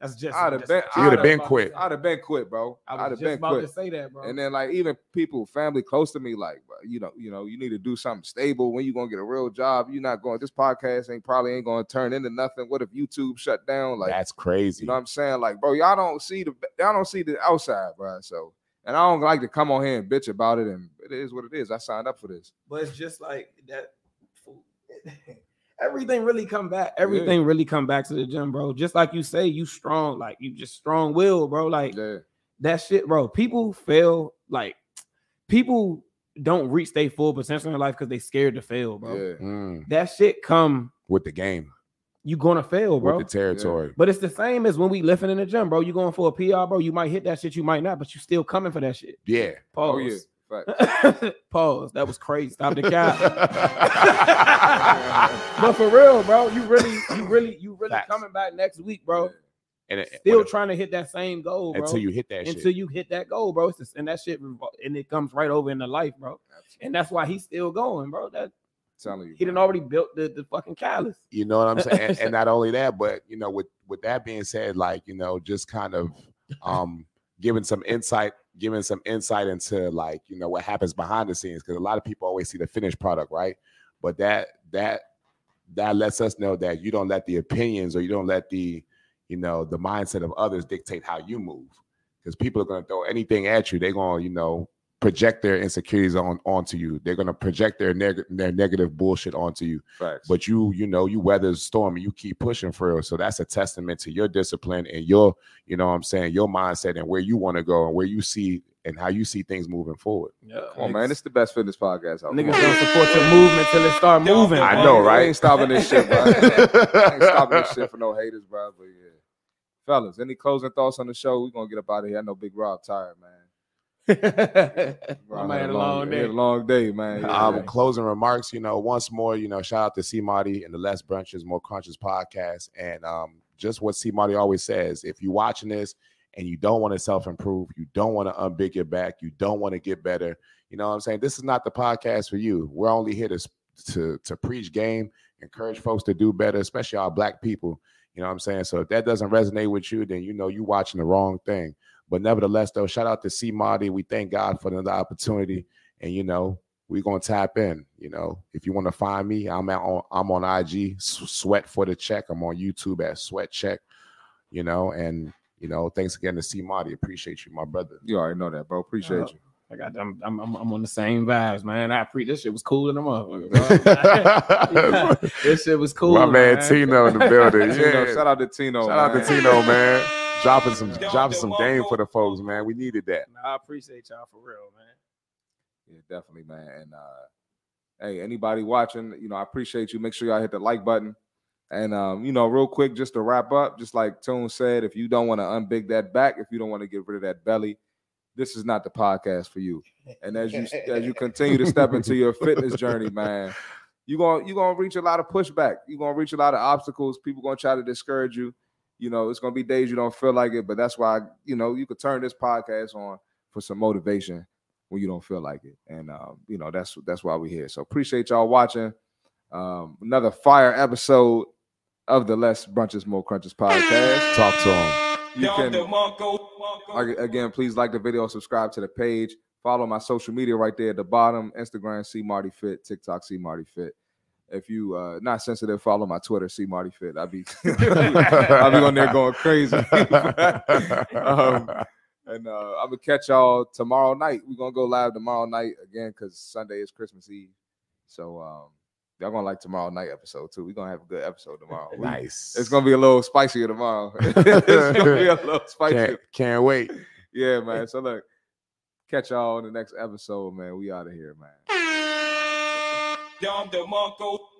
[SPEAKER 4] that's just,
[SPEAKER 2] I'd have
[SPEAKER 4] that's-
[SPEAKER 2] been-
[SPEAKER 4] that's-
[SPEAKER 2] You'd have
[SPEAKER 4] I
[SPEAKER 3] been
[SPEAKER 4] was
[SPEAKER 3] quit.
[SPEAKER 4] about
[SPEAKER 2] I'd
[SPEAKER 4] to
[SPEAKER 2] have been quit, bro.
[SPEAKER 4] say- I
[SPEAKER 2] I'd
[SPEAKER 4] was
[SPEAKER 2] have
[SPEAKER 4] just
[SPEAKER 2] been
[SPEAKER 4] about to
[SPEAKER 2] quit.
[SPEAKER 4] say that, bro.
[SPEAKER 2] And then like even people, family close to me, like bro, you know, you know, you need to do something stable. When you gonna get a real job? You're not going. This podcast ain't probably ain't gonna turn into nothing. What if YouTube shut down? Like
[SPEAKER 3] That's crazy.
[SPEAKER 2] you know what I'm saying? Like, bro, y'all don't see the y'all don't see the outside, bro. So, and I don't like to come on here and bitch about it. And it is what it is. I signed up for this.
[SPEAKER 4] but it's just like that. Everything really come back. Everything really come back to the gym, bro. Just like you say, you strong. Like you just strong will, bro. Like
[SPEAKER 2] Yeah,
[SPEAKER 4] that shit, bro. People fail. Like people don't reach their full potential in their life because they scared to fail, bro.
[SPEAKER 2] yeah.
[SPEAKER 3] Mm,
[SPEAKER 4] That shit come.
[SPEAKER 3] with the game,
[SPEAKER 4] You gonna fail, bro.
[SPEAKER 3] with the territory.
[SPEAKER 4] But it's the same as when we lifting in the gym, bro. You going for a PR, bro. You might hit that shit, you might not, but you still coming for that shit.
[SPEAKER 3] Yeah.
[SPEAKER 2] Oh yeah.
[SPEAKER 4] Pause.
[SPEAKER 2] Fact.
[SPEAKER 4] Pause. That was crazy. Stop the cap. but for real, bro, you really, you really, you really
[SPEAKER 3] Facts.
[SPEAKER 4] coming back next week, bro.
[SPEAKER 3] and it,
[SPEAKER 4] Still
[SPEAKER 3] when-
[SPEAKER 4] trying to hit that same goal, bro.
[SPEAKER 3] until you hit that
[SPEAKER 4] until
[SPEAKER 3] shit.
[SPEAKER 4] you hit that goal, bro. It's just, and that shit, revol- and it comes right over into life, bro. And that's why he's still going, bro. That
[SPEAKER 2] telling you.
[SPEAKER 4] he done
[SPEAKER 2] bro.
[SPEAKER 4] already built the, the fucking callus.
[SPEAKER 3] You know what I'm saying? And, and not only that, but you know, with with that being said, like you know, just kind of um giving some insight, giving some insight into like you know what happens behind the scenes, because a lot of people always see the finished product, right? But that that that lets us know that you don't let the opinions or you don't let the you know the mindset of others dictate how you move, because people are going to throw anything at you. They're going to you know project their insecurities on onto you. They're going to project their neg- their negative bullshit onto you
[SPEAKER 2] Facts.
[SPEAKER 3] but you you know you weather the storm and you keep pushing for it so that's a testament to your discipline and your you know what i'm saying your mindset and where you want to go and where you see and how you see things moving forward
[SPEAKER 4] Yeah.
[SPEAKER 2] Come on, man. It's the best fitness podcast out. there.
[SPEAKER 4] Niggas don't support your movement till it start moving.
[SPEAKER 3] I
[SPEAKER 4] bro.
[SPEAKER 3] know, right?
[SPEAKER 2] I ain't stopping this shit, bro. I ain't stopping this shit for no haters, bro. But yeah. Fellas, any closing thoughts on the show? We're gonna get up out of here. I know Big Rob tired, man.
[SPEAKER 4] I
[SPEAKER 2] Rob
[SPEAKER 4] had a long
[SPEAKER 2] he had
[SPEAKER 4] day.
[SPEAKER 2] a long day, man. Yeah.
[SPEAKER 3] um closing remarks you know once more you know shout out to c marty and the less brunches more crunches podcast and um just what c marty always says if you're watching this and you don't want to self-improve you don't want to unbig your back you don't want to get better you know what i'm saying this is not the podcast for you we're only here to s- to to preach game encourage folks to do better especially our black people you know what i'm saying so if that doesn't resonate with you then you know you watching the wrong thing but nevertheless though shout out to c marty we thank god for another opportunity and you know we're gonna tap in. You know, if you want to find me, I'm out on I'm on IG S- Sweat for the Check. I'm on YouTube at Sweat Check. You know, and You know, thanks again to C Marty. Appreciate you, my brother.
[SPEAKER 2] You already know that, bro. Appreciate
[SPEAKER 4] Yeah.
[SPEAKER 2] you.
[SPEAKER 4] I got. I'm, I'm, I'm I'm on the same vibes, man. I pre this shit was cool in the motherfucker. bro.
[SPEAKER 3] my
[SPEAKER 4] this shit was cool.
[SPEAKER 3] man Tino in the building. Yeah.
[SPEAKER 2] Tino, shout
[SPEAKER 3] shout
[SPEAKER 2] out to Tino.
[SPEAKER 3] out,
[SPEAKER 2] man.
[SPEAKER 3] to Tino, man. Dropping some dropping some game for the folks, man. We needed that.
[SPEAKER 4] Nah, I appreciate y'all for real, man.
[SPEAKER 2] Yeah, definitely, man. And uh hey, anybody watching, you know, I appreciate you. Make sure y'all hit the like button. And um, you know, real quick, just to wrap up, just like Tune said, if you don't want to unbig that back, if you don't want to get rid of that belly, this is not the podcast for you. And as you as you continue to step into your fitness journey, man, you're gonna you're gonna reach a lot of pushback. You're gonna reach a lot of obstacles. People gonna try to discourage you. You know, it's gonna be days you don't feel like it, but that's why you know you could turn this podcast on for some motivation when you don't feel like it. And um, you know, that's that's why we're here. So appreciate y'all watching. Um, another fire episode of the Less Brunches More Crunches podcast.
[SPEAKER 3] Talk to him.
[SPEAKER 2] You can Ag- again, please like the video, subscribe to the page, follow my social media right there at the bottom. Instagram C Marty Fit, TikTok C Marty Fit. If you uh not sensitive, follow my Twitter C Marty Fit. I'll be I'll be on there going crazy. um, and uh, I'm gonna catch y'all tomorrow night. We're gonna go live tomorrow night again because Sunday is Christmas Eve. So um, y'all gonna like tomorrow night episode too. We're gonna have a good episode tomorrow. We-
[SPEAKER 3] nice.
[SPEAKER 2] It's gonna be a little spicier tomorrow. it's gonna be a little spicier.
[SPEAKER 3] can't, can't wait.
[SPEAKER 2] Yeah, man. So look, catch y'all on the next episode, man. We out of here, man.
[SPEAKER 1] Dom DeMarco.